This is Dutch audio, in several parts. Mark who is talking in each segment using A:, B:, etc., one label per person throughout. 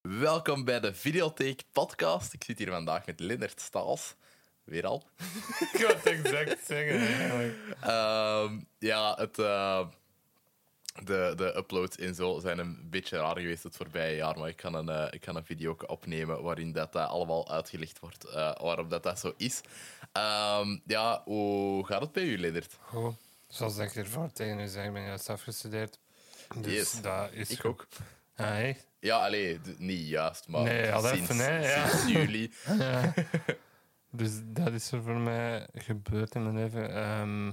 A: welkom bij de Videotheek Podcast. Ik zit hier vandaag met Lindert Staals. Weer al.
B: Ik wou het exact zeggen. eigenlijk.
A: Ehm, ja, het, eh, de, de uploads en zo zijn een beetje raar geweest het voorbije jaar. Maar ik ga een, eh, ik ga een video opnemen waarin dat, eh, allemaal uitgelegd wordt eh, waarom dat, dat zo is. Ehm, ja, hoe gaat het bij u, Lindert?
B: Goed. Zoals ik ervoor tegen u zei, ik ben juist afgestudeerd. Dus
A: Yes.
B: dat is
A: Ik
B: goed.
A: ook.
B: Ah, hé.
A: Ja, alleen niet juist, maar
B: Nee, ja, dat
A: sinds,
B: even, hè, ja.
A: sinds juli.
B: Ja. dus dat is er voor mij gebeurd in mijn leven. Ehm,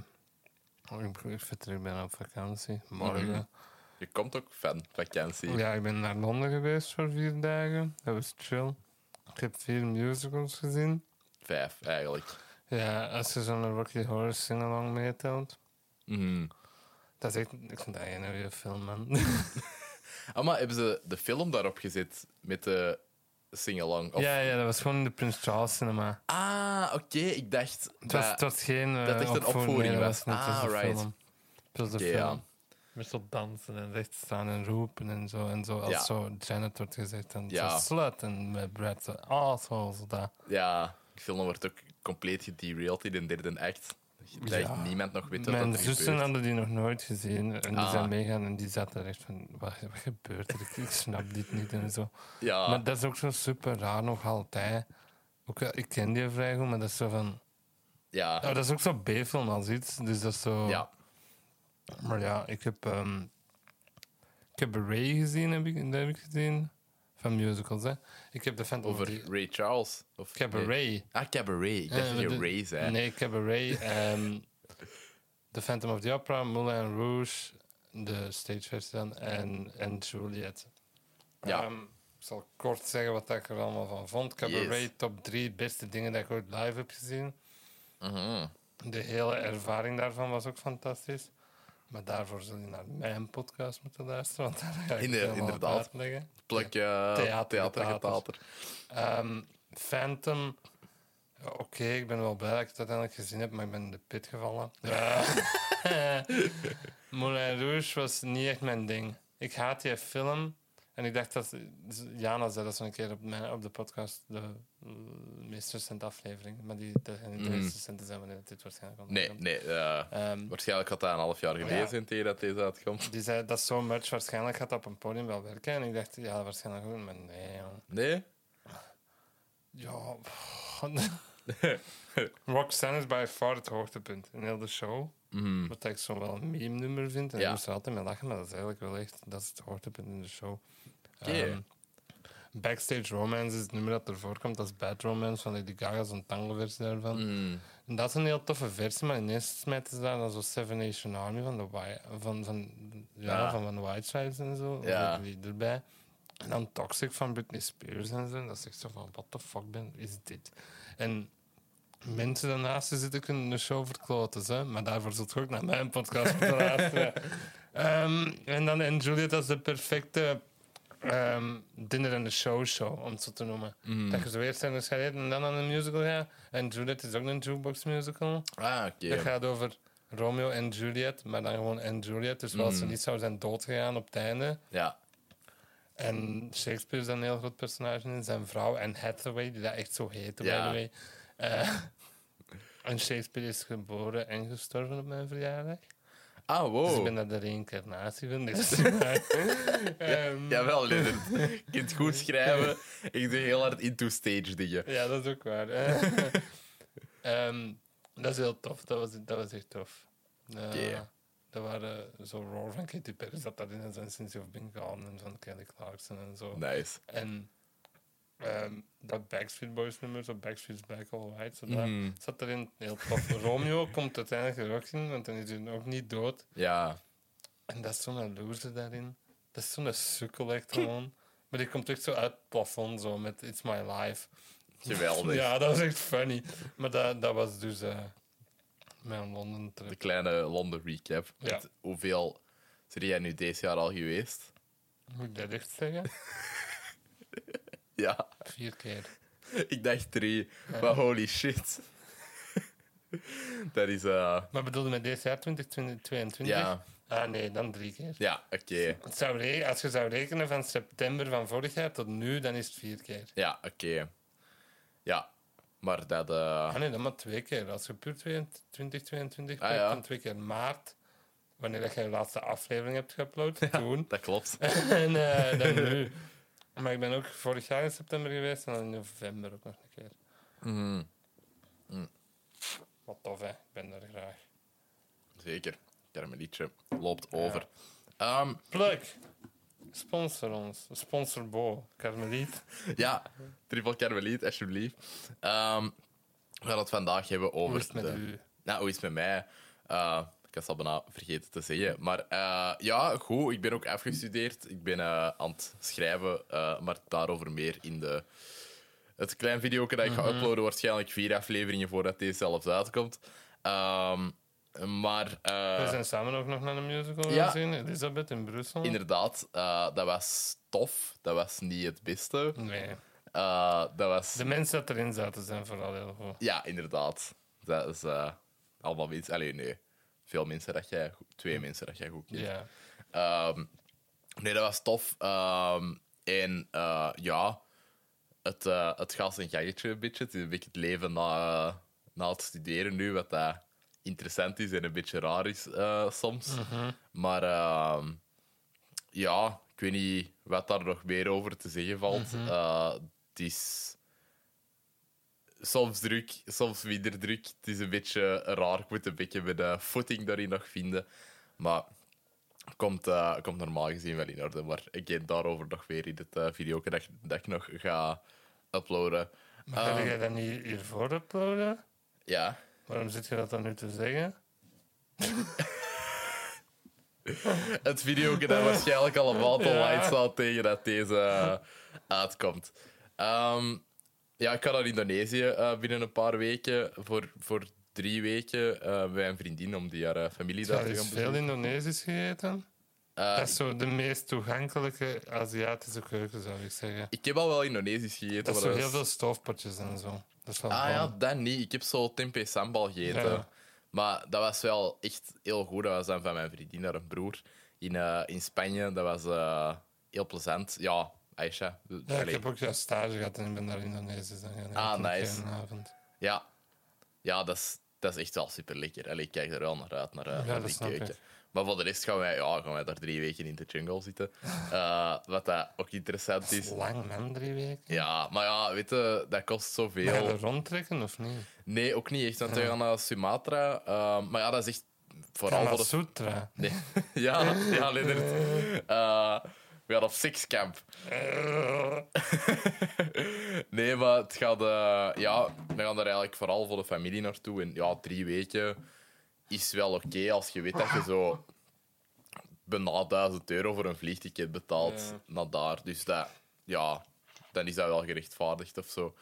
B: oh, ik ben- ik vertrek ik ben op vakantie. Morgen.
A: Je komt ook van vakantie.
B: Ja, ik ben naar Londen geweest voor vier dagen. Dat was chill. Ik heb vier musicals gezien.
A: Vijf, eigenlijk.
B: Ja, als je zo'n Rocky Horror Sing-along meetelt.
A: Mhm.
B: Dat is echt... Ik vind dat een goede film, man.
A: Ah, maar hebben ze de film daarop gezet met de sing-along? Of...
B: Ja, ja, dat was gewoon in de Prince Charles cinema.
A: Ah, oké. Ik dacht
B: Het was, het
A: dat-
B: was geen eh,
A: dat echt een opvoering
B: nee,
A: was.
B: dat niet, het was
A: Ah,
B: een
A: right.
B: film. Het was een
A: Oké,
B: film.
A: ja.
B: Met zo dansen en recht staan en roepen en zo. En zo als
A: Ja.
B: zo Janet wordt gezegd en
A: Ja.
B: zo slut en met Brad zo asshole. Zo dat.
A: Ja, de film wordt ook compleet gederailed in de derde act. Dat
B: Ja.
A: echt niemand nog weet wat
B: Mijn
A: er
B: zussen
A: gebeurt.
B: hadden die nog nooit gezien. En die
A: Ah.
B: zijn meegaan en die zaten echt van, wat, wat gebeurt er? Ik, ik snap dit niet en zo.
A: Ja,
B: Maar dat is ook zo super raar nog altijd. Ook, eh, ik ken die vrij goed, maar dat is zo van...
A: ja,
B: Oh, dat is ook zo B-film als iets. Dus dat is zo...
A: ja.
B: Maar ja, ik heb, ehm ik heb Ray gezien, heb ik, dat heb ik gezien. Van musicals, hè. Ik heb de Phantom of
A: Over
B: the...
A: Ray Charles. Of... Nee.
B: Cabaret.
A: Ah, Cabaret. Ik dacht
B: Eh,
A: dat je
B: de-
A: Ray zei.
B: Nee, Cabaret. ehm the Phantom of the Opera, Moulin Rouge, de stageversie dan, en, en Juliet.
A: Ja.
B: Ehm, ik zal kort zeggen wat ik er allemaal van vond. Cabaret,
A: Yes.
B: top drie beste dingen dat ik ooit live heb gezien.
A: Mhm.
B: De hele ervaring daarvan was ook fantastisch. Maar daarvoor zul je naar mijn podcast moeten luisteren, want daar ga ik
A: Inder-
B: het helemaal op
A: inderdaad.
B: uitleggen.
A: Plek eh,
B: Theater,
A: theater,
B: theater.
A: theater.
B: Ehm, Phantom. Ja, Oké, ik ben wel blij dat ik het uiteindelijk gezien heb, maar ik ben in de pit gevallen. Ja. Moulin Rouge was niet echt mijn ding. Ik haat die film. En ik dacht dat... Jana zei dat zo'n keer op, mijn, op de podcast, de eh, meest recente aflevering. Maar die, dat zijn niet de
A: Mhm.
B: meest recente zijn, wanneer dit waarschijnlijk Ehm, komt.
A: Nee, nee. eh, waarschijnlijk had dat een half jaar geleden zijn tegen dat deze uitkomt.
B: Die zei dat zo much waarschijnlijk gaat dat op een podium wel werken. En ik dacht, ja, waarschijnlijk ook. Maar nee, jongen.
A: Nee?
B: Ja. Roxanne is by far het hoogtepunt in heel de show.
A: Mhm.
B: Wat ik zo wel een meme-nummer vind. En
A: Ja.
B: ik moest er altijd mee lachen, maar dat is eigenlijk wel echt... Dat is het hoogtepunt in de show.
A: Oké.
B: Ehm, Backstage Romance is het nummer dat ervoor komt. Dat is Bad Romance van Lady Gaga, zo'n tango-versie daarvan.
A: Mhm.
B: En dat is een heel toffe versie, maar ineens smijten ze daar dan zo Seven Nation Army van de White, van, van, ja,
A: Ja.
B: Van, van de White Stripes en zo.
A: Ja.
B: Ja. Die erbij. En dan Toxic van Britney Spears en zo. En dat is echt zo van, what the fuck ben, is dit? En mensen daarnaast die zitten kunnen de show verkloten, hè? maar daarvoor zult je ook naar mijn podcast moeten luisteren. Ehm, en dan en Juliet als de perfecte ehm, dinner en de show show, om het zo te noemen. Dat je zo eerst aan de scheid en dan aan een musical gaat. En Juliet is ook een jukebox musical.
A: Ah, oké.
B: Dat gaat over Romeo en Juliet, maar dan gewoon en Juliet. Dus wel als ze niet zouden zijn doodgegaan op het einde.
A: Ja.
B: En Shakespeare is dan een heel groot personage in. Zijn vrouw en Hathaway, die dat echt zo heette,
A: Ja.
B: by the way. Eh, en Shakespeare is geboren en gestorven op mijn verjaardag.
A: Ah, wow.
B: Dus ik ben naar de reïncarnatie van. Dus, maar, ehm,
A: Jawel, Lennart. Je kunt goed schrijven. Ik doe heel hard into stage dingen.
B: Ja, dat is ook waar. Eh, ehm, dat is heel tof. Dat was, dat was echt tof. Eh,
A: Yeah.
B: Dat waren zo Roar van Katy Perry zat daarin en zijn Since You've Been Gone en van Kelly Clarkson en zo.
A: Nice.
B: En ehm, dat Backstreet Boys nummer, zo Backstreet's Black All White, zo
A: Mhm.
B: dat zat erin heel tof. Romeo komt uiteindelijk er ook in, want dan is hij ook niet dood.
A: Ja.
B: En dat is zo'n loser daarin. Dat is zo'n sukkel echt gewoon. Maar die komt echt zo uit het plafond, zo met It's My Life.
A: Geweldig.
B: Ja, dat was echt funny. Maar dat, dat was dus eh, mijn Londen
A: De
B: trip.
A: kleine Londen recap.
B: Ja.
A: Want Hoeveel zijn jij nu deze jaar al geweest?
B: Moet ik dat echt zeggen?
A: Ja.
B: Vier keer.
A: Ik dacht drie. Maar holy shit. Dat is... eh,
B: Maar bedoelde met dit jaar 2022?
A: Ja.
B: Ah nee, dan drie keer.
A: ja, oké.
B: Het zou re- als je zou rekenen van september van vorig jaar tot nu, dan is het vier keer.
A: Ja, oké. Ja, maar dat... eh,
B: Ah nee, dan maar twee keer. Als je puur 2022
A: Ah,
B: pakt,
A: ja.
B: dan twee keer maart, wanneer dat je de laatste aflevering hebt geüpload, toen.
A: dat klopt.
B: en eh, dan nu. Maar ik ben ook vorig jaar in september geweest en dan in november ook nog een keer.
A: Mhm, Mm.
B: Wat tof, hè? Ik ben daar graag.
A: Zeker. Karmelietje loopt over. Ehm,
B: Pluk! Sponsor ons. Sponsor Bo. Carmeliet.
A: ja, triple karmeliet, alsjeblieft. Ehm, we gaan het vandaag hebben over...
B: Hoe is het met
A: de-
B: u?
A: Nou, hoe is het met mij? Eh, ik had het al bijna vergeten te zeggen. Maar eh, ja, goed, ik ben ook afgestudeerd. Ik ben eh, aan het schrijven, eh, maar daarover meer in de... Het klein video dat ik
B: Mhm.
A: ga uploaden, waarschijnlijk vier afleveringen voordat deze zelfs uitkomt. Ehm, maar eh,
B: We zijn samen ook nog naar de musical
A: Ja.
B: gaan zien. Elisabeth in Brussel.
A: inderdaad, eh, dat was tof. Dat was niet het beste.
B: Nee.
A: Eh, dat was...
B: De mensen dat erin zaten zijn vooral heel goed.
A: Ja, inderdaad. Dat is eh, allemaal mensen... Allee, nee. Veel mensen dat jij... goed- Twee mensen dat jij goed kent.
B: Ja.
A: Ehm, nee, dat was tof. Ehm, en eh, ja, het, eh, het gaat zijn gangetje een beetje. Het is een beetje het leven na, eh, na het studeren nu, wat dat interessant is en een beetje raar is eh, soms. Maar ehm, ja, ik weet niet wat daar nog meer over te zeggen valt. Eh, het is soms druk, soms minder druk. Het is een beetje raar. Ik moet een beetje mijn eh, footing daarin nog vinden. Maar komt, eh, komt normaal gezien wel in orde. Maar again, daarover nog weer in het eh video dat, ik- dat ik nog ga uploaden.
B: Maar
A: Ehm,
B: heb jij dat niet hiervoor uploaden?
A: ja.
B: Waarom zit je dat dan nu te zeggen?
A: het video dat waarschijnlijk allemaal te
B: Ja.
A: online staat tegen dat deze eh, uitkomt. Ehm, ja, ik ga naar Indonesië eh, binnen een paar weken, voor, voor drie weken, eh bij een vriendin om die haar eh, familie daar
B: Er
A: te
B: is
A: gaan
B: veel
A: bezoeken.
B: Indonesisch gegeten.
A: Eh,
B: dat is zo de meest toegankelijke Aziatische keuken, zou ik zeggen.
A: ik heb al wel Indonesisch gegeten.
B: Dat is
A: maar
B: zo heel veel stoofpotjes en zo. Dat is wel
A: Ah ja,
B: bom.
A: dat niet. Ik heb zo tempeh sambal gegeten.
B: Ja.
A: Maar dat was wel echt heel goed. Dat was dan van mijn vriendin, haar broer, in, eh, in Spanje. Dat was eh, heel plezant. Ja, Aisha.
B: Ja, ik
A: Allee.
B: heb ook juist stage gehad en ik ben naar Indonesië dan gaan.
A: Ah,
B: eten op
A: nice.
B: één avond.
A: Ja, ja dat, is, dat is echt wel super lekker. ik kijk er wel naar uit, naar, eh, naar
B: dat
A: die
B: snap
A: keuken.
B: ik.
A: Maar voor de rest gaan wij, ja, gaan wij daar drie weken in de jungle zitten. Eh, wat dat ook interessant
B: Het is
A: is.
B: lang, man, drie weken.
A: Ja, maar ja, weet je, dat kost
B: Ga je
A: zoveel.
B: er rondtrekken of niet?
A: Nee, ook niet echt, want we gaan naar Sumatra. eh, maar ja, dat is echt vooral voor de
B: Sutra.
A: Nee. ja, ja, Lennart. Eh, we gaan op Sixcamp. nee, maar het gaat... eh, ja, we gaan er eigenlijk vooral voor de familie naartoe. En ja, drie weken is wel oké als je weet dat je zo bijna 1000 euro voor een vliegticket betaalt
B: Ja.
A: naar daar. Dus dat, ja, dan is dat wel gerechtvaardigd of zo.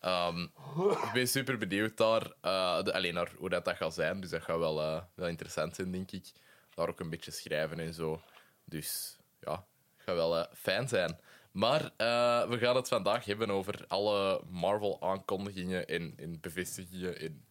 A: Ehm, ik ben super benieuwd daar. eh, de- alleen naar hoe dat, dat gaat zijn. Dus dat gaat wel, eh, wel interessant zijn, denk ik. Daar ook een beetje schrijven en zo. Dus ja, gaat wel eh, fijn zijn. Maar eh, we gaan het vandaag hebben over alle Marvel-aankondigingen en, en bevestigingen. En...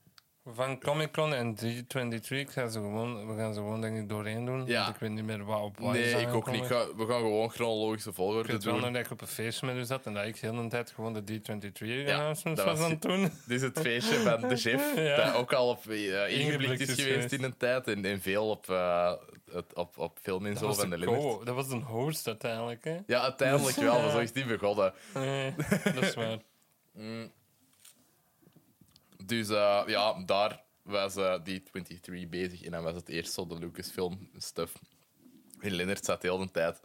B: Van Comic Con en D23 ik ga ze gewoon, we gaan ze gewoon denk ik doorheen doen.
A: Ja.
B: Want ik weet niet meer waar op waar
A: Nee,
B: ze
A: ik ook
B: aankomen.
A: niet. Ga- we gaan gewoon chronologische
B: Ik
A: volgorde
B: weet wel nog
A: doen.
B: dat ik op een feestje met u zat en dat ik heel de tijd gewoon de D23 announcements
A: dat
B: was
A: was-
B: aan het doen.
A: Dit is het feestje van de chef,
B: Ja.
A: dat ook al op, eh, ingeblikt
B: Ingeblikt
A: is
B: is
A: geweest
B: geweest.
A: in een tijd. En, en veel op, eh, het, op, op film en zo
B: was
A: van de
B: de
A: Lennart.
B: co- dat was een host uiteindelijk. Hè?
A: Ja, uiteindelijk wel, maar zo is het niet begonnen.
B: Nee, dat is waar.
A: Dus eh, ja, daar was eh, die 23 bezig en dan was het eerst zo de Lucasfilm stuff. En Lennart zat heel de tijd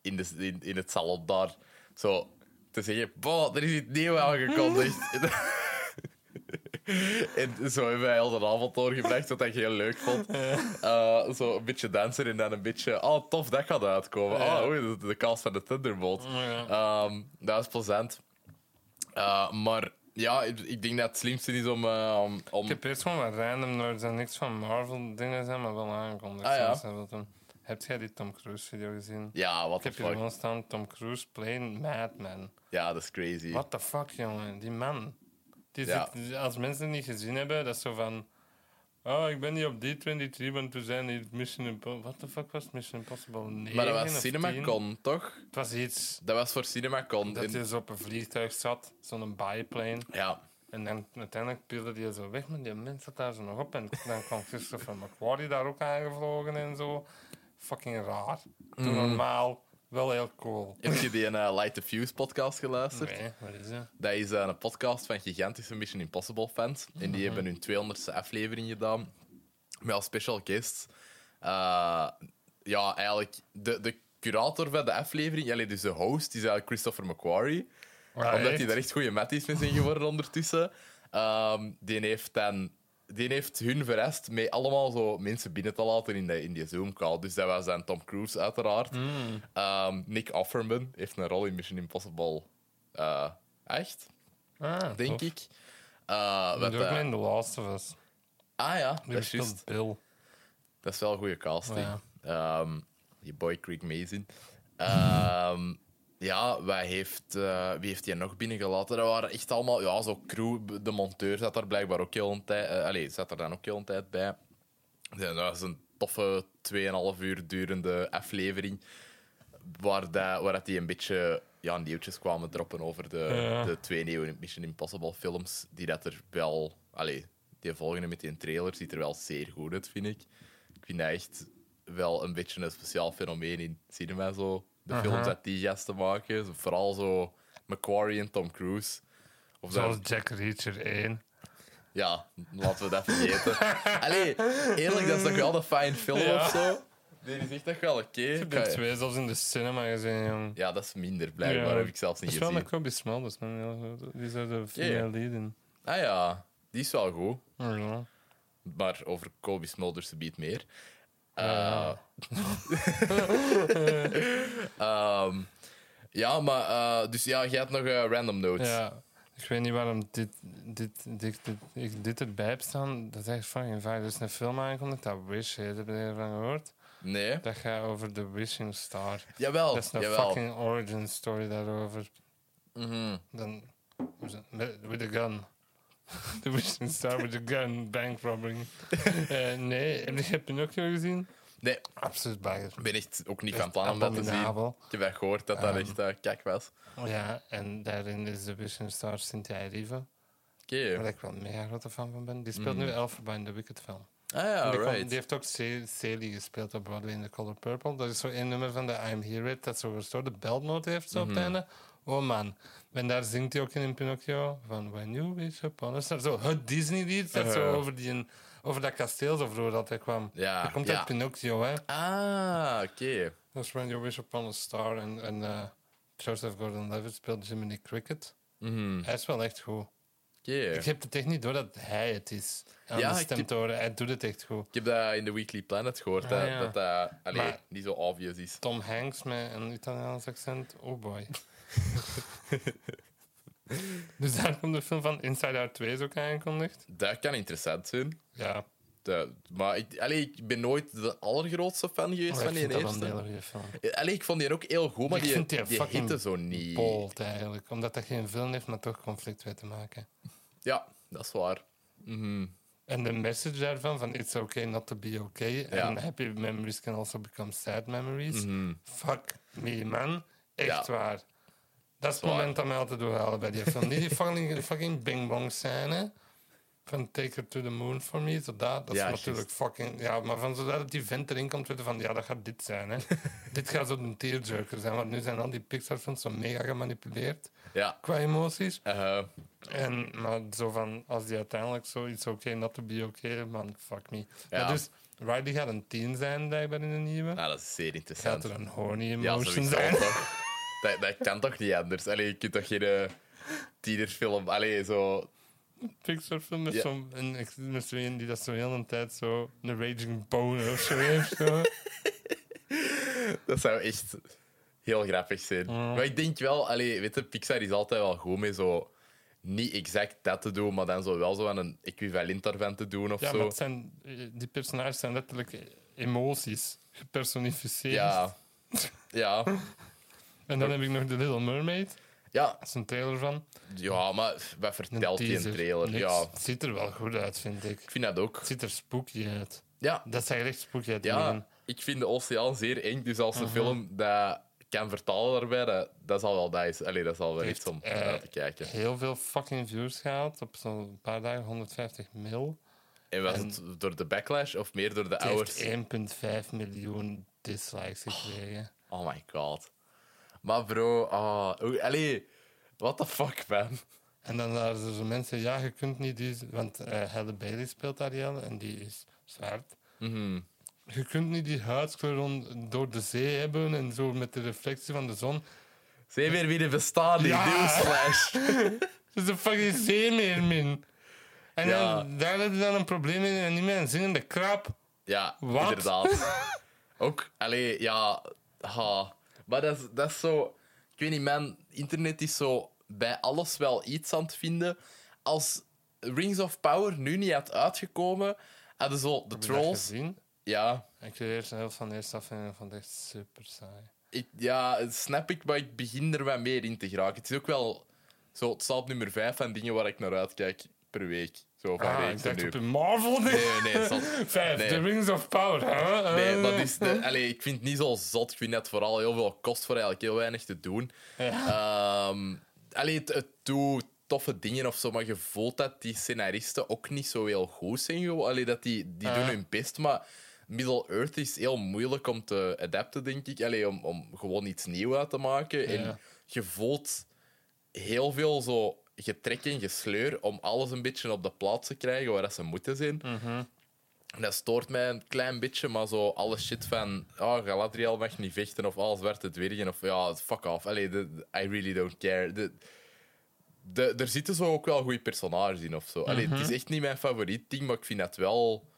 A: in, de, in, in het salon daar zo te zeggen: Boh, er is iets nieuws aangekondigd. en zo hebben wij heel de avond doorgebracht, wat ik heel leuk vond. Eh, zo een beetje dansen en dan een beetje: Oh, tof, dat gaat uitkomen.
B: Ja.
A: Oh, oei, de, de cast van de Thunderbolt.
B: Ja.
A: Ehm, dat is plezant. Eh, maar ja, ik, ik denk dat het slimste is om. eh, om, om-
B: Ik heb eerst gewoon wat random nerds en niks van Marvel dingen zijn, maar wel aangekondigd.
A: Ah, ja.
B: Dus dat wil doen. Heb jij die Tom Cruise video gezien?
A: Ja, wat
B: Ik
A: de
B: heb hier
A: fuck.
B: gewoon staan Tom Cruise playing Madman.
A: Ja, dat is crazy.
B: What the fuck, jongen? Die man. Die
A: Ja.
B: zit- als mensen het niet gezien hebben, dat is zo van... Oh, ik ben niet op D23, want we zijn hier Mission Impossible... What the fuck was Mission Impossible 9
A: Maar dat was
B: of 10?
A: CinemaCon, toch?
B: Het was iets
A: Dat was voor CinemaCon.
B: dat
A: in-
B: je zo op een vliegtuig zat, zo'n biplane.
A: Ja,
B: En dan uiteindelijk pielde die zo weg, maar die mens zat daar zo nog op. En dan kwam Christopher McQuarrie daar ook aangevlogen en zo. Fucking raar. Doe
A: Mm.
B: normaal, wel heel cool.
A: heb je die eh, Light the Fuse podcast geluisterd?
B: Nee, wat is dat?
A: Dat is eh, een podcast van gigantische Mission Impossible fans. En
B: Mhm.
A: die hebben hun 200ste aflevering gedaan. Met als special guest. eh, ja, eigenlijk de, de curator van de aflevering, allee, dus de host, is eigenlijk Christopher McQuarrie.
B: Ja,
A: omdat
B: echt?
A: hij daar echt goede matties mee zijn geworden ondertussen. Ehm, die, heeft dan, die heeft hun verrast met allemaal zo mensen binnen te laten in, de, in die Zoom-call. Dus dat was dan Tom Cruise, uiteraard. Ehm, Nick Offerman heeft een rol in Mission Impossible eh, echt,
B: Ah,
A: denk
B: tof.
A: ik. Eh,
B: Dat
A: wat,
B: doe ik
A: eh,
B: me in The Last of Us.
A: ah ja,
B: Die
A: dat is
B: speelt
A: juist.
B: Bill.
A: Dat is wel een goede casting.
B: Ja.
A: Ehm, je boy Creek Mason. Ehm, ja, wij heeft, eh, wie heeft hij nog binnengelaten? Dat waren echt allemaal, ja, zo crew. De monteur zat er blijkbaar ook heel een tijd, eh, allee, zat er dan ook heel een tijd bij. Ja, dat was een toffe 2,5 uur durende aflevering. Waar, dat, waar dat die een beetje ja, nieuwtjes kwamen droppen over de,
B: Ja.
A: de twee nieuwe Mission Impossible films. Die dat er wel. Allee, die volgende met die trailer ziet er wel zeer goed uit, vind ik. Ik vind dat echt wel een beetje een speciaal fenomeen in cinema. Zo. De films dat die gasten maken. Zo, Vooral zo Macquarie en Tom Cruise. Of dat-
B: Zoals Jack Reacher 1.
A: ja, laten we dat vergeten. Allee, eerlijk, dat is toch wel een fijn film
B: Ja.
A: of zo? Die is echt toch wel oké.
B: Ik heb
A: Ik
B: er
A: ga-
B: twee zelfs in de cinema gezien, jong.
A: Ja, dat is minder, blijkbaar.
B: Ja.
A: Heb ik zelfs
B: Dat
A: niet
B: is wel
A: gezien.
B: met Kobe Smulders, man. Ja, zo- Die is er de female
A: ja.
B: lead in.
A: Ah ja, die is wel goed.
B: Ja.
A: Maar over Kobe Smulders biedt meer. Eh, ehm, ja, maar... eh, dus ja, jij hebt nog eh, random notes.
B: Ja, ik weet niet waarom dit, dit, dit, dit, ik dit erbij heb staan. Dat is echt fucking vaak. Er is een film aangekondigd, dat Wish heet, heb je ervan gehoord?
A: Nee?
B: Dat gaat over de Wishing Star.
A: Jawel,
B: dat is een
A: Oh, jawel.
B: fucking origin story daarover.
A: Mhm.
B: Dan, hoe is dat? met- with a gun. the Wishing Star with a gun, bank robbing. Eh, nee, heb je heb je ook gezien?
A: Nee,
B: Absoluut bagger.
A: ik ben echt ook niet van
B: Echt
A: plan om dat te zien.
B: abominabel.
A: Ik heb echt gehoord dat dat
B: Ehm.
A: echt eh, kak was.
B: Ja, en daarin is de Wishing Star Cynthia Riva.
A: Oké.
B: Waar ik wel een mega grote fan van ben. Die speelt
A: Mhm.
B: nu Elphaba in de Wicked film.
A: Ah ja,
B: En die, kwam-
A: right.
B: die heeft ook Se- Celie gespeeld op Broadway in The Color Purple. Dat is zo één nummer van de I'm Here It, dat zo gestoorde belnoot heeft zo
A: Mhm.
B: op het einde. Oh man. En daar zingt hij ook in, in Pinocchio van When You Wish Upon a Star. Zo het Disney-lied dat zo
A: Eh.
B: over, die, over dat kasteel zo vroeger altijd kwam.
A: Ja,
B: dat komt
A: ja.
B: uit Pinocchio, hè.
A: Ah, oké.
B: Dat is When You Wish Upon a Star. En, en eh, Joseph Gordon-Levitt speelt Jiminy Cricket.
A: Mhm,
B: Hij is wel echt goed.
A: oké.
B: Ik heb het echt niet door dat hij het is. Aan
A: Ja,
B: de
A: ik-
B: stem te horen. Hij doet het echt goed.
A: Ik heb dat in de Weekly Planet gehoord,
B: Ah,
A: hè,
B: ja.
A: dat dat allee,
B: Maar-
A: niet zo obvious is.
B: Tom Hanks met een Italiaans accent. Oh boy. dus daar komt de film van Inside Out 2 is ook aangekondigd.
A: Dat kan interessant zijn.
B: Ja,
A: Dat- maar ik, allee, ik ben nooit de allergrootste fan geweest
B: maar
A: van
B: Oh, ik vind
A: die
B: dat wel een hele
A: eerste.
B: goede film.
A: Allee, ik vond die ook heel goed, maar
B: Ik
A: die,
B: vind die
A: die,
B: fucking
A: hitte zo niet.
B: Bold eigenlijk, omdat dat geen film heeft, maar toch conflict weet te maken.
A: Ja, dat is waar. Mhm.
B: En de message daarvan, van it's okay not to be okay, en happy memories can also become sad memories. Fuck me, man. Echt
A: Mhm. Ja.
B: waar. Dat is het
A: Waar.
B: moment dat mij altijd doorhalen bij die film. Niet die fucking, fucking bing-bong scène van Take Her To The Moon For Me, zo dat, dat
A: Ja,
B: is natuurlijk fucking... Ja, maar van zodra dat die vent erin komt, weten van, ja, dat gaat dit zijn, hè. dit gaat zo'n tearjerker zijn, want nu zijn al die Pixar films zo mega gemanipuleerd
A: Ja,
B: qua emoties.
A: eh,
B: En maar zo van, als die uiteindelijk zo iets oké, not to be okay, man, fuck me.
A: Ja.
B: Maar dus, Riley gaat een tien zijn, blijkbaar in de nieuwe.
A: nou, dat is zeer interessant.
B: Gaat er een horny
A: Ja,
B: emotion
A: sowieso
B: zijn?
A: toch. Dat, dat kan toch niet anders? Allee, je kunt toch geen eh, tienerfilm... Allee, zo...
B: Pixar film met
A: Ja.
B: zo'n een ex- met zo een die dat zo heel een tijd zo een raging boner of zo heeft. zo.
A: Dat zou echt heel grappig zijn. Maar ik denk wel, allee, weet je, Pixar is altijd wel goed mee zo niet exact dat te doen, maar dan zo wel zo aan een equivalent daarvan te doen of
B: Ja, maar
A: zo.
B: het zijn, eh, die personages zijn letterlijk eh, emoties gepersonificeerd.
A: Ja. Ja.
B: En dan heb ik nog The Little Mermaid.
A: Ja,
B: Dat is een trailer van.
A: ja maar wat
B: Een
A: vertelt die
B: teaser.
A: een trailer?
B: Niks.
A: Ja,
B: Het ziet er wel goed uit, vind ik.
A: ik vind dat ook.
B: Het ziet er spooky uit.
A: Ja,
B: Dat zag er echt spooky uit.
A: ja ik vind de oceaan zeer eng, dus als de film dat kan vertalen daarbij, dat, dat zal wel dat is. Allee, dat zal wel
B: Heeft,
A: iets om
B: eh,
A: naar te kijken.
B: Heel veel fucking views gehaald. Op zo'n paar dagen 150 mil.
A: En was het door de backlash of meer door de
B: Het
A: ouders?
B: heeft 1,5 miljoen dislikes gekregen.
A: Oh my god. Maar bro, ah, oei, allee, what the fuck, man?
B: En dan waren er zo mensen, ja, je kunt niet die... Want eh Halle Bailey speelt Ariel en die is zwart.
A: Mhm.
B: Je kunt niet die huidskleur rond- door de zee hebben en zo met de reflectie van de zon.
A: Zie weer wie er bestaan, die
B: Ja.
A: nieuwsflash.
B: Het is een fucking zeemeermin. En
A: Ja.
B: dan, daar hebben ze dan een probleem in en niet meer een zingende krap.
A: Ja,
B: Wat?
A: inderdaad. Ook, allee, ja, ha. Maar dat is, dat is zo... Ik weet niet, man, internet is zo bij alles wel iets aan het vinden. Als Rings of Power nu niet had uitgekomen, hadden zo de
B: Heb je dat
A: trolls...
B: gezien?
A: Ja,
B: Ik kreeg eerst een helft van de eerste aflevering en vond het echt super saai.
A: ik, ja, dat snap ik, maar ik begin er wat meer in te geraken. Het is ook wel zo, het staat op nummer 5 van dingen waar ik naar uitkijk per week. Zo van
B: Ah,
A: reeks
B: ik
A: en
B: dacht
A: nu.
B: op een Marvel ding.
A: Nee, nee, het zat-
B: Vijf,
A: nee.
B: The Rings of Power. hè? Eh,
A: Nee, dat is de, allee, ik vind het niet zo zot. Ik vind het vooral heel veel kost voor eigenlijk heel weinig te doen. Ehm, allee, het, het doet toffe dingen of zo, maar je voelt dat die scenaristen ook niet zo heel goed zijn. gewoon. Allee, dat die, die doen
B: Ah.
A: hun best, maar Middle-earth is heel moeilijk om te adapten, denk ik. Allee, om, om gewoon iets nieuws uit te maken. En
B: Ja.
A: je voelt heel veel zo getrek en gesleur om alles een beetje op de plaats te krijgen waar dat ze moeten zijn. En dat stoort mij een klein beetje, maar zo alle shit van oh, Galadriel mag niet vechten of alles werd het dwergen of ja, fuck off. Allee, de- de- I really don't care. De, de, er zitten zo ook wel goede personages in of zo. Allee,
B: Mhm.
A: Het is echt niet mijn favoriet ding, maar ik vind dat wel...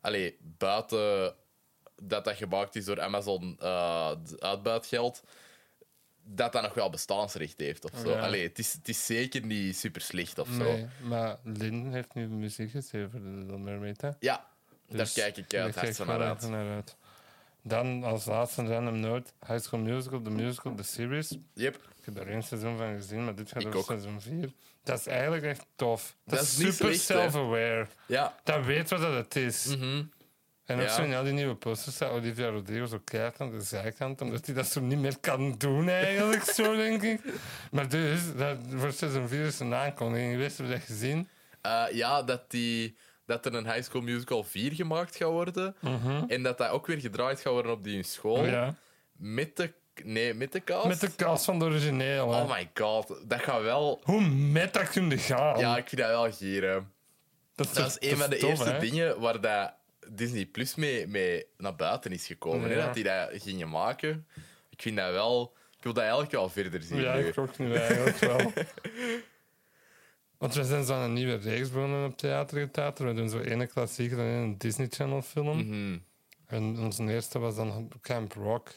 A: Allee, buiten dat dat gemaakt is door Amazon eh, d- uitbuitgeld, dat dat nog wel bestaansrecht heeft of zo.
B: Oh, Ja.
A: Allee, het is, het is zeker niet super slecht of zo.
B: Nee, maar Linden heeft nu muziek geschreven voor de Little Mermaid. hè?
A: Ja,
B: Dus
A: daar kijk ik eh,
B: daar
A: het
B: kijk
A: hardste
B: ik
A: naar
B: wel
A: uit.
B: even naar uit. Dan als laatste random note, High School Musical, de musical, de series.
A: Yep.
B: Ik heb er één seizoen van gezien, maar dit gaat
A: Ik
B: over
A: ook.
B: seizoen 4. Dat is eigenlijk echt tof. Dat,
A: Dat
B: is
A: is niet
B: super
A: slecht, hè?
B: self-aware.
A: Ja,
B: Dat weet wat dat het is. En ook
A: Ja.
B: zo in al die nieuwe posters staat Olivia Rodrigo zo keihard aan de zijkant, omdat hij dat zo niet meer kan doen eigenlijk, zo denk ik. Maar dus, dat voor seizoen 4 is een aankondiging geweest, heb je dat gezien?
A: Eh, ja dat, die, dat er een High School Musical 4 gemaakt gaat worden. En dat dat ook weer gedraaid gaat worden op die school.
B: Mhm. Oh, ja.
A: Met de... Nee, met de cast?
B: Met de kast van de origineel. hè.
A: Oh my god, dat gaat wel...
B: Hoe met dat kunnen gaan.
A: Ja, ik vind dat wel gieren. Dat is een van de
B: tof,
A: eerste
B: hè?
A: dingen waar dat Disney Plus mee, mee naar buiten is gekomen. hè,
B: Ja.
A: Dat die dat gingen maken. Ik vind dat wel... Ik wil dat eigenlijk wel verder zien.
B: Ja,
A: nu.
B: ik ook nu eigenlijk wel. Want we zijn zo aan een nieuwe reeks begonnen op theater getheater. We doen zo ene klassieker en een Disney Channel film.
A: Mhm.
B: En onze eerste was dan Camp Rock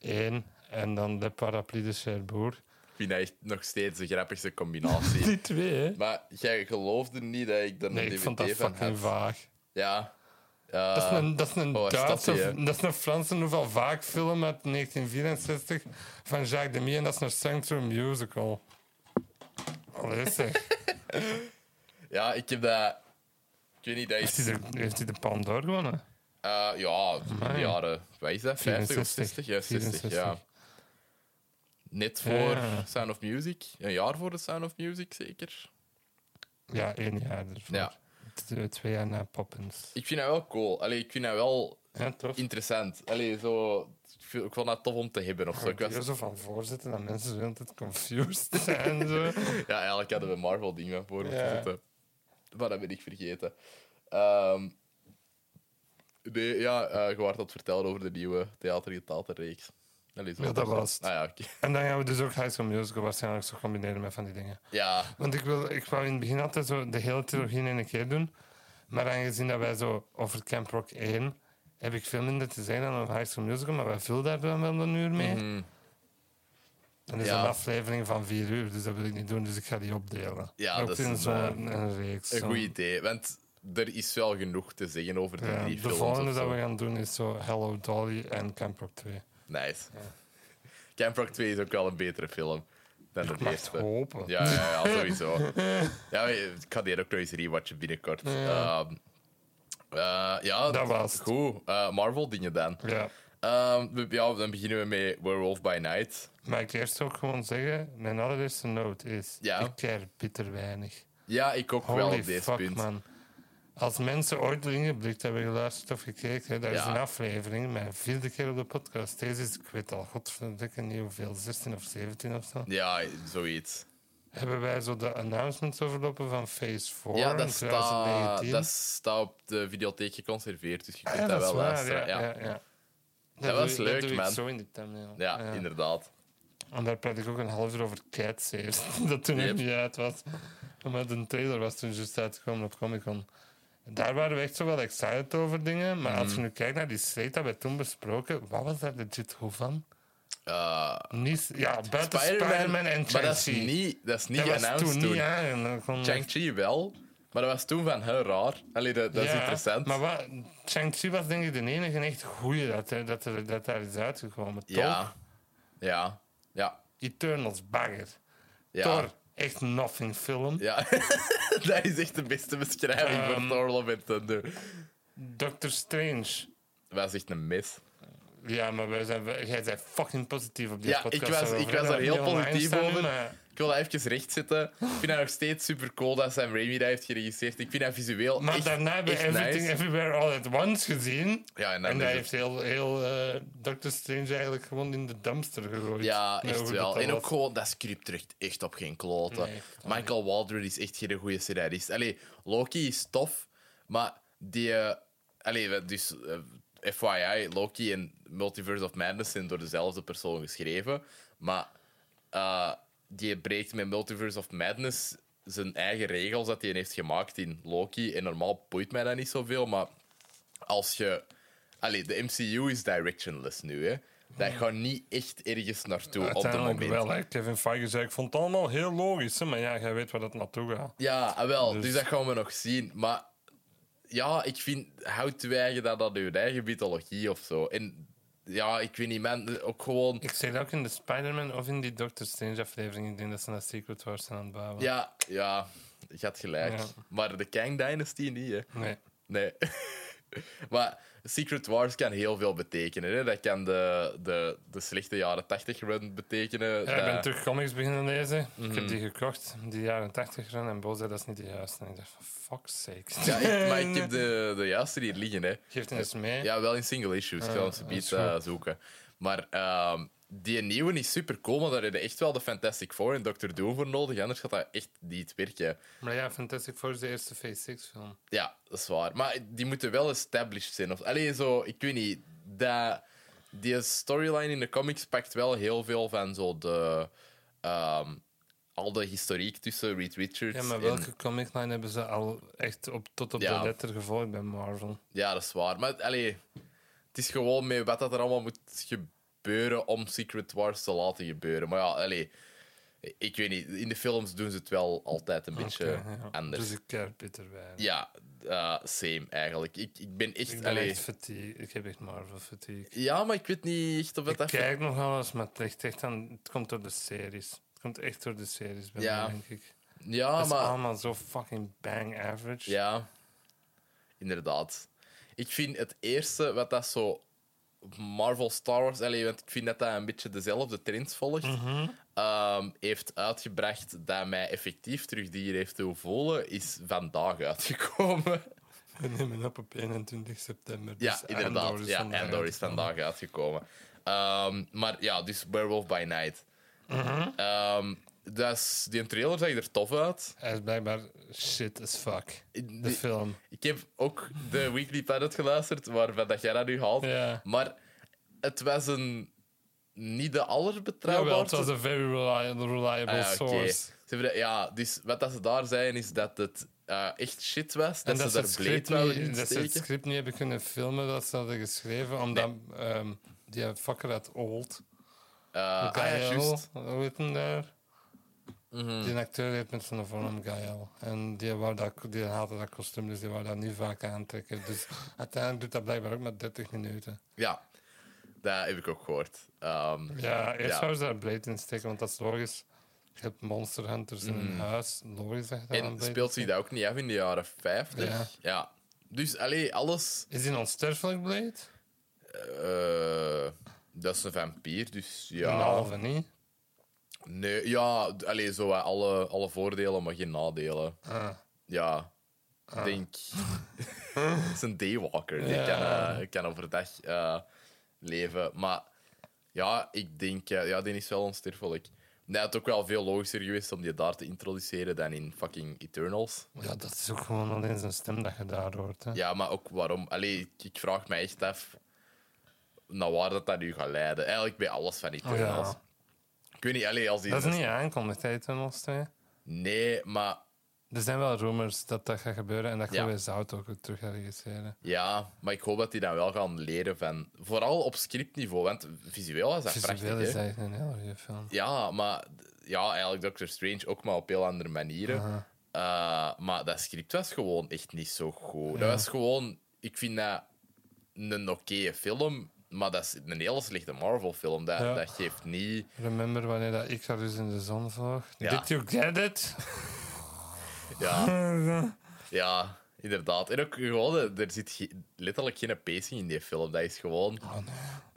B: 1 en dan De Parapluie de Cherbourg.
A: Ik vind dat echt nog steeds de grappigste combinatie.
B: Die twee, hè?
A: Maar jij geloofde niet dat ik daar een
B: Nee,
A: DVD
B: ik vond dat
A: van
B: fucking
A: had.
B: vaag.
A: Ja.
B: Dat is
A: Eh,
B: een, dat is een
A: oh, waar staat
B: Duitse,
A: die, hè?
B: Ah. dat is een Franse novel vaak film uit 1964 van Jacques Demy en dat is een Central Musical. Allee zeg.
A: ja, ik heb dat... Ik weet niet, dat
B: heeft
A: is...
B: hij de, heeft hij de Palme d'Or gewonnen?
A: eh, ja, in de
B: Amai.
A: jaren... Wat is dat? 50 of 60? Ja, 60,
B: 64.
A: ja. Net voor
B: Ja.
A: Sound of Music. Een jaar voor de Sound of Music, zeker.
B: Ja, één jaar ervoor.
A: Ja.
B: T- eh, Twee jaar na Poppins.
A: Ik vind dat wel cool. Allee, ik vind dat wel
B: Ja, toch?
A: interessant. Allee, zo... Ik vind- ik vond dat tof om te hebben of zo. Ik
B: Ik
A: was-
B: er zo van voorzitten dat mensen zo altijd confused zijn. Zo.
A: Ja, eigenlijk hadden we Marvel-ding van voor moeten
B: Ja.
A: zitten. Maar dat ben ik vergeten. Ehm, nee, ja, eh, je werd dat verteld over de nieuwe theatergetaalde-reeks.
B: Ja, dat was het.
A: Ah ja, oké.
B: En dan gaan we dus ook High School Musical waarschijnlijk zo combineren met van die dingen.
A: Ja,
B: Want ik, wil, ik wou in het begin altijd zo de hele trilogie in één keer doen. Maar aangezien dat wij zo over Camp Rock 1 heb ik veel minder te zeggen dan over High School Musical, maar wij vullen daar dan wel een uur mee. En dat is
A: Mhm. Ja.
B: een aflevering van vier uur, dus dat wil ik niet doen, dus ik ga die opdelen.
A: Ja,
B: ook
A: dat is
B: in
A: een,
B: zo'n een reeks.
A: een
B: zo.
A: goed idee. Want er is wel genoeg te zeggen over de
B: Ja,
A: drie
B: de
A: films.
B: volgende
A: of zo.
B: dat we gaan doen is zo Hello Dolly en Camp Rock 2.
A: Nice. Camp Rock 2 is ook wel een betere film. dan
B: Ik
A: de
B: mag het
A: eerste.
B: hopen.
A: Ja, ja, ja, sowieso. ja, eh, ik ga die ook nog eens rewatchen binnenkort. Ehm, eh, ja,
B: Dat was het.
A: Goed. Eh, Marvel dingen dan.
B: Ja.
A: Ehm, we- ja, dan beginnen we met Werewolf by Night.
B: Maar ik eerst ook gewoon zeggen, mijn allereerste noot is,
A: Ja.
B: ik care bitter weinig.
A: Ja, ik ook wel
B: Holy
A: op deze
B: fuck,
A: punt.
B: man. Als mensen ooit Blik hebben geluisterd of gekeken, hè, daar is
A: Ja.
B: een aflevering, mijn vierde keer op de podcast. Deze is, ik weet al, godverdikke niet hoeveel, 16 of 17 of zo.
A: Ja, zoiets.
B: Hebben wij zo de announcements overlopen van Phase 4
A: Ja,
B: in
A: dat staat
B: 2019?
A: dat staat op de videotheek geconserveerd, dus je kunt
B: Ja,
A: dat
B: is
A: wel
B: waar,
A: luisteren.
B: ja,
A: Ja,
B: ja, ja.
A: Dat was
B: doe-
A: leuk,
B: doe ik
A: man.
B: zo in de thumbnail.
A: Ja, inderdaad.
B: En daar praat ik ook een half uur over Cats eerst. dat toen
A: Yep.
B: nog niet uit was. Maar de trailer was toen juist uitgekomen op Comic-Con. Daar waren we echt zo wel excited over dingen. Maar
A: Mhm.
B: als je nu kijkt naar die slate dat we toen besproken... Wat was daar legit goed van?
A: Eh,
B: Niet, ja, buiten Spider-Man,
A: Spider-Man-
B: en
A: Maar dat is
B: Shang-Chi.
A: niet, dat is niet
B: Dat was
A: announced
B: toen
A: toen.
B: niet aan. Dat kon-
A: Shang-Chi wel, maar dat was toen van heel raar. Allee, dat, dat is
B: Ja,
A: interessant.
B: Maar wat- Shang-Chi was denk ik de enige echt goeie dat, hè, dat, er- dat daar is uitgekomen. Toch?
A: ja. ja, ja,
B: Eternals, bagger.
A: ja.
B: Thor, echt nothing film.
A: Ja, dat is echt de beste beschrijving
B: Ehm.
A: voor Thor Love and Thunder.
B: Doctor Strange.
A: Dat was echt een mis.
B: Ja, maar wij zijn, wij- jij bent fucking positief op die
A: Ja,
B: podcast.
A: ik was-
B: daarover.
A: ik was
B: Ja,
A: daar heel
B: niet online
A: positief
B: staan nu,
A: over.
B: maar
A: Ik wil dat even rechtzetten. Ik vind dat nog steeds super cool dat Sam Raimi dat heeft geregisseerd. Ik vind dat visueel
B: maar
A: echt,
B: daarna hebben we
A: echt
B: Everything
A: nice.
B: Everywhere All At Once gezien.
A: Ja, en dan
B: En
A: is
B: dat
A: het-
B: heeft heel, heel eh, Doctor Strange eigenlijk gewoon in de dumpster gegooid.
A: Ja,
B: Nee,
A: echt
B: Nou, hoe
A: wel.
B: dat
A: En
B: was.
A: ook gewoon, dat script terug echt op geen kloten.
B: Nee, echt wel
A: Michael Waldron is echt geen goede scenarist. Allee, Loki is tof, maar die... eh, allee, we- dus eh, FYI, Loki en Multiverse of Madness zijn door dezelfde persoon geschreven, maar eh, die breekt met Multiverse of Madness zijn eigen regels dat hij heeft gemaakt in Loki. En normaal boeit mij dat niet zoveel, maar als je. Allee, de MCU is directionless nu, hè? Dat gaat niet echt ergens naartoe op de
B: Uiteindelijk
A: moment.
B: wel. Hè. Kevin Feige zei, ik vond het allemaal heel logisch. hè, Maar ja, jij weet waar dat naartoe gaat.
A: Ja, ah, wel, dus...
B: Dus-
A: dat gaan we nog zien. Maar ja, ik vind, houd je eigen dat aan je eigen mythologie of zo. En ja, ik weet niet, man, ook gewoon.
B: Ik zei dat ook in de Spider-Man of in die Doctor Strange aflevering. Ik denk dat ze naar Secret Wars zijn aan het bouwen.
A: Ja, ja, je had gelijk.
B: Ja.
A: Maar de Kang Dynasty niet, hè?
B: Nee.
A: Nee. maar Secret Wars kan heel veel betekenen. Hè? Dat kan de, de, de slechte jaren 80 run betekenen.
B: Ja, ik
A: dat-
B: ben terug comics beginnen lezen. Ik
A: Mhm.
B: heb die gekocht, die jaren 80 run. En Bo zei dat is niet de juiste. En ik dacht van fuck's sake.
A: Ja, ik, maar ik heb de, de juiste hier liggen. Hè.
B: Geef het eens mee.
A: Ja, wel in single issues. Ik
B: Ah,
A: zal hem zo
B: dat is
A: biedt, eh, zoeken. Maar ehm, die nieuwe is super cool, maar daar heb je echt wel de Fantastic Four en Doctor Doom voor nodig. Anders gaat dat echt niet werken.
B: Maar ja, Fantastic Four is de eerste Phase 6 film.
A: Ja, dat is waar. Maar die moeten wel established zijn. Of, allee, zo, ik weet niet. Dat, die storyline in de comics pakt wel heel veel van zo de. ehm, al de historiek tussen Reed Richards.
B: Ja, maar
A: en-
B: welke comic line hebben ze al echt op, tot op
A: Ja.
B: de letter gevolgd bij Marvel?
A: Ja, dat is waar. Maar allee, het is gewoon met wat dat er allemaal moet gebeuren om Secret Wars te laten gebeuren. Maar ja, allee, ik weet niet. In de films doen ze het wel altijd een beetje
B: Ah, Oké, ja.
A: anders.
B: Dus ik keer bitter bij.
A: Ja, eh, same eigenlijk. Ik, ik ben echt.
B: Ik ben
A: allee,
B: echt fatigue. Ik heb echt Marvel fatigue.
A: Ja, maar ik weet niet echt of dat.
B: Ik
A: dat-
B: kijk nog wel eens, maar het, ligt echt aan, het komt door de series. Het komt echt door de series bij
A: Ja.
B: mij, denk ik.
A: Ja,
B: Het is
A: maar.
B: allemaal zo fucking bang average.
A: Ja, inderdaad. Ik vind het eerste wat dat zo Marvel Star Wars, allee, want ik vind dat dat een beetje dezelfde trends volgt,
B: Mhm.
A: ehm, heeft uitgebracht dat mij effectief terug die hier heeft doen voelen, is vandaag uitgekomen.
B: We nemen op op 21 september.
A: ja,
B: dus
A: inderdaad.
B: Andor is
A: ja,
B: vandaag
A: Andor is
B: uitgekomen.
A: vandaag uitgekomen. Ehm, maar ja, dus Werewolf by Night.
B: Mhm.
A: Ehm, dat is, die trailer zag er tof uit.
B: Hij is blijkbaar shit as fuck. De
A: die-
B: film.
A: Ik heb ook de Weekly Planet geluisterd, waarvan dat jij dat nu haalt.
B: Ja.
A: Maar het was een niet de
B: Jawel, het
A: allerbetrouwbaarste...
B: was een very reliable, reliable
A: Nou, Ah, ja, oké.
B: source.
A: Ze hebben dat- Ja, dus wat dat ze daar zeiden is dat het eh, echt shit was.
B: En
A: Dat, ze
B: het
A: daar
B: script
A: bleed wouden
B: niet-
A: in
B: dat ze het
A: steken.
B: script niet hebben kunnen filmen, dat ze hadden geschreven, omdat ehm, die fucker uit Old,
A: Eh, ah, ja,
B: Gael,
A: juist. Mhm.
B: hoe heet hem daar? Die acteur heet met zijn voornaam Gael. En die, wou dat, die haalde dat kostuum, dus die wou dat niet vaak aantrekken. Dus uiteindelijk doet dat blijkbaar ook maar 30 minuten.
A: Ja, dat heb ik ook gehoord. Ehm,
B: Ja, eerst
A: Ja.
B: zouden ze daar Blade in steken, want dat is logisch. Je hebt Monster Hunters in een huis. Logisch dat je dat aan
A: Mhm. En
B: het
A: speelt zich dat ook niet af in de jaren 50?
B: Ja.
A: Ja. Dus allee, alles.
B: Is die onsterfelijk Blade?
A: eh, dat is een vampier, dus
B: Een
A: ja.
B: halve niet.
A: Nee, ja, d- allee, zo wat, alle, alle voordelen, maar geen nadelen.
B: Ah.
A: Ja, ik denk. Het is een daywalker. Die
B: Ja.
A: kan, eh, kan overdag eh, leven. Maar ja, ik denk, eh, ja, die is wel onsterfelijk. Nee, het is ook wel veel logischer geweest om die daar te introduceren dan in fucking Eternals.
B: Ja, dat is ook gewoon alleen zijn stem dat je daar hoort. Hè.
A: Ja, maar ook waarom? Allee, ik, ik vraag me echt af naar waar dat, dat nu gaat leiden. Eigenlijk bij alles van Eternals.
B: Oh Ja.
A: Ik weet niet, allee, als die...
B: Dat is niet aankomend, hè, Eternals 2.
A: Nee, maar
B: Er zijn wel rumors dat dat gaat gebeuren en dat
A: Ja.
B: Chloe Zout ook terug gaat regisseren.
A: Ja, maar ik hoop dat die dan wel gaan leren van... Vooral op scriptniveau, want visueel is dat
B: Visueel
A: prachtig.
B: is
A: hè.
B: eigenlijk een heel goede film.
A: Ja, maar... Ja, eigenlijk Doctor Strange ook, maar op heel andere manieren. Eh, maar dat script was gewoon echt niet zo goed. Dat was gewoon... Ik vind dat een oké film, maar dat is een hele slechte Marvel-film. Dat,
B: Ja.
A: dat geeft niet...
B: Remember wanneer dat Icarus in de zon vloog?
A: Ja.
B: Did you get it?
A: Ja, ja inderdaad. En ook gewoon, eh, er zit ge- letterlijk geen pacing in die film. Dat is gewoon...
B: Dan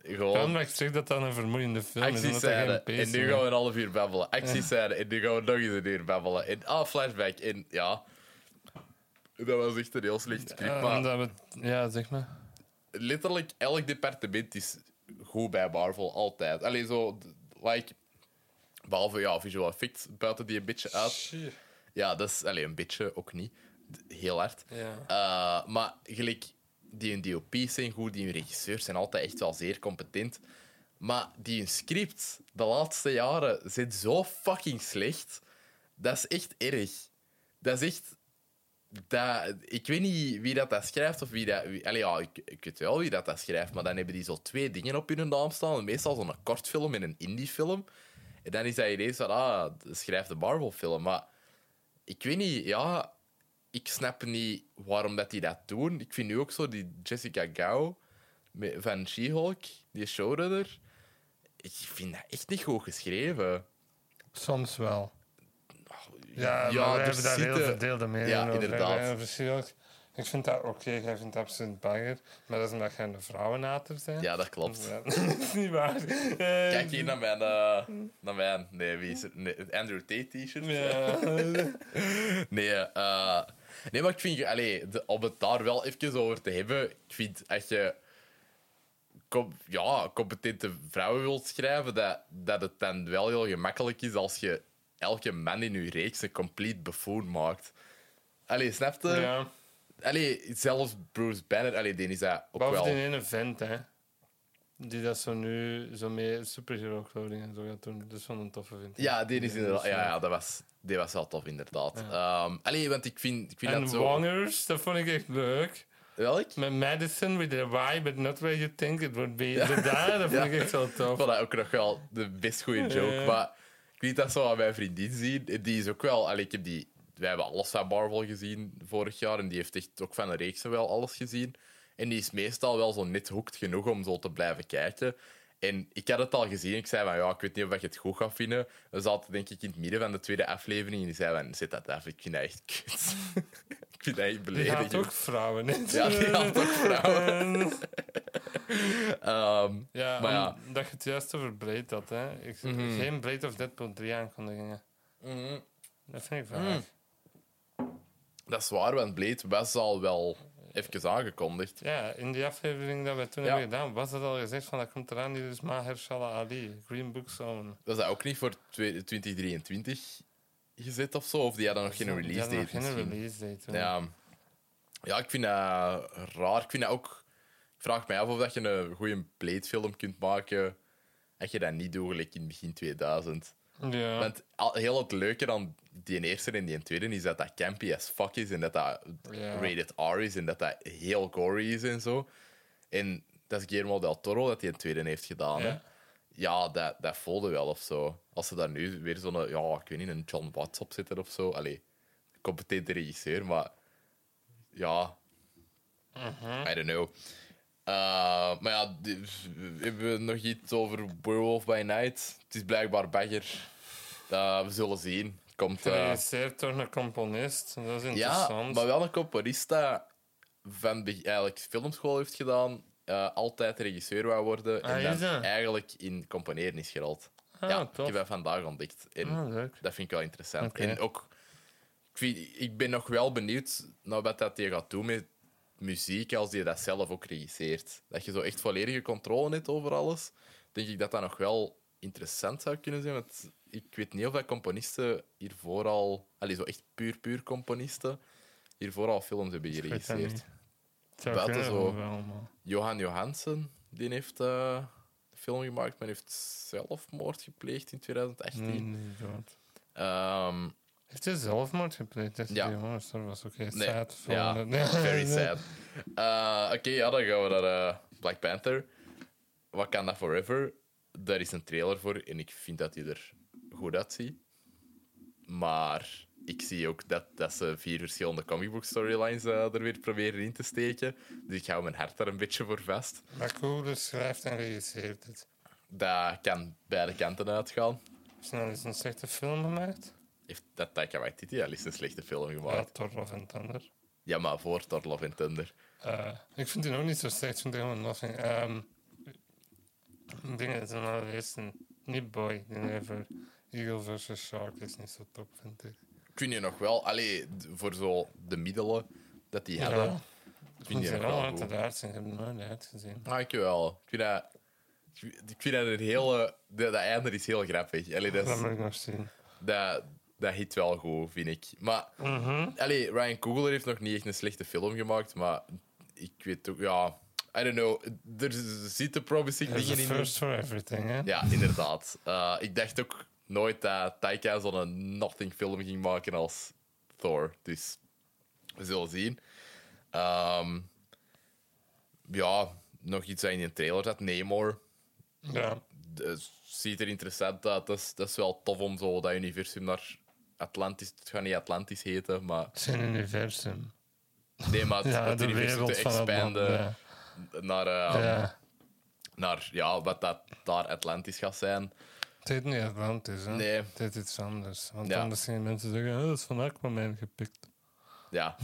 A: gewoon
B: maar ik zeg dat dat een vermoeiende film is.
A: Acties
B: omdat dat geen
A: zijn en
B: pees
A: nu
B: is.
A: gaan we een half uur babbelen. Acties zijn en nu gaan we nog eens een uur babbelen. En ah, flashback. En ja, dat was echt een heel slecht script.
B: Ja,
A: maar
B: omdat we- ja, zeg maar.
A: letterlijk, elk departement is goed bij Marvel, altijd. Alleen zo, d- like, behalve ja, visual effects, buiten die een beetje uit. Ja, dat is alleen een beetje, ook niet. D- Heel hard.
B: Ja.
A: Eh, maar gelijk, die hun DOP's zijn goed, die hun regisseurs zijn altijd echt wel zeer competent. Maar die hun scripts de laatste jaren zijn zo fucking slecht. Dat is echt erg. Dat is echt... Dat, ik weet niet wie dat, dat schrijft of wie dat... Wie, allee, ja, ik, ik weet wel wie dat, dat schrijft, maar dan hebben die zo twee dingen op hun naam staan. Meestal zo'n kortfilm en een indiefilm. En dan is dat ineens van, ah, schrijf de Marvel-film. Maar ik weet niet, ja, ik snap niet waarom dat die dat doen. Ik vind nu ook zo die Jessica Gao me- van She-Hulk, die showrunner. Ik vind dat echt niet goed geschreven.
B: Soms wel. Ja,
A: Ja,
B: maar we
A: er
B: hebben daar heel
A: zitten-
B: verdeelde meningen
A: Ja,
B: over.
A: inderdaad.
B: hè, over She-Hulk. Ik vind dat oké, jij vindt dat absoluut bagger. Maar dat is omdat jij een vrouwenhater bent.
A: Ja, dat klopt.
B: Ja, dat is niet waar.
A: Kijk hier naar mijn... eh, naar mijn nee, wie is het? Nee, het Andrew Tate t-shirt.
B: Ja.
A: Nee, eh, nee, maar ik vind... Allee, de- om het daar wel even over te hebben... Ik vind dat je... com- ja, competente vrouwen wilt schrijven, dat, dat het dan wel heel gemakkelijk is als je elke man in je reeks een complete buffoon maakt. Allee, snap je?
B: ja.
A: Allee, zelfs Bruce Banner, allee, die is dat ook wel...
B: Behalve die ene vent, hè. Die dat zo nu zo mee superhero clothing en zo gaat doen. Dat is wel een toffe vent. hè.
A: Ja, die is
B: Die
A: inderdaad...
B: is,
A: Ja,
B: eh,
A: ja dat was, die was wel tof, inderdaad. Ehm, allee, want ik vind, ik vind
B: En
A: dat zo...
B: Wongers, dat vond ik echt leuk.
A: Welk?
B: Met Madison, with a why, but not where you think it would be. Daar, dat vond ik echt wel
A: Ik
B: tof.
A: vond dat ook nog wel de best goede joke.
B: Ja.
A: Maar ik weet dat zo aan mijn vriendin zien. Die is ook wel. Allee, ik heb die, wij hebben alles van Marvel gezien vorig jaar. En die heeft echt ook van de reeks wel alles gezien. En die is meestal wel zo net hoekt genoeg om zo te blijven kijken. En ik had het al gezien. Ik zei van ja, ik weet niet of ik het goed ga vinden. We zaten denk ik in het midden van de tweede aflevering. En die zei van zet dat af. Ik vind dat echt kut. ik vind dat echt
B: Die had
A: beledigend.
B: ook vrouwen. hè.
A: Ja, die had ook vrouwen. Ehm,
B: Ja,
A: Maar ja.
B: omdat je het juist over Blade had. Hè. Ik, Geen Blade of Deadpool 3 aankondigingen.
A: mhm.
B: Dat vind ik vaag.
A: Dat is waar, want Blade was al wel even aangekondigd.
B: Ja, in die aflevering dat we toen
A: Ja.
B: hebben gedaan, was dat al gezegd van dat komt eraan, hier is Mahershala Ali, Green Book Zone.
A: Was dat ook niet voor twee- 2023 gezet of zo? Of die hadden nog geen
B: Die
A: release
B: hadden
A: date
B: nog geen
A: misschien?
B: release date. toen.
A: Ja. ja, ik vind dat raar. Ik vind dat ook... Ik vraag mij af of dat je een goede Blade-film kunt maken als je dat niet doet, gelijk in begin 2000.
B: Ja.
A: Want al- heel het leuke aan die eerste en die tweede is dat dat campy as fuck is en dat dat
B: Ja.
A: rated R is en dat dat heel gory is en zo. En dat is Guillermo del Toro dat die een tweede heeft gedaan. hè.
B: Ja.
A: Ja, dat, dat voelde wel of zo. Als ze daar nu weer zo'n, ja, ik weet niet, een John Watts op zitten of zo. Allee, competente regisseur, maar ja, I don't know. Eh, maar ja, die- hebben we nog iets over Werewolf by Night? Het is blijkbaar bagger. Eh, we zullen zien. Komt, eh,
B: Geregisseerd door een componist. Dat is
A: ja,
B: interessant.
A: maar wel een componista van be- eigenlijk filmschool heeft gedaan, eh, altijd regisseur wou worden
B: Ah,
A: en
B: is
A: dan
B: dat?
A: eigenlijk in componeren is gerold.
B: Ah,
A: ja, ik
B: tof.
A: heb dat vandaag ontdekt. En
B: Ah, leuk.
A: Dat vind ik wel interessant.
B: Oké.
A: En ook, ik, vind, ik ben nog wel benieuwd naar wat dat die gaat doen met muziek als die dat zelf ook regisseert. Dat je zo echt volledige controle hebt over alles. Denk ik dat dat nog wel interessant zou kunnen zijn. Want ik weet niet of dat componisten hiervoor al, allee, zo echt puur, puur componisten, hiervoor al films hebben
B: Ik weet dat
A: geregisseerd.
B: niet. Het zou
A: Buiten
B: kunnen
A: zo.
B: wel, maar-
A: Johan Johansen, die heeft eh, een film gemaakt, maar heeft zelfmoord gepleegd in 2018.
B: Nee, inderdaad.
A: Ehm,
B: Heeft hij zelfmoord gepleegd? Dat
A: Ja.
B: ja. jongens, dat was ook heel
A: Nee,
B: sad. voor-
A: ja,
B: Nee,
A: Very
B: nee.
A: sad. Eh, Oké, ja, dan gaan we naar eh, Black Panther. Wat kan dat forever? Daar is een trailer voor en ik vind dat hij er goed uitziet. Maar ik zie ook dat, dat ze vier verschillende comic book storylines eh, er weer proberen in te steken. Dus ik hou mijn hart daar een beetje voor vast.
B: Maar cool, dus schrijft en regisseert het.
A: Dat kan beide kanten uitgaan.
B: Snel is een slechte film gemaakt.
A: Heeft dat Taika Waititi al eens een slechte film
B: Ja,
A: gemaakt?
B: Thor Love and Thunder.
A: Ja, maar voor Thor Love and Thunder.
B: Eh, ik vind die ook niet zo slecht. Ik vind die helemaal nothing. Ehm eh, ik denk dat het een eerste. Niet Boy, die never. Eagle vs. Shark is niet zo top, vind ik.
A: Kun je nog wel, allee, d- voor zo de middelen dat die hadden,
B: Ik
A: vind
B: vind
A: die
B: die
A: nog wel
B: wel uit
A: goed.
B: de aard zijn. Ik heb het nooit uitgezien.
A: Dankjewel. Ik vind dat, ik vind dat een hele... Dat, dat einde is heel grappig. Allee, dat,
B: Dat
A: is-
B: moet ik nog zien.
A: dat, dat hit wel goed, vind ik. Maar allee, Ryan Coogler heeft nog niet echt een slechte film gemaakt, maar ik weet ook... Ja, I don't know. Er zitten promising
B: There's a
A: dingen in.
B: first for everything, hè?
A: Ja, inderdaad. Eh, ik dacht ook nooit dat Taika zo'n nothing film ging maken als Thor. Dus we zullen zien. Ehm, ja, nog iets dat in de trailer zat. Namor.
B: Ja.
A: Dus ziet er interessant uit. Dat is, dat is wel tof om zo dat universum naar Atlantis... Het gaat niet Atlantis heten, maar...
B: Zijn universum.
A: Nee, maar het,
B: Ja,
A: het
B: de
A: universum te
B: wereld van het land,
A: expanden
B: ja.
A: naar, eh,
B: Ja.
A: naar ja, wat dat daar Atlantis gaat zijn.
B: Het heet niet Atlantis, hè?
A: Nee.
B: Het heet iets anders. Want
A: Ja.
B: anders gingen mensen zeggen, oh, dat is van Aquaman gepikt.
A: Ja,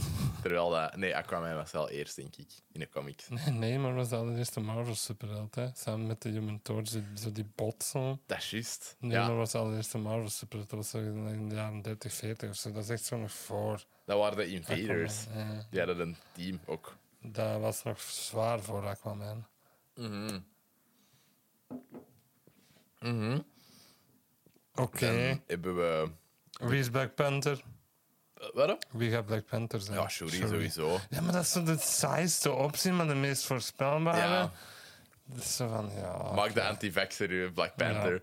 A: terwijl dat... Nee, Aquaman was wel eerst, denk ik, in de comics.
B: Nee, nee, maar was de allereerste Marvel superheld, hè? Samen met de Human Torch, die- zo die bot zo.
A: Dat is juist.
B: Nee,
A: ja,
B: maar was de allereerste Marvel superheld. Dat was zo in in de jaren 30, 40 of zo. Dat is echt zo nog voor.
A: dat waren de Invaders.
B: Aquaman, ja.
A: Die hadden een team ook.
B: Dat was nog zwaar voor Aquaman.
A: Mhm.
B: Oké.
A: Dan Mhm. hebben we...
B: Wie is Black Panther?
A: eh, Wat?
B: Wie gaat Black Panther zijn?
A: Ja, Shuri
B: Shuri.
A: sowieso.
B: Ja, maar dat is zo de saaiste optie, maar de meest voorspelbare.
A: Ja.
B: Dat is zo van, ja...
A: Maak de anti-vaxxer uw Black Panther.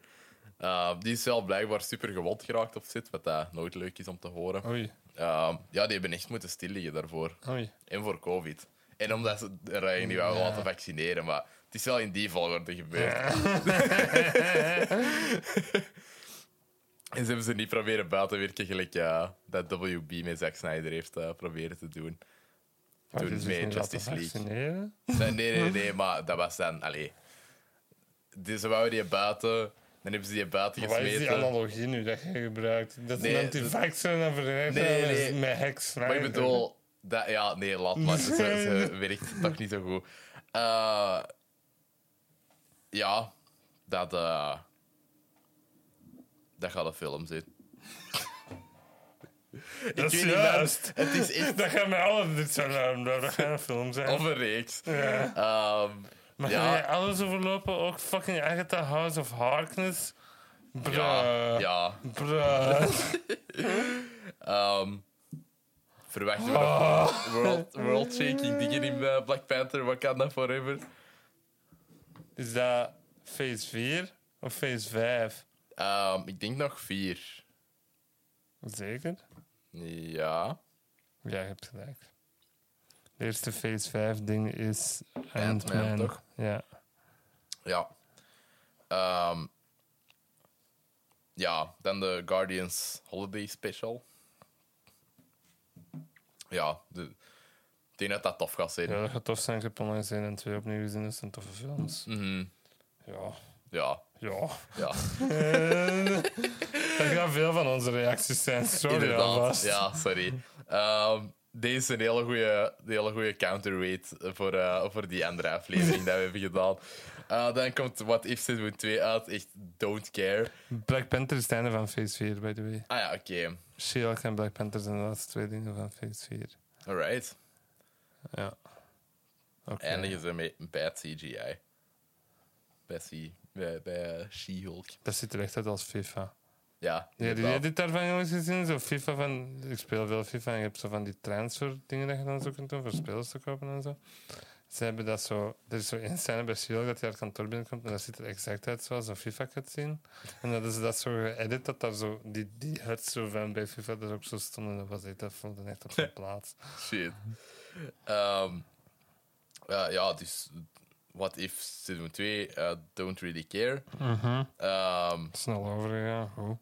A: Eh, die is wel blijkbaar super gewond geraakt op zit, wat dat nooit leuk is om te horen.
B: Oei,
A: Eh, ja, die hebben echt moeten stilliggen daarvoor.
B: oei.
A: En voor COVID. En omdat ze Ryan niet wou
B: Ja.
A: laten vaccineren, maar het is wel in die volgorde gebeurd. en ze hebben ze niet proberen buiten werken, gelijk eh, dat WB met Zack Snyder heeft eh, proberen te doen.
B: Had je
A: het
B: zich
A: mee in
B: niet laten
A: Justice League.
B: vaccineren?
A: Nee, nee, nee, nee, maar dat was dan. Allee. Dus ze wouden die buiten, dan hebben ze die buiten
B: Maar Wat is die
A: gesmeten.
B: analogie nu dat je gebruikt? Dat
A: Nee,
B: een antivaxxer en een verrijker
A: Nee,
B: is
A: nee.
B: met heks.
A: Maar ik bedoel, dat, ja, nee, laat maar. Ze, ze werkt toch niet zo goed. Eh, ja, dat, eh, dat gaat een film zijn.
B: Dat is
A: weet niet, maar
B: juist.
A: Het is echt
B: Dat gaat met alle dit zijn naam, dat gaat een film zijn.
A: of een reeks. Ehm,
B: maar
A: ja.
B: ga je alles overlopen? Ook fucking Agatha House of Harkness? Bruh.
A: ja, ja.
B: Bruh.
A: Ehm, verwachten we nog
B: Oh.
A: world, world shaking dingen in eh, Black Panther, Wakanda Forever?
B: Is dat phase 4 of phase 5?
A: Ehm, ik denk nog vier.
B: Zeker?
A: Ja.
B: Ja, je hebt gelijk. De eerste Phase 5 ding is
A: Ant-Man,
B: Ant-Man.
A: toch?
B: Ja.
A: Ja. Ehm, ja, dan de Guardians Holiday Special. Ja, de, ik denk dat dat tof gaat zijn.
B: ja, dat gaat tof zijn. Ik heb onlangs 1 en 2 opnieuw gezien. Dat zijn toffe films.
A: Mhm.
B: Ja,
A: Ja,
B: ja.
A: ja.
B: Eh, dat ja, veel van onze reacties zijn. Sorry
A: Inderdaad.
B: alvast.
A: Ja, sorry. Ehm, deze is een hele goede, hele goede counterweight voor, eh, voor die andere aflevering die we hebben gedaan. Eh, dan komt What If Season 2 uit. Echt don't care.
B: Black Panther is het einde van Phase 4, by the way.
A: Ah ja, oké.
B: She-Hulk en Black Panther zijn de laatste twee dingen van Phase 4.
A: Alright.
B: Ja. Oké.
A: Eindigen ze met bad CGI. Bij, C- bij, bij eh, She-Hulk.
B: Dat ziet er echt uit als FIFA.
A: Ja,
B: Ja, die
A: inderdaad.
B: edit daarvan jongens gezien? Zo FIFA van, ik speel veel FIFA en je hebt zo van die transfer dingen dat je dan zo kunt doen voor spelers te kopen en zo. Ze hebben dat zo, er is zo één scène bij Shield dat hij haar kantoor binnenkomt en dat ziet er exact uit zoals een FIFA kunt zien. En dat is dat zo geëdit dat daar zo, die, die huts zo van bij FIFA dat ook zo stond en dat was echt, dat voelde echt op zijn plaats.
A: Shit. Ehm, eh, ja, dus What If Season 2, eh, Don't Really Care. Ehm,
B: Snel overgegaan, hoe?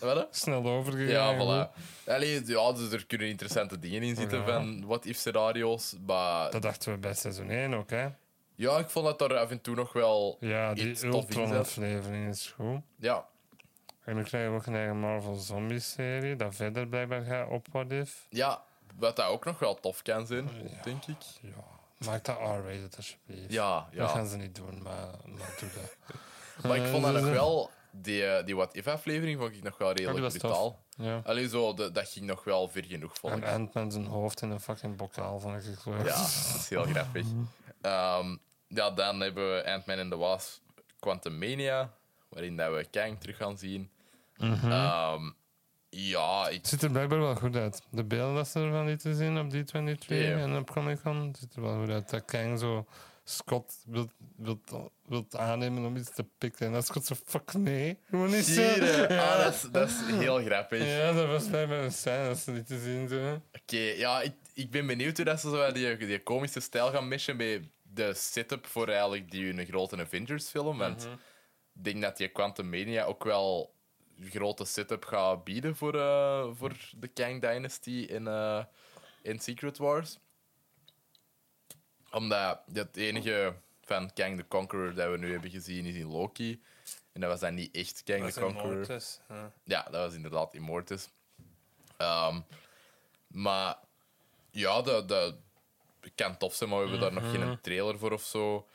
A: wat, hè?
B: Snel overgegaan.
A: Ja,
B: hoe?
A: voilà. Allee, ja, dus er kunnen interessante dingen in zitten
B: Ja.
A: van What If scenario's. Maar
B: Dat dachten we bij seizoen 1 ook, hè?
A: ja, ik vond dat daar af en toe nog wel
B: Ja,
A: iets
B: die
A: tof in zat.
B: Ultron-aflevering is goed.
A: Ja,
B: En dan krijgen we ook een eigen Marvel Zombie-serie, dat verder blijkbaar gaat op What If.
A: ja, wat dat ook nog wel tof kan zijn, denk ik.
B: Ja, maak dat R-rated alsjeblieft.
A: Ja,
B: Dat gaan
A: ja.
B: ze niet doen, maar, maar doe dat.
A: Maar ik vond dat
B: Eh,
A: nog wel... Die, die What If-aflevering vond ik nog wel
B: die
A: redelijk
B: was tof. Ah.
A: brutaal.
B: Ja.
A: Allee, zo, de- dat ging nog wel ver genoeg, vond
B: En
A: ik.
B: Ant-Man zijn hoofd in een fucking bokaal, vond ik leuk.
A: Ja, dat is heel grappig. Ehm, ja, dan hebben we Ant-Man and the Wasp Quantumania, waarin dat we Kang terug gaan zien.
B: Mhm.
A: Ehm, ja, ik,
B: Het ziet er blijkbaar wel goed uit. De beelden dat ze ervan lieten zien op D23
A: Ja.
B: en op Comic-Con, het ziet er wel goed uit. Dat Kang zo Scott wilt, wilt, wilt aannemen om iets te pikken. En dat Scott zo, fuck nee, gewoon niet zo.
A: Zie je?
B: Ja.
A: Ah, dat, is, dat is heel grappig.
B: Ja, dat was blijkbaar een scène dat ze niet te zien zijn.
A: Oké, ja, ik, ik ben benieuwd hoe dat ze zo die, die komische stijl gaan mischen bij de setup voor eigenlijk die een grote Avengers-film. Want ik denk dat die Quantum Mania ook wel een grote setup gaat bieden voor, eh, voor de Kang Dynasty in, eh, in Secret Wars. Omdat het enige van Kang the Conqueror dat we nu hebben gezien is in Loki. En dat was dan niet echt Kang the Conqueror. Ja, dat was inderdaad Immortus. Ehm, maar ja, dat, dat kan tof zijn, maar we hebben daar nog geen trailer voor of zo.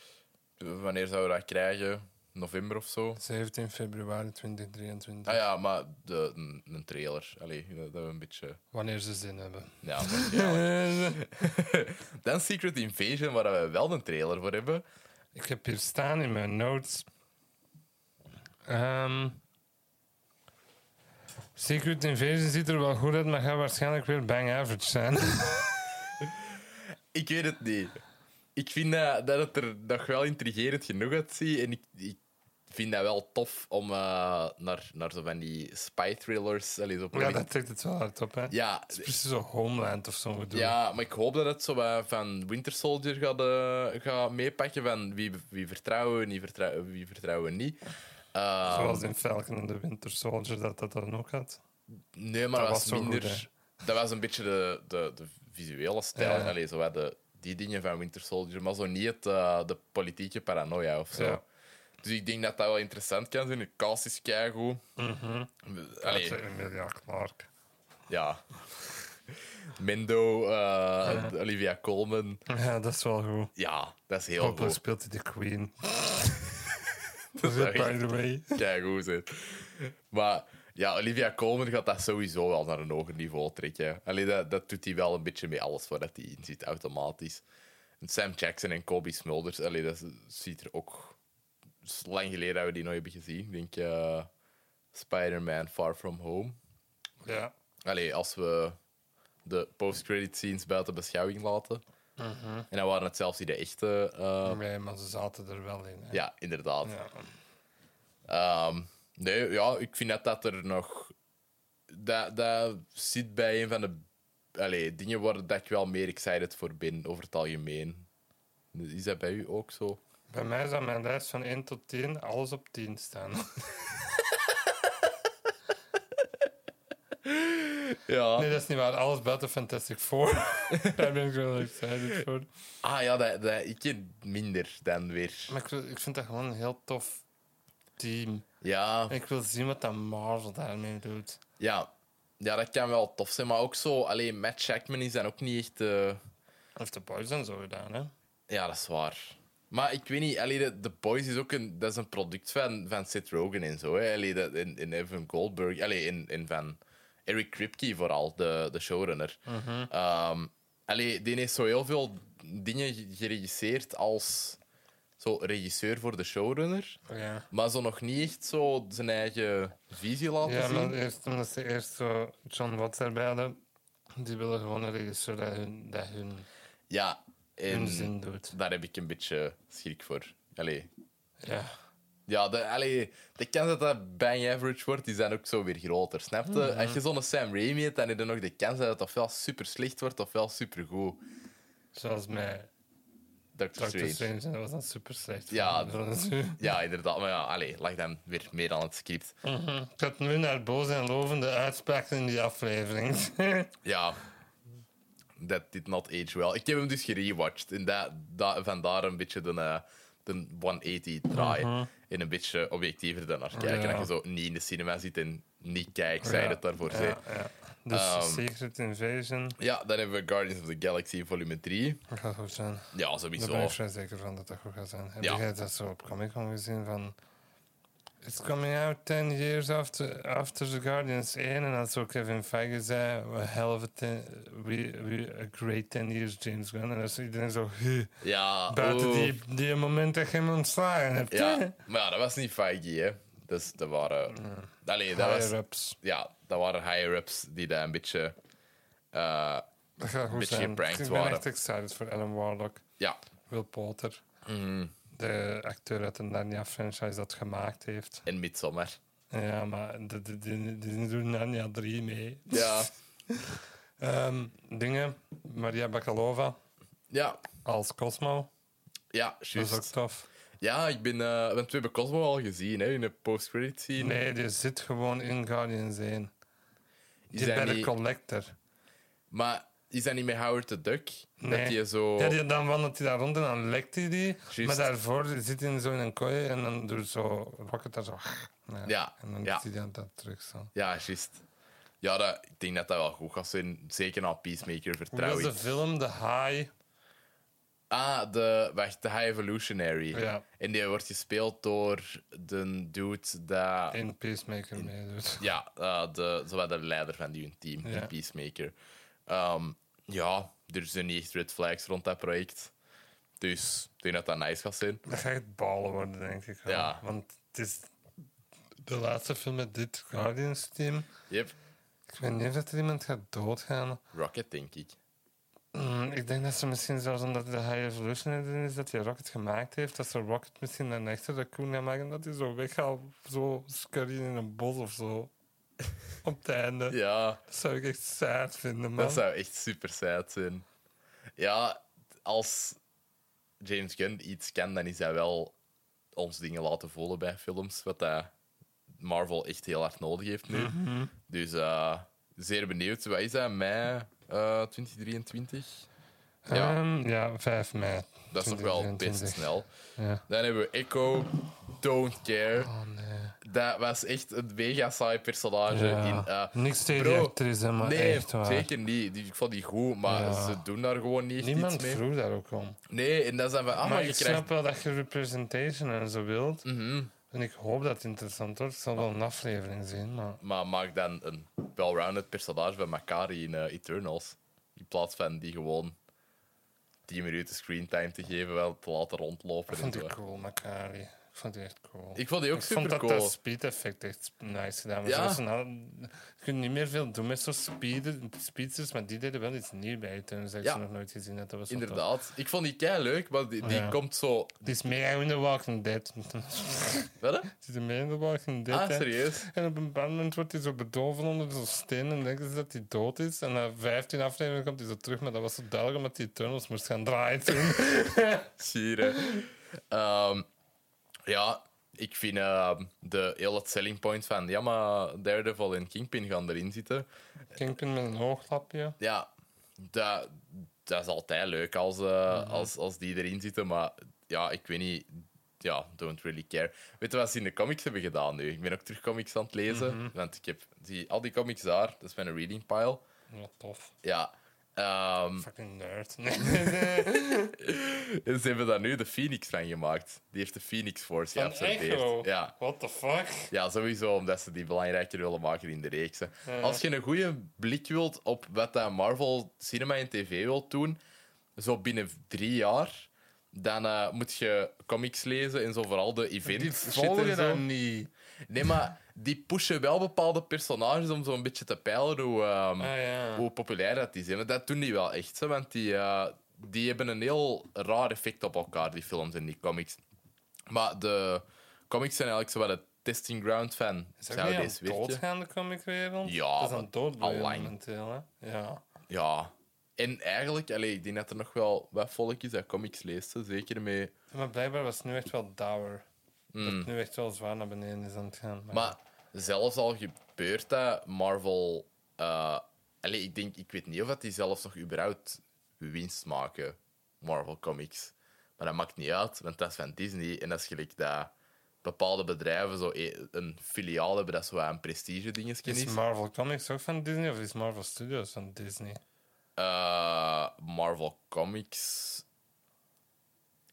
A: Wanneer zouden we dat krijgen? November of zo?
B: 17 februari 2023.
A: Ah ja, maar de, een, een trailer. Allee, dat, dat we een beetje...
B: Wanneer ze zin hebben.
A: Ja, waarschijnlijk. Dan Secret Invasion, waar we wel een trailer voor hebben.
B: ik heb hier staan in mijn notes. Ehm, Secret Invasion ziet er wel goed uit, maar gaat waarschijnlijk weer bang average zijn.
A: Ik weet het niet. Ik vind dat, dat het er nog wel intrigerend genoeg uitziet. En ik, ik vind dat wel tof om eh, naar, naar zo van die spy thrillers. Allee, zo
B: ja, dat trekt het wel hard op, hè.
A: ja,
B: Het is precies zo Homeland of zo gedoe.
A: ja, maar ik hoop dat het zo wat van Winter Soldier gaat, eh, gaat meepakken. Van wie, wie vertrouwen we, niet vertrouwen, wie vertrouwen we niet. Eh,
B: Zoals in Falcon en de Winter Soldier dat dat dan ook had.
A: nee, maar dat
B: dat
A: was,
B: was zo
A: minder.
B: goed,
A: dat was een beetje de, de, de visuele stijl.
B: Ja.
A: Allee, zo wat de, die dingen van Winter Soldier, maar zo niet het, eh, de politieke paranoia of zo.
B: Ja.
A: Dus ik denk dat dat wel interessant kan zijn. De cast is keigoed. Allee,
B: Mhm. Dat is Emilia Clarke.
A: ja. Mendo, eh, Olivia Colman.
B: Ja, dat is wel goed.
A: Ja, dat is heel
B: Hopelijk
A: goed.
B: speelt hij de Queen. dat is
A: echt-
B: by the way.
A: Kijk hoe zit. Maar ja, Olivia Colman gaat dat sowieso wel naar een hoger niveau trekken. Alleen dat, dat doet hij wel een beetje mee alles waar dat hij in zit, automatisch. En Sam Jackson en Kobe Smulders, allee, dat is- ziet er ook. het is lang geleden dat we die nooit hebben gezien. Ik denk eh, Spider-Man Far From Home.
B: Ja.
A: Allee, als we de post-credit scenes buiten beschouwing laten. En dan waren het zelfs die de echte. eh,
B: Nee, maar ze zaten er wel in. Hè.
A: ja, inderdaad.
B: Ja.
A: Ehm, nee, ja, ik vind dat dat er nog... Dat, dat zit bij een van de allee, dingen waar dat ik wel meer excited voor ben, over het algemeen. Is dat bij u ook zo?
B: Bij mij zou mijn lijst van 1 tot 10 alles op 10 staan.
A: Ja.
B: Nee, dat is niet waar. Alles buiten Fantastic Four. Daar ben ik wel excited voor.
A: Ah ja, dat, dat, ik ken minder dan weer.
B: Maar ik, wil- ik vind dat gewoon heel tof. team.
A: Ja,
B: En ik wil zien wat dat Marvel daarmee doet.
A: ja. ja, dat kan wel tof zijn. Maar ook zo, alleen Matt Shackman is dan ook niet echt. eh,
B: Of de boys en zo gedaan, hè?
A: Ja, dat is waar. Maar ik weet niet, allee, de, The Boys is ook een, dat is een product van, van Seth Rogen en zo. Hè. Allee, dat, in, in Evan Goldberg, allee, in, in van Eric Kripke vooral, de, de showrunner.
B: Mhm.
A: Ehm, allee, die heeft zo heel veel dingen ge- geregisseerd als zo regisseur voor de showrunner.
B: Ja.
A: Maar zo nog niet echt zo zijn eigen visie laten
B: Ja,
A: zien.
B: maar eerst omdat ze eerst zo John Watts erbij hadden. Die willen gewoon een regisseur dat hun, dat hun,
A: Ja, en
B: hun zin doet.
A: daar heb ik een beetje schrik voor. Allee,
B: Ja.
A: Ja, de, allee, de kans dat dat bang average wordt, die zijn ook zo weer groter. Snap je?
B: Mhm.
A: Als je zo'n Sam Raimi hebt, dan heb je nog de kans dat het ofwel super slecht wordt ofwel super goed.
B: Zoals met
A: Doctor
B: Doctor
A: Strange.
B: Strange. en Dat was dan super slecht.
A: Ja.
B: Ik
A: Ja, inderdaad. Maar ja, allee, lag dan weer meer aan het script.
B: had nu naar boze en lovende uitspraken in die aflevering.
A: Ja, that did not age well. Ik heb hem dus gerewatched. En dat, dat, vandaar een beetje de, eh, de 180-draai. En een beetje objectiever dan naar kijken.
B: Mhm. Ja.
A: Als je zo niet in de cinema zit en niet kijkt, zij
B: Ja.
A: het daarvoor
B: ja,
A: zei.
B: ja. Dus
A: Ehm.
B: Secret Invasion.
A: Ja, dan hebben we Guardians of the Galaxy volume 3.
B: Dat gaat goed zijn.
A: Ja,
B: Daar
A: sowieso.
B: ben ik vrij zeker van dat dat goed gaat zijn. Heb
A: Ja.
B: jij dat zo op Comic Con gezien van... It's coming out 10 years after, after The Guardians 1. En dat zo Kevin Feige zei... A hell of a, ten, we, we, a great 10 years James Gunn. En dan is iedereen zo... "Huh."
A: Ja,
B: Buiten
A: oeh.
B: die, die moment dat je hem ontslagen hebt. hè?
A: Ja, maar ja, dat was niet Feige, hè. Dus dat waren... Allee, dat was...
B: Higher-ups.
A: Ja, dat waren higher-ups die daar een beetje... eh,
B: Dat gaat goed
A: beetje
B: zijn.
A: geprankt
B: ik ben
A: waren.
B: echt excited voor Alan Warlock.
A: ja.
B: Will Potter.
A: Mhm.
B: De acteur uit de Narnia-franchise dat gemaakt heeft.
A: En Midsommar.
B: Ja, maar die, die, die, die doen Narnia 3 mee.
A: Ja.
B: Ehm, dingen, Maria Bakalova
A: Ja.
B: als Cosmo.
A: Ja,
B: Dat is ook
A: juist.
B: tof.
A: Ja, ik ben... eh want we hebben Cosmo al gezien, hè. In de post-credit scene.
B: Nee, die zit gewoon in Guardians 1.
A: Is
B: Die
A: dat
B: bij de
A: niet-
B: collector.
A: Maar is dat niet met Howard the Duck?
B: Nee.
A: Dat je zo...
B: Ja, die, dan wandelt hij daar rond en dan lekt hij die.
A: Juist.
B: Maar daarvoor zit hij zo in een kooi en dan doet zo Rocket daar zo.
A: Ja,
B: En dan
A: ja.
B: ziet hij dat terug zo.
A: Ja, juist. Ja, dat, ik denk dat dat wel goed gaat zijn. Zeker na Peacemaker,
B: Hoe
A: vertrouw
B: was
A: ik.
B: de film The High?
A: Ah, de, wacht, de High Evolutionary.
B: Ja.
A: En die wordt gespeeld door de dude dat...
B: In Peacemaker meedoet.
A: Ja, eh, de, zowel de leider van die hun team,
B: Ja.
A: de Peacemaker. Ehm, ja, er zijn niet echt red flags rond dat project. Dus ik denk dat dat nice gaat zijn.
B: Dat gaat echt balen worden, denk ik. wel.
A: Ja.
B: Want het is de laatste film met dit Guardians-team.
A: Yep.
B: Ik weet niet of dat er iemand gaat doodgaan.
A: Rocket, denk ik.
B: Mm, ik denk dat ze misschien zelfs omdat de High Evolution erin is dat hij Rocket gemaakt heeft, dat ze Rocket misschien een echte raccoon gaan maken en dat hij zo weggaat, zo scurryen in een bos of zo. Op het einde.
A: Ja,
B: Dat zou ik echt sad vinden, man.
A: dat zou echt super sad zijn. Ja, als James Gunn iets kan, dan is hij wel ons dingen laten voelen bij films. Wat dat Marvel echt heel hard nodig heeft nu.
B: Mhm.
A: Dus eh, zeer benieuwd. Wat is dat? Mei eh, 2023? Ja.
B: Ehm, ja, 5 mei.
A: Dat is nog wel
B: 2023.
A: best snel.
B: Ja.
A: Dan hebben we Echo, Don't Care.
B: Oh nee.
A: Dat was echt een mega saai personage. In,
B: Ja.
A: eh,
B: Niks tegen
A: bro,
B: die actrice, maar
A: nee,
B: echt waar.
A: zeker niet. Die- Ik vond die goed, maar
B: Ja.
A: ze doen daar gewoon niet echt
B: Niemand
A: iets mee.
B: vroeg daar ook om.
A: Nee, en dan zijn we... Ah,
B: maar
A: maar
B: ik
A: je
B: snap
A: krijgt...
B: wel dat je representation en zo wilt.
A: Mhm. Ah.
B: En ik hoop dat het interessant wordt. Ik zal wel een aflevering zien, maar...
A: Maar maak dan een well-rounded personage bij Makari in eh, Eternals. In plaats van die gewoon 10 minuten screentime te geven, wel te laten rondlopen.
B: Ik vond
A: en
B: die
A: zo.
B: cool, Macari. Ik vond die echt cool.
A: Ik vond die ook
B: Ik vond
A: super
B: dat
A: cool.
B: dat speed-effect echt nice gedaan was.
A: Ja.
B: Zoals een al- je kunt niet meer veel doen met zo'n speeder- speedsters, maar die deden wel iets nieuws bij Eternals. Dat heb
A: Ja.
B: ze nog nooit gezien. Dat, dat was wel tof.
A: Inderdaad. Ik vond die kei leuk, want die, die
B: Ja.
A: komt zo...
B: Het is mega in The Walking Dead.
A: Wel, hè?
B: Het is meer in The Walking Dead.
A: Ah,
B: hè.
A: serieus?
B: En op een bepaald moment wordt hij zo bedolven onder zo'n steen en denken ze dat hij dood is. En na 15 afleveringen komt hij zo terug, maar dat was zo duidelijk omdat hij tunnels moest gaan draaien toen.
A: Sieren. Ehm, ja, ik vind ehm, de heel het selling point van... Ja, maar Daredevil en Kingpin gaan erin zitten.
B: Kingpin met een ooglapje.
A: Ja, dat,
B: Mhm.
A: dat is altijd leuk als, eh, als, als die erin zitten. Maar ja, ik weet niet... ja, don't really care. Weet je wat ze in de comics hebben gedaan nu? Ik ben ook terug comics aan het lezen,
B: Mhm.
A: want ik heb die, al die comics daar. Dat is mijn reading pile.
B: Ja, tof.
A: Ja. ehm,
B: Fucking nerd. Nee.
A: ze hebben daar nu de Phoenix van gemaakt. Die heeft de Phoenix Force
B: Van Echo.
A: geabsorbeerd. Ja.
B: What the fuck?
A: Ja, sowieso omdat ze die belangrijker willen maken in de reeks. hè. Als je een goede blik wilt op wat dat Marvel Cinema en TV wilt doen, zo binnen drie jaar, dan eh, moet je comics lezen en zo vooral de
B: Die
A: events. shit en zo.
B: volgen dan niet.
A: Nee, maar die pushen wel bepaalde personages om zo'n beetje te peilen hoe, ehm,
B: Ah ja.
A: hoe populair dat is. hè. Maar dat doen die wel echt, hè, want die, eh, die hebben een heel raar effect op elkaar, die films en die comics. Maar de comics zijn eigenlijk zo wel het testing ground van
B: Is dat niet
A: zouden
B: aan
A: week.
B: doodgaande comicwereld?
A: Ja,
B: Dat is aan dood
A: allang.
B: momenteel, hè? Ja.
A: Ja. En eigenlijk, allee, ik denk dat er nog wel wat volk is dat comics leest, hè. zeker mee.
B: Maar blijkbaar was het nu echt wel dour. Dat het nu echt wel zwaar naar beneden is aan het gaan.
A: Mm. Maar zelfs al gebeurt dat, Marvel... eh allee, ik denk, ik weet niet of dat die zelfs nog überhaupt winst maken, Marvel Comics. Maar dat maakt niet uit, want dat is van Disney. En dat is gelijk dat bepaalde bedrijven zo e- een filiaal hebben dat zo wat een prestige dingetje
B: Is
A: is.
B: Marvel Comics ook van Disney of is Marvel Studios van Disney?
A: Eh, Marvel Comics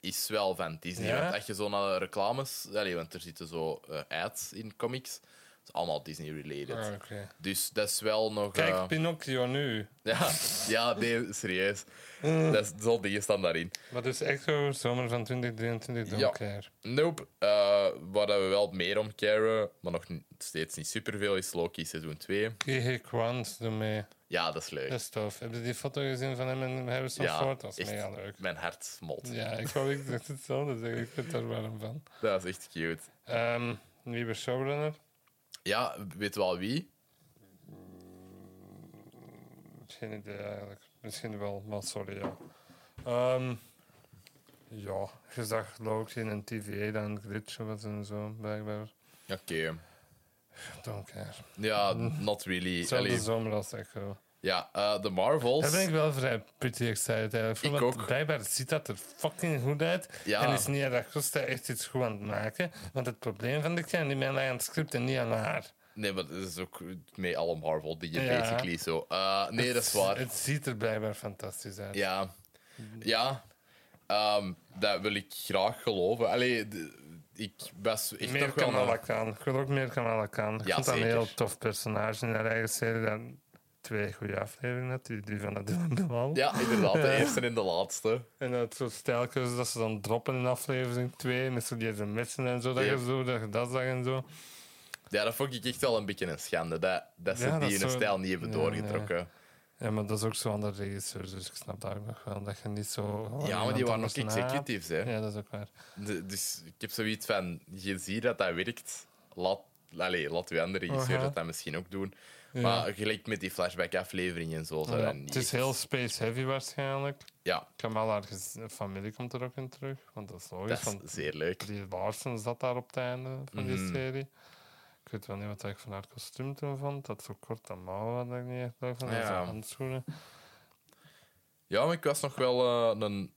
A: is wel van Disney.
B: Ja?
A: Want als je zo naar de reclames... Allee, want er zitten zo eh, ads in comics. Het is allemaal Disney-related.
B: Ah, Oké.
A: Dus dat is wel nog...
B: Kijk,
A: eh,
B: Pinocchio nu.
A: ja, ja, nee, serieus.
B: Mm.
A: Dat is, zo'n dingen staan daarin.
B: Maar dus Echo, zomer van 2023, don't
A: Ja.
B: care.
A: Nope. Eh, waar dat we wel meer om caren, maar nog niet- steeds niet superveel, is Loki seizoen 2.
B: Kihe Kwans doet mee.
A: Ja, dat is leuk.
B: Dat is tof. Heb je die foto gezien van hem en Harrison
A: ja,
B: Ford? Dat is
A: echt,
B: mega leuk.
A: Mijn hart smolt.
B: Ja, ik wou ik dacht hetzelfde zeggen. Ik vind daar warm van.
A: Dat is echt cute.
B: Ehm nieuwe showrunner.
A: Ja, weet wel wie?
B: Geen idee eh, eigenlijk. Misschien wel, maar sorry, ja. Ehm, ja, je zag Loki in een TVA dan een glitchen was en zo, blijkbaar.
A: Oké.
B: Don't care.
A: Ja,
B: Mm.
A: not really.
B: Hetzelfde
A: Allee,
B: zomer als Echo.
A: ja, eh, de Marvels.
B: Daar ben ik wel vrij pretty excited eigenlijk voor.
A: Ik
B: want
A: ook.
B: blijkbaar ziet dat er fucking goed uit.
A: Ja.
B: En is Nia Da Costa echt iets goed aan het maken. Want het probleem van de kern, die mij lag aan het script en niet aan haar.
A: Nee, maar dat is ook met alle Marvel dingen,
B: Ja.
A: basically zo. Eh, nee, dat is waar.
B: Het ziet er blijkbaar fantastisch uit.
A: Ja, ja Ehm, dat wil ik graag geloven. Allee, d- ik was echt
B: meer
A: nog wel...
B: Kamala
A: een-
B: Khan. Ik wil ook meer Kamala Khan. Ik
A: Ja,
B: vond dat een
A: zeker.
B: heel tof personage in haar eigen serie. Dan twee goede afleveringen had, die, die van dat de Wal.
A: Ja, inderdaad, de eerste en de laatste.
B: En dat soort stijlkeuzes dat ze dan droppen in aflevering 2. Met zo die sms'en en zo, dat
A: Ja.
B: je zo, dat je dat zag en zo.
A: Ja, dat vond ik echt wel een beetje een schande, dat, dat ze
B: Ja, dat
A: die in
B: zo-
A: een stijl niet hebben
B: Ja,
A: doorgetrokken.
B: Ja, maar dat is ook zo aan de regisseur, dus ik snap dat ook nog wel. Dat je niet zo... gewoon
A: Ja, maar
B: iemand
A: die waren ook
B: anders na-
A: executives, hè.
B: Ja, dat is ook waar.
A: D- dus ik heb zoiets van, je ziet dat dat werkt, laat... Allee, laat uw andere regisseur
B: Aha.
A: dat dat misschien ook doen. Maar gelijk met die flashback-aflevering en zo, zou
B: Ja,
A: dat niet...
B: het is heel space-heavy waarschijnlijk.
A: Ja,
B: Kamala, haar gez- familie komt er ook in terug, want dat is logisch.
A: dat
B: want
A: is zeer leuk.
B: Die Larsen zat daar op het einde van die
A: Mhm.
B: serie. Ik weet wel niet wat ik van haar kostuum toen vond. Dat zo korte mouwen had ik niet echt leuk van. En
A: Ja.
B: zo'n handschoenen.
A: Ja, maar ik was nog wel eh, een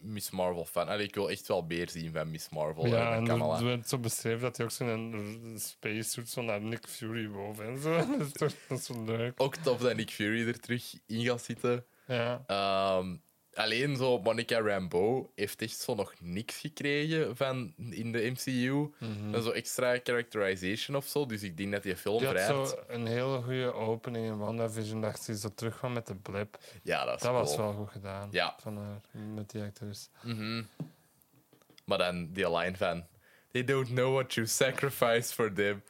A: Miss Marvel fan. Allee, ik wil echt wel meer zien van Miss Marvel
B: ja,
A: en
B: en
A: Kamala.
B: er werd zo beschreven dat hij ook zo'n r- spacesuit zo naar Nick Fury boven en zo. dat is toch dat is zo leuk.
A: Ook tof dat Nick Fury er terug in gaat zitten.
B: Ja.
A: Ehm, alleen zo, Monica Rambeau heeft echt zo nog niks gekregen van in de MCU.
B: Mhm.
A: En zo extra characterization of zo. Dus ik denk dat die film
B: Die had
A: vrij
B: zo een hele goede opening in WandaVision. Dat ze zo terugkwam met de blip.
A: Ja, dat is
B: Dat was
A: cool.
B: wel goed gedaan.
A: Ja.
B: Van haar, met die acteurs.
A: Maar dan die line van... They don't know what you sacrificed for them.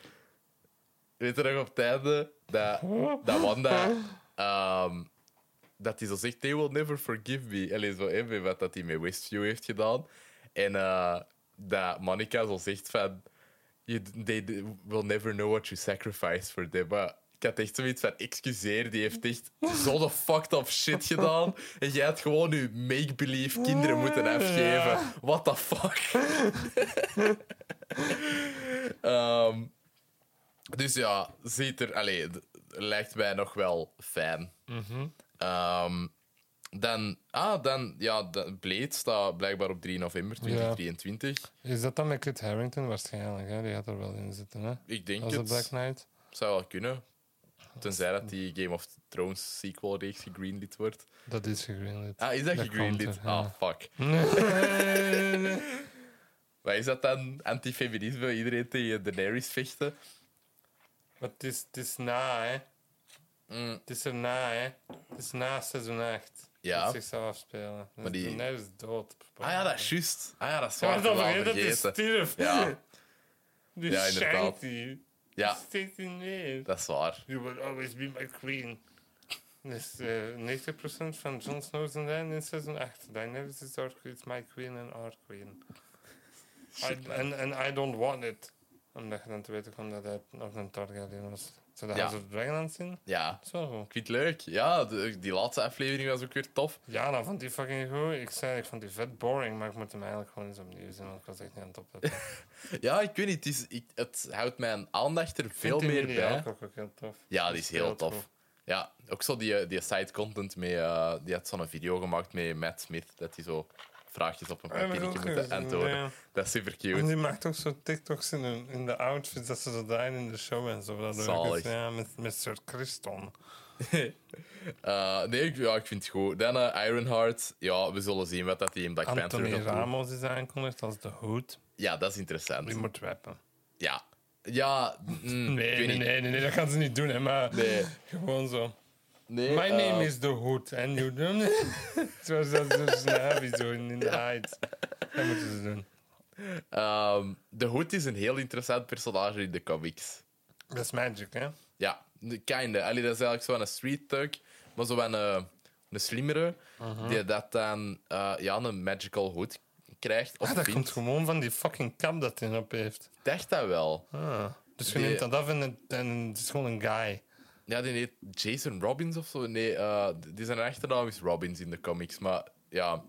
A: Weet je nog op het einde? Dat, dat Wanda... ehm, dat hij zo zegt, they will never forgive me. Allee, zo even wat dat hij met Westview heeft gedaan. En eh, dat Monica zo zegt van... You, they d- will never know what you sacrificed for them. Maar ik had echt zoiets van, excuseer, die heeft echt zo'n fucked up shit gedaan. En jij had gewoon je make-believe kinderen moeten afgeven. What the fuck? Ehm, dus ja,
B: Mhm.
A: ziet er... Allee, d- lijkt mij nog wel fijn. Ehm, Dan, ah, dan, ja, dan, Blade staat blijkbaar op 3 november 2023.
B: Is dat dan met Kit Harrington waarschijnlijk? Hè? Die gaat er wel in zitten, hè?
A: Ik denk
B: Als de
A: het.
B: Black Knight.
A: zou wel kunnen. Tenzij dat die Game of Thrones sequel-reeks gegreenlit wordt.
B: Dat is gegreenlit.
A: Ah, is dat,
B: Dat
A: gegreenlit?
B: komt er, ja.
A: Ah, fuck. Maar is dat dan antifeminisme? Iedereen tegen Daenerys vechten?
B: Maar het is, het is na, hè?
A: Mm.
B: Het is erna, hè? Het is na seizoen 8.
A: Ja.
B: Dat zich zou afspelen. Dus
A: Maar die-
B: Daenerys is dood. op een
A: Ah
B: bepaald
A: ja, dat
B: moment.
A: is juist. Ah ja, dat is
B: Ja,
A: waar.
B: maar dan
A: totaal
B: vergeet dat die
A: vergeten.
B: stierf.
A: Ja.
B: Die
A: Ja,
B: ja,
A: inderdaad.
B: inderdaad. Die
A: Ja,
B: steekt die neer.
A: dat is waar.
B: You will always be my queen. Dus eh 90% van Jon Snow's en zijn in seizoen 8. Daenerys is our, it's my queen and our queen. I, and, and I don't want it. Omdat je dan te weten komt dat hij nog een Targaryen was. Zou dat
A: Ja.
B: House of the Dragon aan het zien?
A: Ja.
B: Zo goed.
A: Ik vind het leuk. Ja, de- die laatste aflevering was ook weer tof.
B: Ja, dat vond die fucking goed. Ik zei, ik vond die vet boring, maar ik moet hem eigenlijk gewoon eens opnieuw zien, want ik was echt niet aan het opletten. Ik
A: Ja, ik weet niet. Het, is, ik- het houdt mijn aandacht er veel
B: vond die
A: meer
B: Millie
A: bij.
B: Alcock ook heel tof.
A: Ja, die is heel
B: speelt
A: tof.
B: goed.
A: Ja, ook zo die, eh, die side content mee. eh, die had zo'n video gemaakt met Matt Smith. Dat hij zo vraagjes op een
B: Ja, dat is
A: papiertje
B: ook
A: moet
B: goed.
A: antwoorden.
B: Ja.
A: Dat is super
B: En
A: cute.
B: die maakt ook zo TikToks in de, in de outfits dat ze zo draaien in de show en zo. Dat leuk is.
A: Zalig.
B: Ja, met, met Sir Christon.
A: Eh, nee, ik, ja, ik vind het goed. Dan eh, Ironheart. Ja, we zullen zien wat dat die in Black
B: Anthony
A: Panther gaat doen.
B: Ramos is aangekondigd als de hoed.
A: Ja, dat is
B: Die
A: interessant.
B: moet rappen.
A: Ja. Ja, mm, ik
B: Nee,
A: weet
B: nee,
A: niet.
B: nee, nee, nee, dat gaan ze niet doen, hè, maar
A: Nee.
B: gewoon zo.
A: Nee,
B: My
A: eh,
B: name is The Hood and you don't. Zoals dat ze dus Navi zo in in de Heights. Dat moeten ze doen.
A: ehm, de Hood is een heel interessant personage in de comics.
B: Dat is magic, hè? Ah,
A: Ja, de- kinda. Allee, dat is eigenlijk zo'n street thug, maar zo'n eh, een slimmere, die dat dan eh, ja, een magical hood krijgt. Of
B: Ah, dat
A: vindt.
B: komt gewoon van die fucking kap dat hij op heeft.
A: Ik dacht dat wel.
B: Ah. Dus je
A: Die-
B: neemt dat af en het, en het is gewoon een guy.
A: Ja, die heet Jason Robbins of zo. Nee, eh, die zijn achternaam is Robbins in de comics. Maar ja,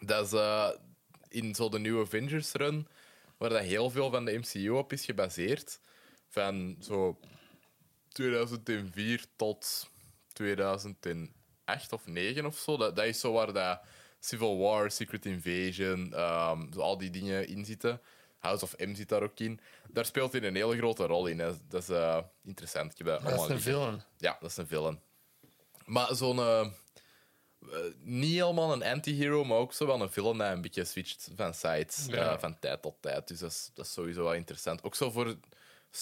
A: dat is eh, in zo de nieuwe Avengers run, waar dat heel veel van de MCU op is gebaseerd. Van zo 2004 tot 2008 of 9 of zo. Dat, dat is zo waar dat Civil War, Secret Invasion, ehm, zo al die dingen in zitten. House of M zit daar ook in. Daar speelt hij een hele grote rol in. hè. Dat is eh, interessant. Ik heb dat
B: Dat
A: allemaal
B: is een
A: niet-
B: film.
A: ja, dat is een villain. Maar zo'n. eh, eh, niet helemaal een anti-hero, maar ook zo wel een villain die een beetje switcht van sides.
B: Ja.
A: eh, van tijd tot tijd. Dus dat is, dat is sowieso wel interessant. Ook zo voor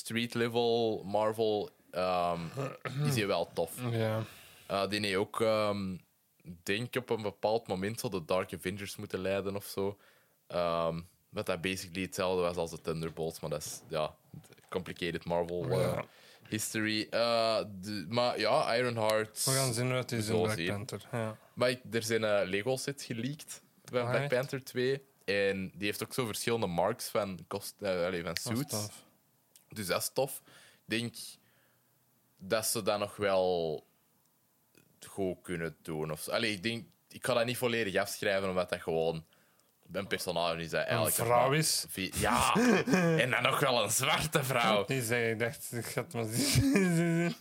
A: street-level Marvel ehm, is hij wel tof.
B: Ja.
A: Eh, die heeft ook, ehm, denk op een bepaald moment, zo de Dark Avengers moeten leiden of zo. Ehm, wat dat basically hetzelfde was als de altså Thunderbolts, maar dat is ja, complicated Marvel eh,
B: Ja.
A: history. Eh, de- maar ja, Ironheart.
B: We gaan zien wat hij is in
A: zullen
B: Black
A: zien.
B: Panther. Ja.
A: Maar ik- er zijn eh, Lego sets geleakt van
B: Ah,
A: Black
B: echt?
A: Panther 2. En die heeft ook zo verschillende marks van, kost, eh, allee, van
B: Dat is
A: suits.
B: tof.
A: Dus dat is tof. Ik denk dat ze dat nog wel goed kunnen doen. Of zo. Allee, ik, denk, ik ga dat niet volledig afschrijven, omdat dat gewoon een personage is. Dat eigenlijk
B: vrouw is.
A: Vi- Ja, en dan nog wel een zwarte vrouw.
B: Die zei, ik dacht, ik ga het maar zien.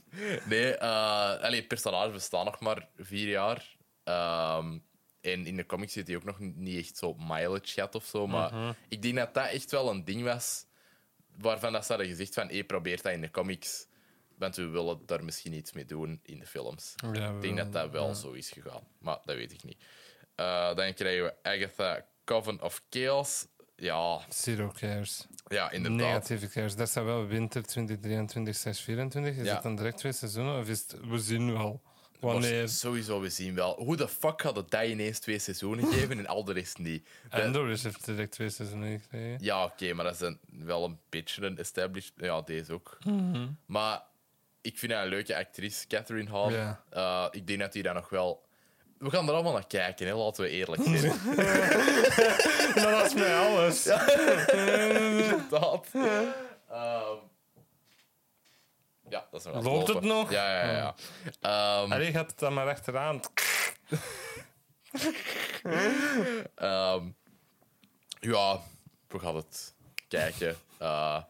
A: Nee, eh allee, personages bestaan nog maar vier jaar. Ehm, en in de comics zit hij ook nog niet echt zo mileage gehad of zo. Maar ik denk dat dat echt wel een ding was waarvan dat ze hadden gezegd van hey, probeer dat in de comics. Want we willen daar misschien iets mee doen in de films.
B: we
A: ik denk dat dat wel zo is gegaan. Maar dat weet ik niet. Eh, dan krijgen we Agatha Coven of Chaos. Ja,
B: Zero cares.
A: ja inderdaad.
B: Negatieve cares. Daar staat wel winter 2023, 2024. Is
A: Ja.
B: dat dan direct twee seizoenen? Of is het, we zien wel
A: Maar
B: wanneer...
A: Sowieso, we zien wel. Hoe de fuck had het dat ineens twee seizoenen geven en al de rest niet? Dat-
B: Andor heeft direct twee seizoenen gekregen.
A: ja, oké, maar dat is een, wel een beetje een established... Ja, deze ook.
B: Mhm.
A: Maar ik vind haar een leuke actrice, Catherine Hahn.
B: Ja.
A: Eh, ik denk dat hij daar nog wel... We gaan er allemaal naar kijken, hè, laten we eerlijk zijn.
B: Dat is mij alles.
A: dat. Ehm, ja, dat is nog aan
B: Loopt het
A: lopen.
B: nog?
A: Ja, ja, ja. ja. Ehm,
B: Allee, gaat het dan maar achteraan.
A: Ehm, ja, we gaan het kijken. Eh,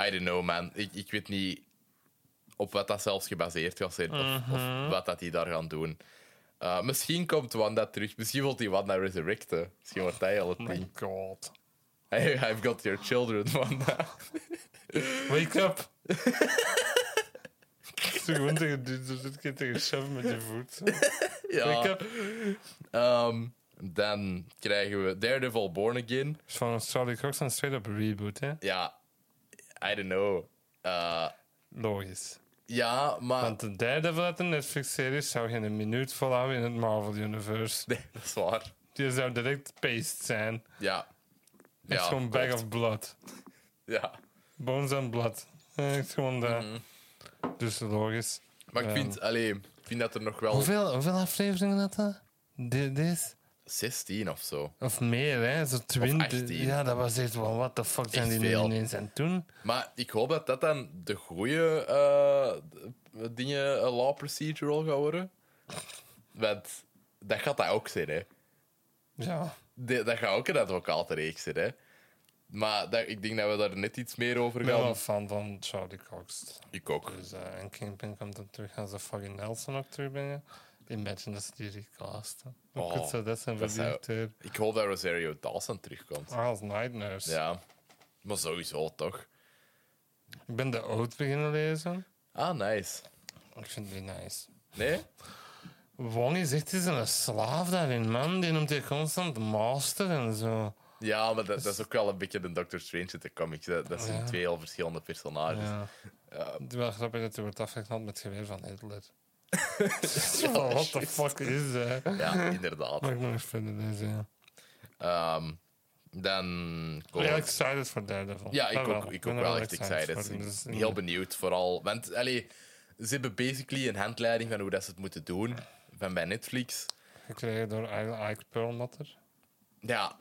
A: I don't know, man. Ik, ik weet
B: Mhm.
A: niet op wat dat zelfs gebaseerd gaat zijn of, of wat dat die daar gaan doen. Eh, misschien komt Wanda terug. Misschien wil hij Wanda resurrecten. Misschien wordt hij al het ding.
B: Oh My god.
A: Hey, I've got your children, Wanda.
B: Wake up! Zo gewoon tegen, dit- dit keer tegen chef met je voet.
A: Ah. ja.
B: Wake up!
A: ehm, dan krijgen we Daredevil Born Again.
B: is van Charlie Cox een straight-up reboot, hè?
A: Ja, I don't know. Eh,
B: Logisch.
A: ja, maar...
B: Want de derde uit de Netflix-serie zou geen minuut volhouden in het Marvel-universe.
A: Nee, dat is waar.
B: Die zou direct paste zijn.
A: Ja.
B: Het is gewoon bag
A: klopt.
B: of blood.
A: Ja.
B: Bones and blood. Eh, Het is gewoon dat.
A: Mhm.
B: Dus logisch.
A: Maar ik
B: Ja.
A: vind, allee, ik vind dat er nog wel
B: Hoeveel, hoeveel afleveringen had dat? Dit is?
A: 16 of zo.
B: Of meer, hè? Zo 20.
A: 18.
B: Ja, dat was echt wel. What the fuck zijn die nu
A: veel.
B: ineens aan het doen?
A: Maar ik hoop dat dat dan de goede dingen, eh, law procedural gaat worden. Want dat gaat dat ook zijn, hè.
B: Ja.
A: De- dat gaat ook een advocaat reeks zijn, hè. Maar dat, ik denk dat we daar net iets meer over
B: Ik ben
A: gaan.
B: wel fan van Charlie Cox.
A: Ik ook.
B: Dus, eh, en Kingpin komt dan terug. Gaan ze fucking Nelson ook terugbrengen? Imagine dat ze die recasten. Hoe
A: Oh,
B: kut zou dat zijn voor
A: dat
B: die
A: zou-
B: acteur?
A: Ik hoop dat Rosario Dawson terugkomt.
B: Ah, als Night Nurse.
A: Ja. Maar sowieso, toch?
B: Ik ben de Oud beginnen lezen.
A: Ah, nice.
B: Ik vind die nice.
A: Nee?
B: Wong is echt eens een slaaf daarin, man. Die noemt hij constant master en zo.
A: Ja, maar dat, dat is ook wel een beetje de Doctor Strange uit de comics. Dat, dat zijn
B: Ja.
A: twee al verschillende personages.
B: Ja. Het is wel grappig dat hij wordt afgeknapt met het geweer van Hitler. What the fuck is dat?
A: Ja, inderdaad.
B: Maar ik moet nog verder lezen, ja.
A: Ehm, dan
B: Ik ben
A: komen we-
B: heel excited voor Daredevil.
A: Ja, ik
B: Jawel,
A: ook, ik
B: ben
A: ook
B: er
A: Ah, wel echt
B: voor.
A: excited. Ik
B: Dus,
A: ben heel benieuwd vooral. Want allee, ze hebben basically een handleiding van hoe dat ze het moeten doen. Van bij Netflix.
B: Gekregen door Ike Perlmutter.
A: Ja.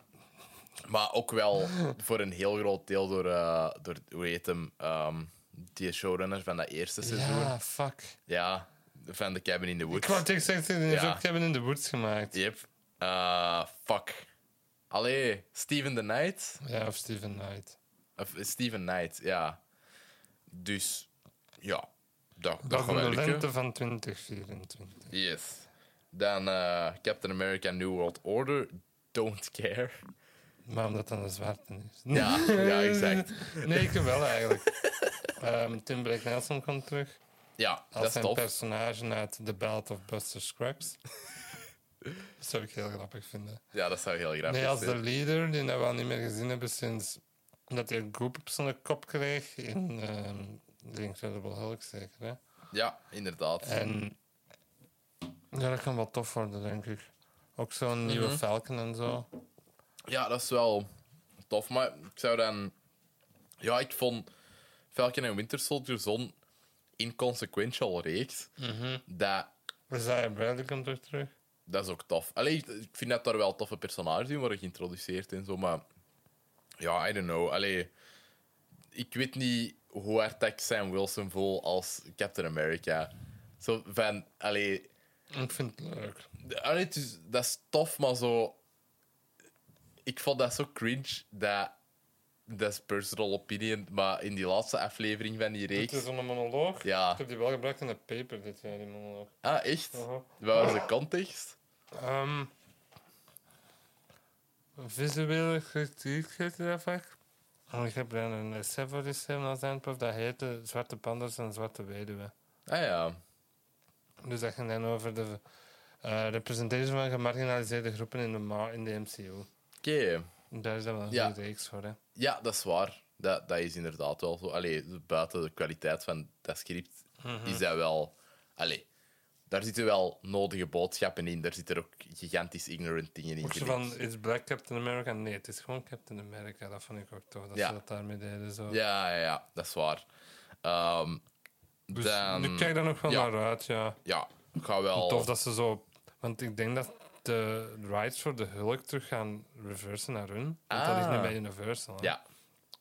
A: Maar ook wel voor een heel groot deel door, eh, door hoe heet hem, ehm, die showrunner van dat eerste seizoen. Ja.
B: Ja, fuck.
A: van The Cabin in the
B: Ik
A: Woods.
B: wou het echt zeggen, die
A: Ja.
B: ja. hebben in de woods gemaakt.
A: Yep. Eh, fuck. Allee, Steven the Knight?
B: Ja, of Steven Knight.
A: Of eh, Steven Knight, ja. Dus, ja. Dat, dat, gaat
B: Dat was in
A: wel
B: de
A: lukken.
B: lente van 2024.
A: Yes. Dan eh, Captain America New World Order. Don't care.
B: Maar omdat dat een zwarte is.
A: Ja, ja, exact.
B: Nee, ik wel eigenlijk. Ehm, Tim Blake Nelson komt terug.
A: Ja, dat
B: Als
A: is
B: zijn
A: tof.
B: personage uit The Ballad of Buster Scruggs. dat zou ik heel grappig vinden.
A: Ja, dat zou heel grappig
B: Nee, als de
A: zijn.
B: leader, die we al niet meer gezien hebben sinds dat hij een groep op zijn kop kreeg in ehm The Incredible Hulk, zeker. Hè?
A: Ja, inderdaad.
B: En ja, dat kan wel tof worden, denk ik. Ook zo'n nieuwe Falcon en zo.
A: Ja, dat is wel tof. Maar ik zou dan... Ja, ik vond Falcon en Winter Soldier zo'n inconsequential reeks.
B: Mhm.
A: Dat,
B: Isaiah Bradley komt ook terug.
A: dat is ook tof. Allee, ik- ik vind dat daar wel toffe personages in worden geïntroduceerd en zo. Maar ja, I don't know. Allee, ik weet niet hoe hard dat ik Sam Wilson voel als Captain America. Zo van... Allee,
B: Ik vind het leuk.
A: Allee, het is- dat is tof, maar zo. Ik vond dat zo cringe dat. Dat is personal opinion, maar in die laatste aflevering van die
B: Het
A: reeks.
B: is een monoloog.
A: Ja.
B: Ik heb die wel gebruikt in de paper dit jaar, die monoloog.
A: Ah, echt?
B: Aha.
A: Wat was de context?
B: Ehm, visuele kritiek heette dat vaak. En ik heb daar een essay voor geschreven als eindproef. Dat heette Zwarte Panders en Zwarte Weduwe.
A: Ah ja.
B: Dus dat ging dan over de eh representatie van gemarginaliseerde groepen in de, ma- in de MCU.
A: Oké.
B: En Daar is dat wel een
A: Ja.
B: goede reeks voor. Hè.
A: Ja, dat is waar. Dat, dat is inderdaad wel zo. Allee, buiten de kwaliteit van dat script
B: Mhm.
A: is dat wel. Allee, daar zitten wel nodige boodschappen in. Daar zitten ook gigantisch ignorant dingen in.
B: Ook zo
A: gelikt.
B: van, is Black Captain America? Nee, het is gewoon Captain America. Dat vond ik ook tof, dat
A: Ja.
B: ze dat daarmee deden. Zo.
A: Ja, ja, ja, dat is waar. Ehm,
B: Dus
A: dan...
B: ik kijk daar nog wel
A: ja.
B: naar uit, ja.
A: Ja, ik ga wel.
B: Tof dat ze zo. Want ik denk dat de rights voor de Hulk terug gaan reversen naar hun. Want dat is nu
A: Ah.
B: bij Universal. hè.
A: Ja,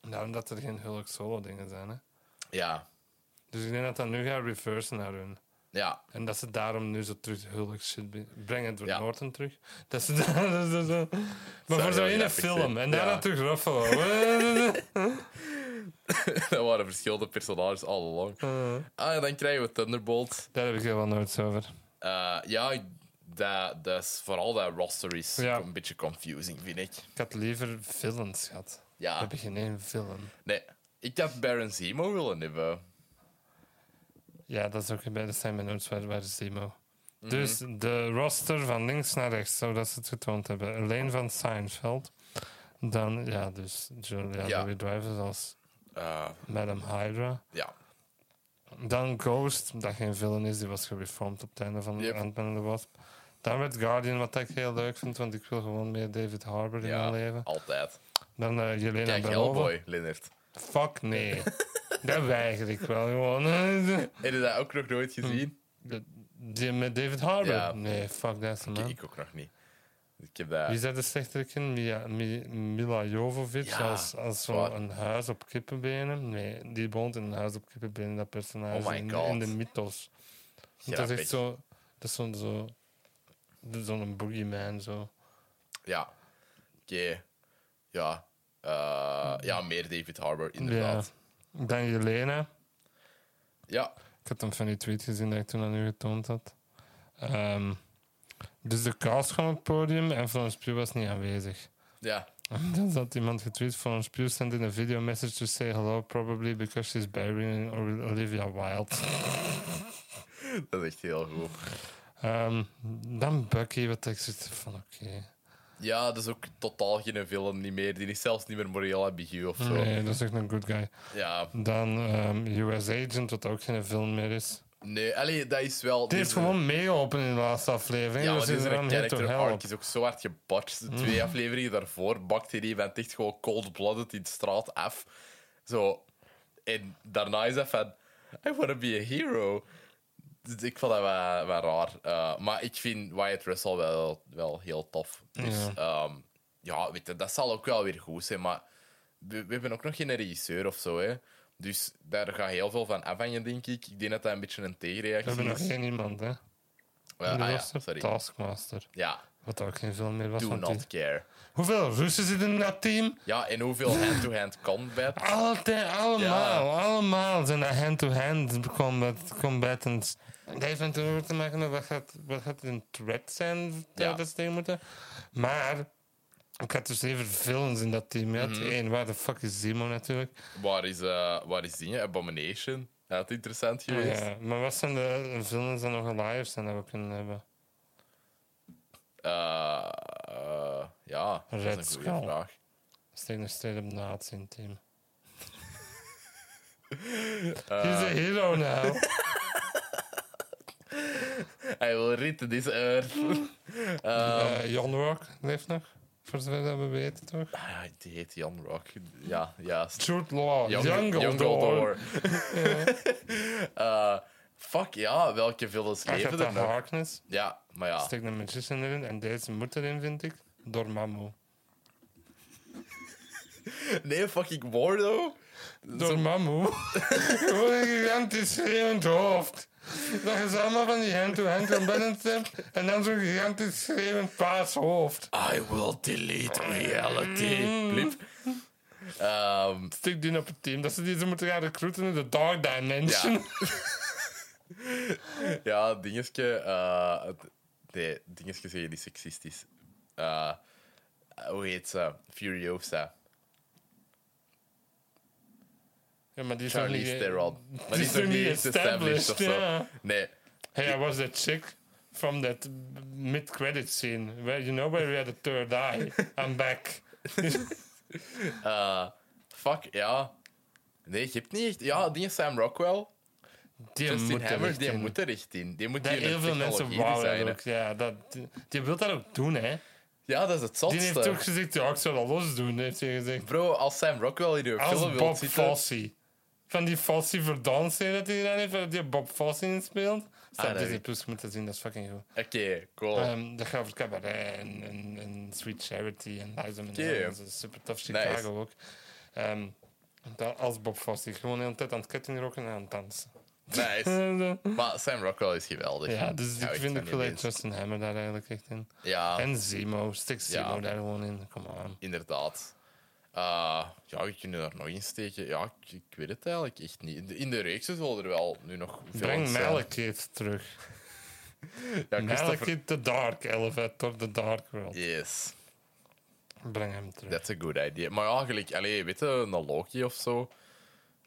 B: Daarom dat er geen Hulk solo dingen zijn. Hè.
A: ja,
B: Dus ik denk dat dat nu gaat reversen naar hun.
A: ja.
B: En dat ze daarom nu zo terug Hulk shit be- brengen door
A: Ja.
B: Norton terug. Dat ze daar, dat ze zo- Maar
A: Zou
B: voor zo'n
A: heel
B: ene
A: grappig zijn.
B: film. En daarna
A: Ja.
B: terug Ruffalo. Eh,
A: dat waren verschillende personages all
B: Mhm.
A: along. Ah, en dan krijgen we Thunderbolt.
B: daar heb ik helemaal nooit over.
A: Eh, ja, ik dat, dat is vooral dat roster is
B: Ja.
A: een beetje confusing, vind ik.
B: Ik had liever villains gehad.
A: Ja.
B: We hebben geen één villain.
A: Nee, ik had Baron Zemo willen hebben.
B: Ja, dat is ook bij de zijn mijn notes waar, waar is Zemo.
A: Mhm.
B: Dus de roster van links naar rechts, zodat ze het getoond hebben. Alleen van Seinfeld. Dan, ja, dus Julia
A: Ja.
B: Louis Drivers als
A: Eh,
B: Madame Hydra.
A: ja.
B: Dan Ghost, dat geen villain is, die was gereformed op het einde van
A: Yep.
B: Ant-Man and the Wasp. Dan werd Guardian, wat ik heel leuk vind, want ik wil gewoon meer David Harbour in
A: ja,
B: mijn leven.
A: altijd.
B: Dan eh Jelena
A: Kijk,
B: Belova.
A: Hellboy, Leonard.
B: Fuck nee. dat weiger ik wel gewoon.
A: Heb je dat ook nog nooit gezien?
B: De- Die met David Harbour?
A: Ja.
B: Nee, fuck dat,
A: Ik-
B: man.
A: Ik ook nog niet. Ik heb dat...
B: Wie zei de slechterik in? Mia, Mi- Mila Jovovic
A: Ja,
B: als, als
A: wat?
B: zo een huis op kippenbenen. Nee, die woont in een huis op kippenbenen, dat personage
A: Oh my
B: in,
A: God.
B: in de mythos. Want Dat is
A: Grappig.
B: echt zo... Dat is zo'n zo, dat is zo'n boogeyman, zo.
A: Ja. Oké. Ja. Eh, ja, meer David Harbour, inderdaad.
B: Ja. Dan Jelena.
A: Ja.
B: Ik had een funny tweet gezien dat ik toen aan u getoond had. Ehm, dus de cast kwam op het podium en Florence Pugh was niet aanwezig.
A: Ja.
B: En Dan had iemand getweet, Florence Pugh sent in a video message to say hello, probably because she's burying Ol- Olivia Wilde.
A: Dat is echt heel goed.
B: Ehm, dan Bucky, wat ik zit van oké.
A: Ja, dat is ook totaal geen film niet meer. Die is zelfs niet meer moreel ambigu of zo.
B: Nee, dat is echt een good guy.
A: Ja.
B: Dan ehm, US Agent, wat ook geen film meer is.
A: Nee, allee, dat is wel...
B: Die is gewoon meegeopen in de laatste aflevering.
A: Ja, want
B: dus die is
A: deze
B: er aan Mm. here to
A: character
B: help.
A: arc is ook zo hard gebotcht. De twee afleveringen daarvoor bakte die bent echt gewoon cold-blooded in de straat af. Zo. En daarna is dat van... I wanna be a hero. Dus ik vond dat wel, wel raar. Eh, maar ik vind Wyatt Russell wel, wel heel tof. Dus
B: Ja.
A: ja, ja weet je, dat zal ook wel weer goed zijn. Maar we, we hebben ook nog geen regisseur of zo, hè. Dus daar gaat heel veel van afhangen, denk ik. Ik denk dat dat een beetje een
B: We hebben
A: tegenreactie
B: nog
A: is.
B: geen iemand, hè.
A: Eh,
B: En
A: ah
B: dat
A: ja,
B: was de
A: sorry.
B: Taskmaster.
A: Ja,
B: Wat ook geen film meer was.
A: do
B: want die-
A: not care.
B: Hoeveel Russen zitten in dat team?
A: Ja, en hoeveel hand-to-hand combat.
B: Altijd, allemaal, allemaal zijn dat hand-to-hand combat, combatants. Dat heeft natuurlijk ook te maken met wat gaat, wat gaat een threat zijn
A: Ja.
B: dat ze tegen moeten. Maar ik had dus liever villains in dat team. gehad. Eén, waar de fuck is Zemo natuurlijk.
A: Waar is, eh waar is die? Abomination? Dat is interessant geweest.
B: Ja, maar wat zijn de villains en nog liars zijn dat we kunnen hebben?
A: Eh, eh, ja, dat
B: Red
A: is een
B: Skull.
A: goede vraag.
B: Steek nog steeds op naad in het team. He's a hero now.
A: I will read to this earth.
B: Eh, Jon Rock leeft nog, voor zover dat we weten toch?
A: Ah, die heet Jan Rock. Ja, ja.
B: Jude Law,
A: Young-
B: Jungle,
A: Jungle
B: Door.
A: Door. Eh, fuck ja, welke villains
B: Hij gaat
A: leven
B: de
A: er nog?
B: Harkness,
A: Ja, maar ja.
B: steek de magician erin en deze moet erin, vind ik, door Mamu.
A: Nee, fucking Wardo.
B: Door Mamu? Gewoon een gigantisch schreeuwend hoofd. Dat je ze allemaal van die hand-to-hand combatants hebt en dan zo'n gigantisch schreeuwend paars hoofd.
A: I will delete reality. Blip.
B: Mm.
A: Ehm,
B: Stik die op het team, dat ze die zo moeten gaan recruiten in de Dark Dimension.
A: Ja. Ja, dingetje. eh, het- nee, dingetje zeggen die seksistisch. Eh, hoe heet ze? Furiosa.
B: Ja, maar die is nog
A: Charlize
B: niet...
A: Theron. Maar die is
B: nog
A: nog niet echt established of zo.
B: eh, ja.
A: Nee.
B: Hey, I was that chick from that mid-credit scene. Where, you know where we had the third eye. I'm back.
A: eh, fuck, ja. Nee, je hebt niet echt... Ja, dingen Sam Rockwell.
B: Die
A: Justin Hammer, die
B: in.
A: moet er echt in. Die moet
B: Dat
A: hier
B: heel
A: een
B: veel mensen
A: technologie
B: wou dat
A: designen.
B: ook. Ja, dat, die, die wil dat ook doen, hè.
A: Ja, dat is het
B: Die heeft ook
A: zotste.
B: gezegd, ja, ik zou dat losdoen, heeft hij gezegd.
A: Bro, als Sam Rockwell in de film
B: Als
A: wil
B: Bob
A: zitten...
B: Fosse. Van die Fosse verdansen dat hij gedaan heeft, waar die Bob Fosse in speelt. Staat
A: Ah, dat weet
B: Disney
A: ik.
B: Plus moeten zien, dat is fucking goed.
A: Oké, cool.
B: Ehm, dat gaat over cabaret en, en, en Sweet Charity en Liza Minnelli.
A: Oké.
B: Dat is super tof.
A: Nice.
B: Chicago ook. Ehm, dat als Bob Fosse. Gewoon de hele tijd aan het ketting roken en aan het dansen.
A: nice. Maar Sam Rockwell is geweldig.
B: ja, dus
A: Hou
B: ik vind
A: van
B: ik
A: die
B: gelijk
A: mens.
B: Justin Hammer daar eigenlijk echt in.
A: Ja.
B: En Zemo. Stik Zemo
A: Ah. Ja.
B: daar gewoon in. Come on.
A: Inderdaad. Eh, ja, we kunnen er nog in steken. Ja, ik, ik weet het eigenlijk echt niet. In de, in de reeks zullen er wel nu nog veel
B: Breng
A: zijn.
B: Malekith terug.
A: Ja,
B: Eigenlijk
A: Christopher-
B: in The Dark Elevator, The Dark World.
A: Yes,
B: Breng hem terug.
A: that's a good idea. Maar ja, gelijk, allee, weet je, een Loki of zo.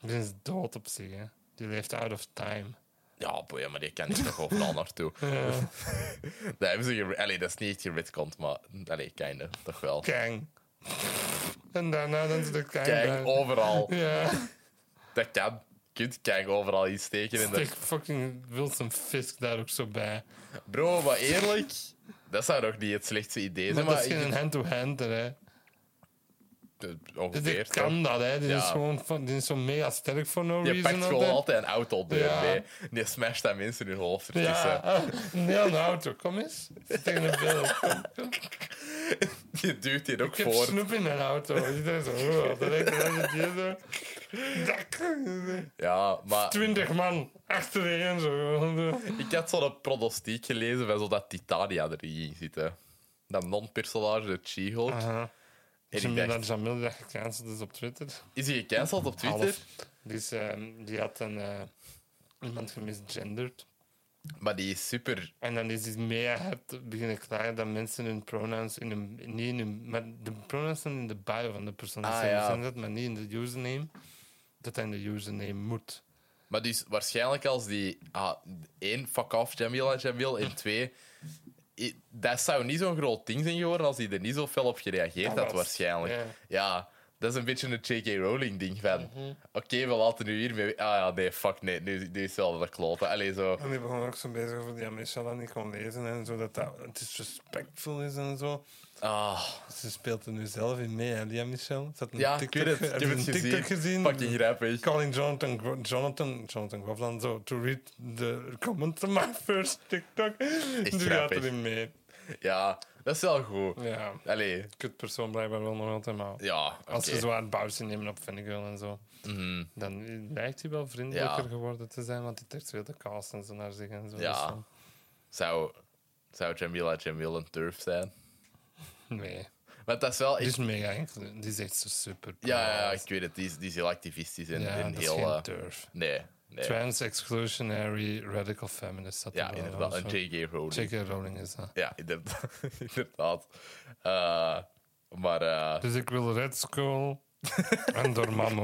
B: Die is dood op zich, hè. Die leeft out of time.
A: Ja, boeien, maar die kan niet nog overal naartoe. dat hebben ze ge- allee, dat is niet echt geredcond, maar allee, kinder, toch wel.
B: Kang. en daarna dan ze de Kang.
A: Kijk,
B: bij.
A: overal.
B: Ja.
A: Dat kan. Je kunt kijk overal iets steken. In de...
B: Steek fucking Wilson Fisk daar ook zo bij.
A: Bro, maar eerlijk, dat zou toch niet het slechtste idee
B: Maar
A: zijn?
B: dat
A: Maar
B: is geen hand-to-hand, hè.
A: ik-
B: Dus
A: ongeveer.
B: ik
A: toch?
B: kan dat, hè. Die
A: Ja.
B: is gewoon van, die is zo mega sterk voor no
A: Je
B: reason.
A: pakt
B: altijd.
A: gewoon altijd een auto deur
B: Ja.
A: mee. En je smasht dat mensen in hun hoofd ertussen.
B: Ja, ah, nee, een auto. Kom eens. Tegen een beeld. Kom, kom.
A: Je duwt die ook
B: Ik heb
A: voor.
B: snoep in mijn auto. Iedereen zo, oh, dat lijkt wel met die zo. Dak.
A: Ja, maar
B: 20 man achtereen zo.
A: ik had zo'n pronostiek gelezen van zo dat Titania erin ging zitten. Dat non-personage, de She-Hulk.
B: Aha.
A: En ik
B: Jamila,
A: dacht,
B: Jamil die dat gecanceld is op Twitter.
A: is hij gecanceld op Twitter?
B: Half. Dus ehm, die had een, eh, iemand gemisgenderd.
A: Maar die is super...
B: En dan is hij meer hebt beginnen klagen dat mensen hun pronouns in hun, niet in hun, maar de pronouns zijn in de bio van de persoon.
A: Ah,
B: Ah,
A: ja.
B: dat, maar niet in de username. Dat hij in de username moet.
A: Maar dus waarschijnlijk als die... Ah, één, fuck off Jamila Jamil. En twee, i- dat zou niet zo'n groot ding zijn geworden als hij er niet zo fel op gereageerd
B: Dat
A: had,
B: was-
A: waarschijnlijk.
B: ja. Mhm.
A: Ja, dat is een beetje een J.K. Rowling-ding van... Oké, we laten nu hiermee... Ah ja, nee, fuck, nee, nu, nu is wel dat klote. Allee, zo...
B: En die begon ook zo bezig over die Amisha dat niet kon lezen en zo, dat dat disrespectful is en zo.
A: Ah,
B: Ze speelt er nu zelf in mee, hè, die Michel? Ze had een
A: ja, ik
B: TikTok,
A: weet het.
B: had
A: Ik heb
B: een
A: het gezien.
B: TikTok gezien.
A: Fucking grappig.
B: Calling Jonathan, Gro- Jonathan, Jonathan Groveland zo to read the comment on my first TikTok. Die gaat
A: grappig.
B: erin mee.
A: Ja, dat is wel goed.
B: Ja,
A: Allee,
B: kut persoon blijkbaar wel nog altijd, maar
A: ja, oké.
B: als ze zo aan het bouwen nemen op Fennigirl en zo,
A: Mhm.
B: dan lijkt hij wel vriendelijker
A: Ja.
B: geworden te zijn, want die trekt veel de cast en zo naar zich en zo.
A: Ja.
B: Dus,
A: Zou, zou Jamila Jamil een turf zijn?
B: eh, nee, Dus
A: Want dat is wel...
B: die
A: echt-
B: is mega inclu- Die is echt zo super.
A: ja, ja, ja,
B: nice.
A: ik weet het. Die is, die is heel activistisch en,
B: Ja,
A: en
B: dat is
A: heel...
B: geen
A: eh,
B: turf.
A: nee, nee.
B: Trans exclusionary radical feminist. dat
A: ja,
B: er wel
A: inderdaad.
B: een
A: Een
B: soort-
A: J.K. Rowling.
B: J.K. Rowling is dat.
A: Ja, inderdaad. inderdaad. Eh, maar... eh,
B: Dus ik wil Red Skull en Dormammu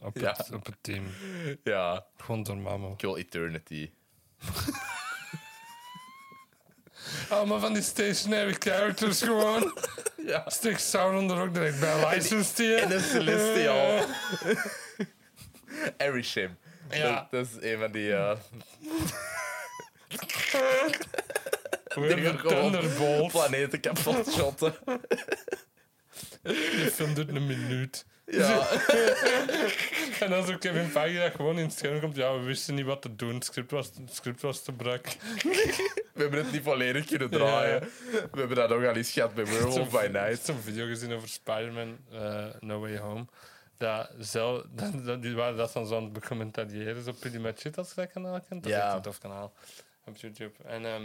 B: op,
A: Ja.
B: het, op het team.
A: ja,
B: Gewoon Dormammu.
A: ik wil Eternity.
B: Allemaal Oh, van die stationary characters gewoon.
A: Ja.
B: Stik Sauron er ook direct bij. Licensed hier.
A: En een Celestial. Erishim.
B: Ja.
A: Dat, dat is een van die... eh,
B: Weer
A: Die
B: de
A: gewoon
B: Thunderbolt.
A: planeten kapot shotten.
B: Die film duurt een minuut.
A: Ja.
B: En dan zo Kevin Feige dat gewoon in het scherm komt. Ja, we wisten niet wat te doen. Het script was, het script was te brak.
A: We hebben het niet volledig kunnen draaien. We hebben dat ook al eens gehad bij Werewolf by
B: Ik
A: Night.
B: heb zo'n video gezien over Spider-Man eh, No Way Home. Dat zelf, dat, dat, die waren dat dan zo aan het becommentariëren. Zo Pretty Much It, als je dat kanaal kent. Dat
A: Ja.
B: is echt een tof kanaal op YouTube. En ehm,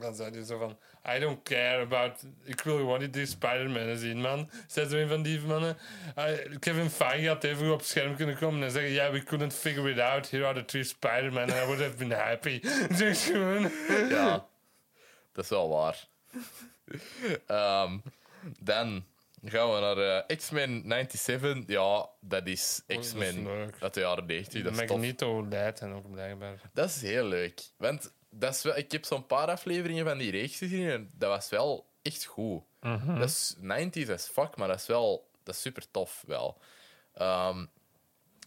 B: dan zei hij zo van... I don't care about... Ik wil gewoon niet die Spider-Man zien, man. Zei zo een van die mannen. I- Kevin Feige had even op het scherm kunnen komen en zeggen... Yeah, we couldn't figure it out. Here are the three Spider-Man. And I would have been happy. Dus gewoon...
A: Ja, dat is wel waar. Ehm, dan gaan we naar eh, X-Men 97. Ja, dat is X-Men
B: leuk.
A: uit de jaren 90. Dat is, tof.
B: Magneto leidt en ook blijkbaar.
A: dat is heel leuk. Want dat is wel, ik heb zo'n paar afleveringen van die reeks gezien en dat was wel echt goed. Dat is 90s as fuck, maar dat is wel dat is super tof wel. Ehm,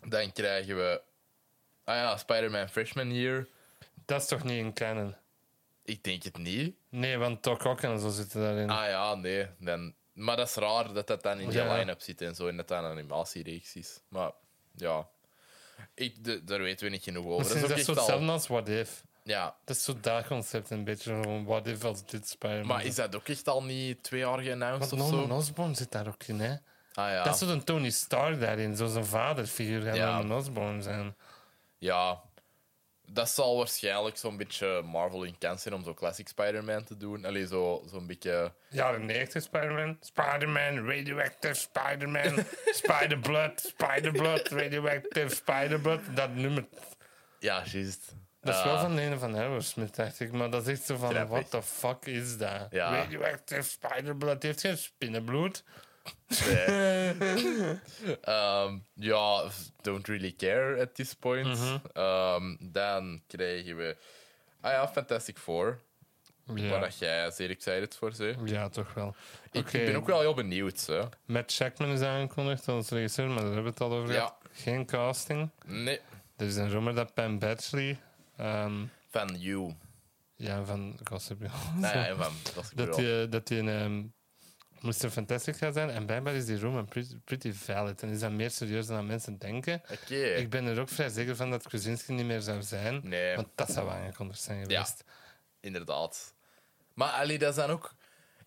A: dan krijgen we. Ah ja, Spider-Man Freshman Year.
B: Dat is toch niet in canon?
A: Ik denk het niet.
B: Nee, want Doc Ock en zo zitten daarin.
A: Ah ja, nee. Dan... Maar dat is raar dat dat dan in die
B: Ja.
A: line-up zit en zo, en dat dat een animatiereeks is. Maar ja, ik, de- daar weten we niet genoeg over.
B: Misschien is dat
A: ook
B: zo
A: echt al...
B: hetzelfde als What If.
A: Ja,
B: Dat is zo dat concept een beetje van What If als dit Spider-Man.
A: maar is dat ook echt al niet twee jaar
B: Want
A: geannounced of zo?
B: Norman Osborn zit daar ook in, hè?
A: Ah ja.
B: Dat is zo'n Tony Stark daarin, zo zijn vaderfiguur gaat
A: Ja.
B: Norman Osborn zijn.
A: ja, dat zal waarschijnlijk zo'n beetje Marvel in kans zijn om zo classic Spider-Man te doen. Allee, zo- zo'n beetje...
B: Jaren 90 Spider-Man, Spider-Man, Radioactive Spider-Man, Spider-Blood, Spider-Blood, Radioactive Spider-Blood. Dat nummer
A: Ja, juist.
B: Dat is wel
A: Eh,
B: van de ene van Aerosmith, dacht ik. Maar dat is echt zo van,
A: Grappig.
B: what the fuck is dat?
A: Ja.
B: Radioactive spiderblood heeft geen spinnenbloed.
A: Ehm, ja, don't really care at this point.
B: Mhm.
A: Ehm, dan krijgen we... Ah ja, Fantastic Four. Waar
B: Ja,
A: dat jij zeer excited voor bent.
B: ja toch wel.
A: Ik,
B: Oké,
A: ik ben ook wel heel benieuwd. Hè.
B: Matt Shackman is aangekondigd als regisseur, maar daar hebben we het al over
A: Ja.
B: gehad. Geen casting.
A: Nee,
B: Er is een rumor dat Pam Batchley, ehm,
A: van You.
B: ja, van Gossip Girl,
A: Nou ja, en van dat
B: dat
A: is
B: die, dat die ehm, moest een fantastic gaan zijn. En blijkbaar is die rumor pretty, pretty valid. En is dat meer serieus dan dat mensen denken.
A: Oké.
B: Ik ben er ook vrij zeker van dat Krasinski niet meer zou zijn.
A: Nee.
B: Want dat zou aangekondigd zijn geweest.
A: Inderdaad. Maar Ali, dat zijn ook.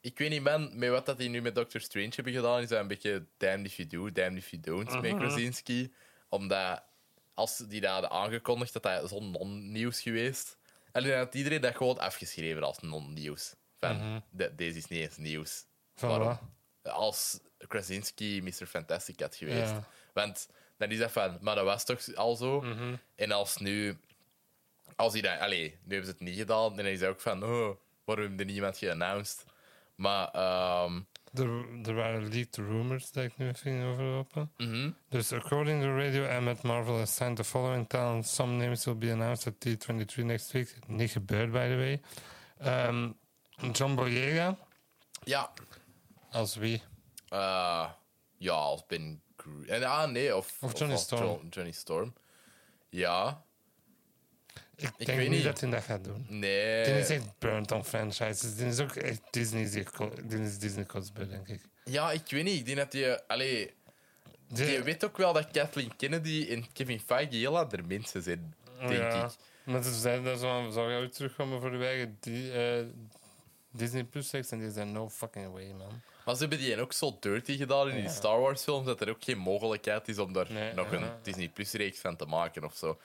A: Ik weet niet, man, met wat dat die nu met Doctor Strange hebben gedaan, is dat een beetje damned if you do, damned if you don't met Krasinski. Omdat als die dat hadden aangekondigd, dat dat zo'n non-nieuws geweest. En dan had iedereen dat gewoon afgeschreven als non-nieuws. Van, de- deze is niet eens nieuws.
B: Mhm. Van
A: Waarom?
B: wat?
A: Als Krasinski Mr. Fantastic had geweest.
B: Ja.
A: Want dan is dat van, maar dat was toch al zo.
B: Mhm.
A: En als nu als hij dan, allee, nu hebben ze het niet gedaan. En hij zei ook van, oh, waarom hebben er niemand geannounced? Maar, ehm,
B: Er, er waren leaked rumors dat ik nu even ging overlopen.
A: mhm.
B: Dus according to radio, Emmet Marvel has signed the following talent. Some names will be announced at T23 next week. Niet gebeurd, by the way. Ehm, John Boyega,
A: ja,
B: als wie?
A: eh, ja, als Ben Gr- En, ah, nee, of,
B: Of Johnny
A: als
B: Storm.
A: Jo- Johnny Storm. Ja,
B: Ik
A: weet
B: denk niet,
A: niet. Eh.
B: dat hij dat gaat doen.
A: nee.
B: Die is echt burnt on franchises. Die is ook echt Disney, die is Disney cosplay, denk ik.
A: Ja, ik weet niet. Ik denk dat je, allee,
B: Die-
A: je weet ook wel dat Kathleen Kennedy en Kevin Feige heel andere mensen zijn, denk
B: ja.
A: ik.
B: Maar ze zeiden dat zo van, zou jij ook terugkomen voor de eigen di- eh, Disney Plus sex? En die zijn no fucking way, man.
A: Maar ze hebben die ook zo dirty gedaan in die Star Wars films dat er ook geen mogelijkheid is om daar
B: Nee,
A: nog
B: ja.
A: een Disney Plus reeks van te maken of zo.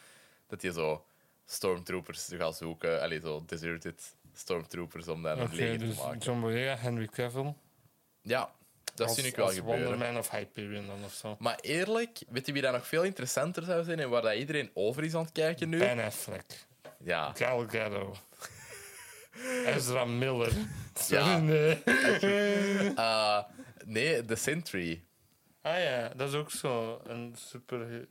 A: Dat je zo stormtroopers gaat zoeken, allee, zo deserted stormtroopers om daar
B: Oké,
A: een leger
B: dus
A: te maken.
B: John Boyega, Henry Cavill.
A: Ja, dat
B: als-
A: zie ik wel
B: als
A: gebeuren.
B: Wonderman of Hyperion dan of zo.
A: Maar eerlijk, weet je wie daar nog veel interessanter zou zijn en waar dat iedereen over is aan het kijken nu?
B: Ben Affleck.
A: Ja,
B: Gal Gadot. Ezra Miller. Sorry,
A: Ja.
B: nee.
A: eh, nee, The Sentry.
B: Ah ja, dat is ook zo. Een super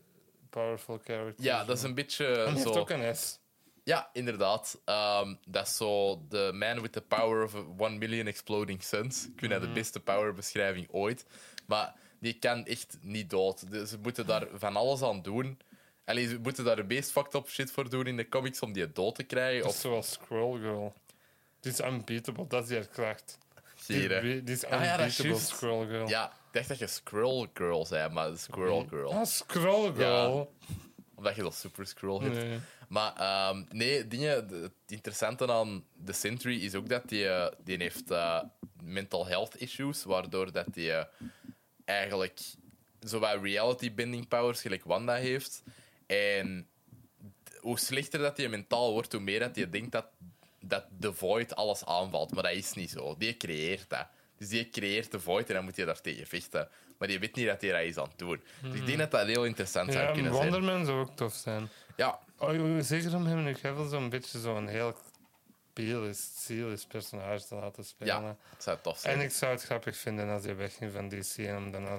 B: powerful character.
A: Ja, dat is een beetje
B: En die heeft
A: zo.
B: ook een S.
A: Ja, inderdaad. Ehm, dat is zo de man with the power of 1 million exploding suns. Ik vind dat de
B: Mhm.
A: beste powerbeschrijving ooit. Maar die kan echt niet dood. Dus ze moeten daar van alles aan doen. Allee, ze moeten daar de meest fucked up shit voor doen in de comics om die dood te krijgen.
B: Dat is
A: Of
B: dus zoals Scroll Girl. Die is unbeatable, dat is haar kracht. Die,
A: hier, hè. Ah
B: die is
A: ja, dat
B: unbeatable,
A: is juist.
B: Scroll Girl.
A: Ja, ik dacht dat je Skrull Girl zei, maar Squirrel Girl.
B: Ah, Scroll Girl.
A: Omdat je dat Super Skrull hebt.
B: Nee.
A: Maar ehm, nee, dingen, de- het interessante aan The Sentry is ook dat die, eh, die heeft eh, mental health issues, waardoor dat die eh, eigenlijk zowel reality bending powers gelijk Wanda heeft. En d- hoe slechter dat die mentaal wordt, hoe meer dat je denkt dat, dat de void alles aanvalt. Maar dat is niet zo. Die creëert dat. Dus die creëert de void en dan moet je daar tegen vechten. Maar je weet niet dat hij dat is aan het doen. Dus ik denk dat dat heel interessant zou
B: Ja,
A: kunnen zijn.
B: Wonderman zou ook tof zijn.
A: Ja,
B: Oh, zeker om hem nu Cavill zo'n beetje zo'n heel peelist, zielisch personage te laten spelen.
A: ja, dat zou tof zijn.
B: En ik zou het grappig vinden als hij wegging van DC en hem dan naar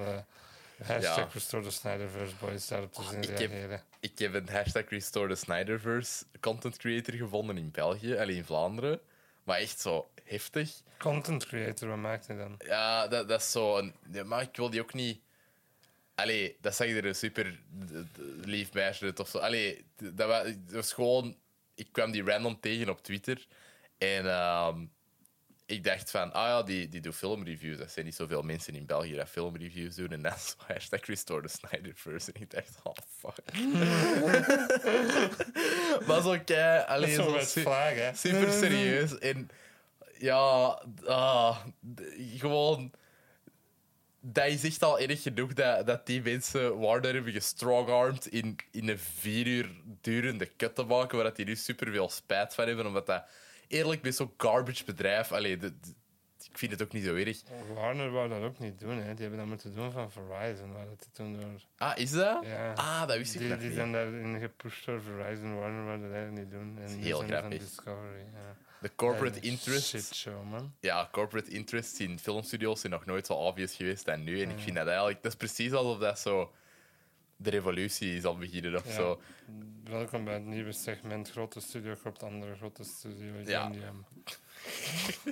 B: de hashtag
A: Ja. Ah,
B: Restore the Snyderverse boys daarop te zien
A: ik heb-
B: reageren.
A: Ik heb een hashtag Restore the Snyderverse content creator gevonden in België, alleen in Vlaanderen. Maar echt zo heftig.
B: Content creator, wat maakt hij dan?
A: Ja, dat, dat is zo. Een, ja, maar ik wil die ook niet. Allee, dat zag je er een super d- d- lief meisje uit of zo. Allee, d- dat wa- dat was gewoon. Ik kwam die random tegen op Twitter. En ehm, ik dacht van, ah ja, die, die doet filmreviews. Er zijn niet zoveel mensen in België dat filmreviews doen. En dat is zo hashtag Restore the Snyderverse. En ik dacht, oh fuck. maar zo kei...
B: Dat
A: Allee,
B: is zo'n
A: zo
B: red
A: su-
B: flag, hè?
A: super serieus. En ja, ah, d- gewoon. Dat is echt al erg genoeg dat, dat die mensen Warner hebben gestrongarmd in, in een vier uur durende kut te maken, waar dat die nu super veel spijt van hebben, omdat dat eerlijk best zo'n garbage bedrijf. Allee, de, de- ik vind het ook niet zo erg.
B: Warner wou dat ook niet doen, hè. Die hebben dat moeten doen van Verizon. Waar dat die toen door...
A: Ah, is dat?
B: Ja.
A: Ah, dat wist ik
B: Die,
A: nog
B: die
A: niet.
B: zijn daarin gepusht door Verizon. Warner wou dat eigenlijk niet doen. En
A: is
B: die
A: heel
B: zijn van
A: grappig.
B: Discovery, ja.
A: De corporate
B: Ja, een
A: interest.
B: shitshow, man.
A: Ja, corporate interests in filmstudios zijn nog nooit zo obvious geweest dan nu. En ik vind dat eigenlijk... Dat is precies alsof dat zo... De revolutie zal beginnen of
B: Ja.
A: zo.
B: Welkom bij het nieuwe segment Grote Studio Corp, andere Grote ehm, Studio.
A: Ja.
B: Ja.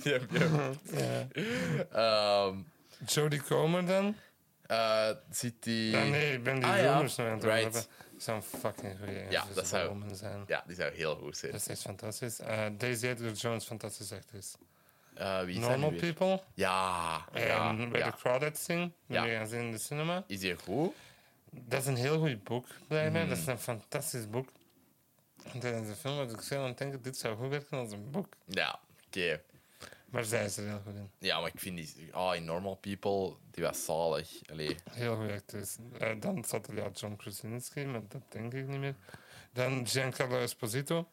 A: Ja, ja.
B: ja.
A: Ehm,
B: Jodie Comer dan?
A: eh, zit die...
B: Ja, nee, ik ben die
A: Ah, ja.
B: rumors nog aan het
A: Right.
B: overlopen. Zou een fucking goede
A: Ja, dat zou-
B: zijn.
A: Ja, die zou heel goed zijn.
B: Dat is echt fantastisch. Eh, Daisy Edgar Jones, fantastisch actrice.
A: Eh, wie is dat
B: Normal
A: nu weer?
B: People.
A: Ja, ja,
B: En bij
A: ja.
B: de Crowded Thing.
A: Ja.
B: Ja. Die gaan zien in de cinema.
A: Is die goed?
B: Dat is een heel goed boek, blijkbaar.
A: Mm.
B: Dat is een fantastisch boek. En Tijdens de film was ik veel aan het denken, dit zou goed werken als een boek.
A: Ja, oké.
B: Maar zij is er heel goed in.
A: Ja, maar ik vind die... Ah, in Normal People, die was zalig. Allee.
B: Heel goede actrice. Eh, dan zat er ja John Krasinski, maar dat denk ik niet meer. Dan Giancarlo Esposito.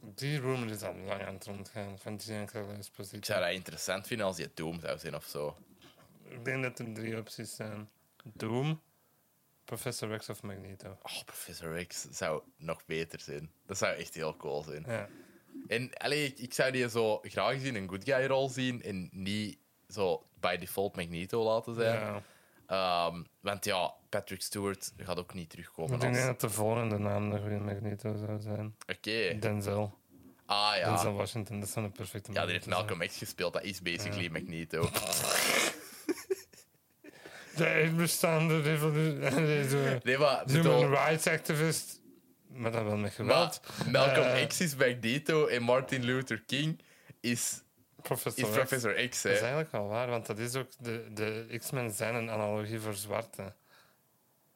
B: Die rumor is al lang aan het rondgaan van Giancarlo
A: Ik
B: Esposito.
A: zou dat interessant vinden als je Doom zou zijn of zo.
B: Ik denk dat er drie opties zijn. Doom, Professor Rex of Magneto.
A: Oh, Professor X zou nog beter zijn. Dat zou echt heel cool zijn.
B: Ja.
A: En allee, ik, ik zou die zo graag eens in een good guy rol zien en niet zo by default Magneto laten zijn.
B: ja.
A: Ehm, want ja, Patrick Stewart gaat ook niet terugkomen
B: Ik denk
A: als...
B: dat de volgende naam de goede Magneto zou zijn.
A: Oké.
B: Denzel.
A: Ah ja.
B: Denzel Washington, dat zou een perfecte
A: Ja, die heeft
B: Magneto
A: Malcolm X gespeeld. Dat is basically Magneto.
B: zijn. De bestaande revolu- deze
A: Nee, maar... bedoel,
B: human rights activist. Maar dan wel met geweld.
A: maar Malcolm
B: Eh,
A: X is Magneto en Martin Luther King is,
B: Professor
A: is
B: X.
A: Professor X,
B: Dat
A: hè.
B: is eigenlijk wel waar, want dat is ook de, de X-Men zijn een analogie voor zwarte.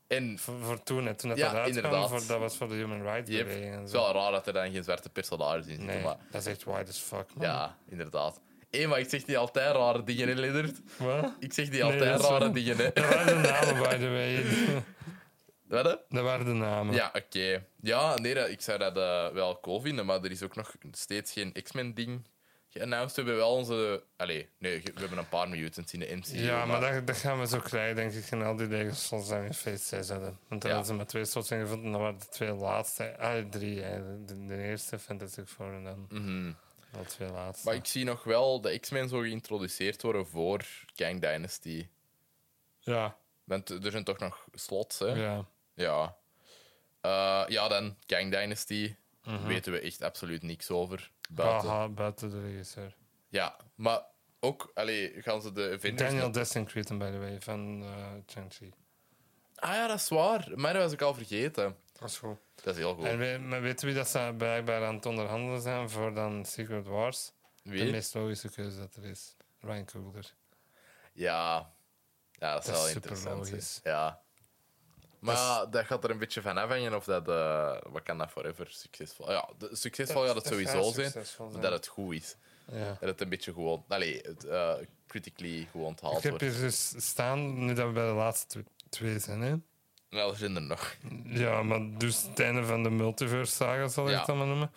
A: En
B: Voor, voor toen, hè. toen dat
A: Ja,
B: dat uitkwam,
A: inderdaad.
B: voor, dat was voor de human rights
A: Yep.
B: beweging.
A: Het
B: En
A: is
B: zo.
A: wel raar dat er dan geen zwarte personages in zitten,
B: Nee,
A: maar
B: dat is echt white as fuck, man.
A: ja, inderdaad. Hé, maar ik zeg niet altijd rare dingen, hè, Lennart?
B: Wat?
A: Ik zeg niet
B: Nee,
A: altijd
B: dat is
A: rare
B: wel-
A: dingen, hè?
B: Dat waren de namen, by the way.
A: Wat, hè?
B: Dat waren de namen.
A: Ja, oké. Ja, nee, dat- ik zou dat eh, wel cool vinden, maar er is ook nog steeds geen X-Men-ding geannounced. We hebben wel onze... Allee, nee, ge- we hebben een paar mutants in de MCU.
B: Ja, maar dat, dat gaan we zo krijgen, denk ik, in al die regels zijn in Phase 6 hadden. Want daar
A: Ja.
B: hadden ze maar twee slots in gevonden, en dan waren de twee laatste... Ah, drie, hè. De, de eerste Fantastic Four en dan
A: Mhm.
B: de twee laatste.
A: Maar ik zie nog wel de X-Men zo geïntroduceerd worden voor Kang Dynasty.
B: Ja,
A: Want er zijn toch nog slots, hè?
B: ja.
A: Ja. Eh, ja, dan Kang Dynasty.
B: Mhm.
A: Weten we echt absoluut niks over. Buiten.
B: Aha, buiten de regisseur.
A: Ja, maar ook, allee, gaan ze de Avengers.
B: Daniel Destin Cretton, by the way, van eh Chang-Chi.
A: Ah ja, dat is waar. Maar dat was ik al vergeten.
B: Dat is goed.
A: Dat is heel goed.
B: En we, maar weet wie dat ze blijkbaar aan het onderhandelen zijn voor dan Secret Wars? De
A: Wie?
B: meest logische keuze dat er is. Ryan Coogler.
A: Ja. ja, dat is
B: Dat
A: wel
B: is
A: interessant.
B: superlogisch.
A: hè. Ja. Maar
B: Dat is-
A: ja, dat gaat er een beetje van afhangen of dat. eh, wat kan dat forever succesvol? Ja, de- succesvol gaat het sowieso zijn. maar Dat het goed is.
B: Ja.
A: Dat het een beetje gewoon. Allee, het, eh, critically gewoon
B: Ik
A: onthaald
B: heb
A: wordt.
B: hier dus staan, nu dat we bij de laatste tw- twee zijn. Hè?
A: Nou, er zijn er nog.
B: Ja, maar dus het einde van de multiverse-saga, zal ik
A: Ja.
B: het allemaal noemen.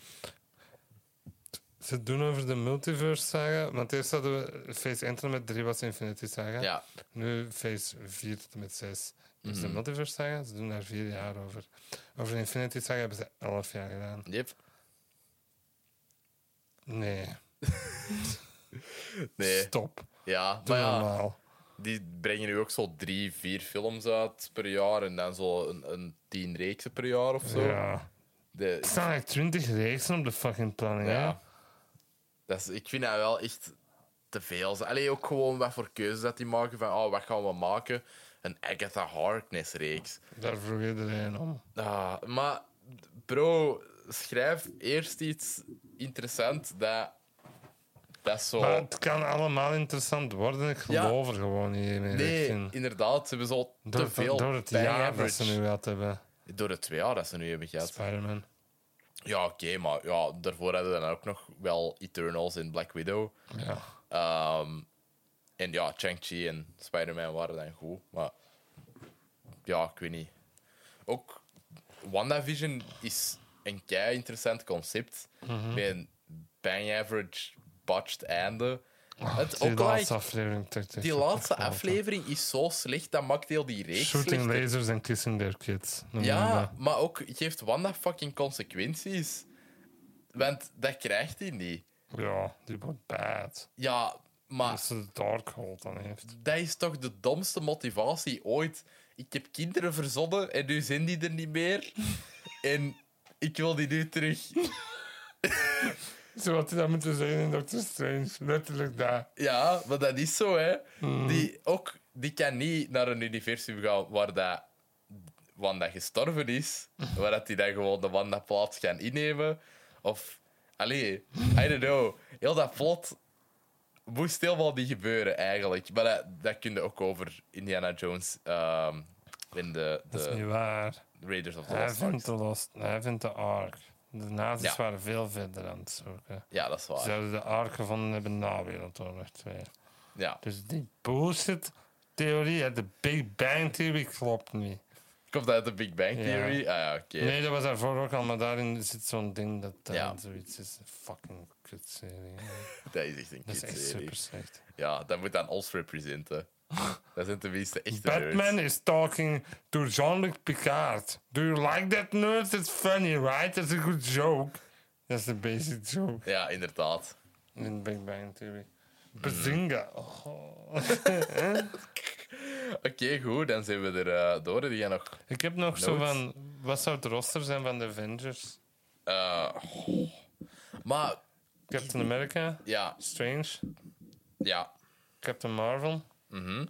B: Ze doen over de multiverse-saga, want eerst hadden we Phase 1 tot en met 3 was Infinity-saga.
A: Ja,
B: Nu Phase 4 tot en met 6 is
A: Mhm.
B: de multiverse-saga. Ze doen daar vier jaar over. Over Infinity-saga hebben ze 11 jaar gedaan.
A: yep.
B: Nee,
A: Nee,
B: stop.
A: ja.
B: Doe
A: Maar ja,
B: normaal.
A: Die brengen nu ook zo drie, vier films uit per jaar en dan zo een, een tien reeksen per jaar of zo.
B: Ja.
A: De,
B: Er staan eigenlijk 20 reeksen op de fucking planning. hè?
A: ja. Dat is, ik vind dat wel echt te veel. Alleen ook gewoon wat voor keuzes dat die maken van oh, wat gaan we maken? Een Agatha Harkness reeks.
B: Daar vroeg iedereen om.
A: Ah, maar bro, schrijf eerst iets interessants dat, dat zo.
B: Maar het kan allemaal interessant worden. Ik
A: Ja.
B: geloof er gewoon niet meer
A: nee,
B: echt in.
A: inderdaad, ze hebben zo te
B: Door,
A: veel.
B: door het
A: bang
B: jaar dat
A: average.
B: ze nu gehad hebben.
A: Door het twee jaar dat ze nu hebben gehad.
B: Spider-Man.
A: Ja, oké, maar ja, daarvoor hadden we dan ook nog wel Eternals en Black Widow.
B: Ja.
A: Ehm, en ja, Shang-Chi en Spider-Man waren dan goed, maar ja, ik weet niet. Ook WandaVision is een
B: Mhm.
A: kei interessant concept met een bang average botched einde. het,
B: Oh, die
A: ook
B: laatste
A: like,
B: aflevering. trekt echt
A: die
B: op de
A: laatste
B: kloten.
A: aflevering is zo slecht, dat maakt heel die reeks
B: Shooting
A: slecht.
B: lasers en kissing their kids. Noem je dat.
A: Ja, maar ook geeft Wanda fucking consequenties. Want dat krijgt hij niet.
B: ja, die wordt bad.
A: Ja, maar
B: Als ze de Darkhold dan heeft.
A: dat is toch de domste motivatie ooit. Ik heb kinderen verzonnen en nu zijn die er niet meer. En ik wil die nu terug.
B: Zo had hij dat moeten zeggen in Doctor Strange. Letterlijk daar.
A: Ja, maar dat is zo, hè.
B: Mm.
A: Die, ook, die kan niet naar een universum gaan waar dat Wanda gestorven is. Waar dat die dan gewoon de Wanda-plaats gaan innemen. Of, allee, I don't know. Heel dat plot moest helemaal niet gebeuren, eigenlijk. Maar dat, dat kun je ook over Indiana Jones ehm, in de,
B: Dat is
A: de
B: niet waar.
A: Raiders of the
B: Hij
A: Lost Ark.
B: vindt de, lost, hij vindt de Ark. De nazi's
A: Ja. Ah.
B: waren veel verder aan het zoeken.
A: Ja, dat is
B: Ze
A: waar.
B: zouden de Ark gevonden hebben na Wereldoorlog 2.
A: Ja.
B: Dus die bullshit-theorie uit de Big Bang-theorie klopt niet.
A: Komt dat uit de Big Bang
B: Ja.
A: Theory? Ah ja, oké.
B: Nee, dat was daarvoor ook al, maar daarin zit zo'n ding dat eh,
A: Ja.
B: zoiets is. Fucking kutserie.
A: Dat is echt een
B: Dat is echt
A: kutserie.
B: super slecht.
A: Ja, dat moet aan ons representen. Dat zijn tenminste echte
B: Batman
A: nerds.
B: is talking to Jean-Luc Picard. Do you like that nerd? It's funny, right? That's a good joke. That's the basic joke
A: Ja, inderdaad.
B: in Big Bang Theory. Bazinga. Oh.
A: Oké, goed, dan zijn we er eh, door. Heb jij nog...
B: Ik heb nog zo
A: Notes?
B: van... Wat zou het roster zijn van de Avengers?
A: eh, Maar,
B: Captain America,
A: ja,
B: Strange,
A: ja.
B: Captain Marvel.
A: mhm.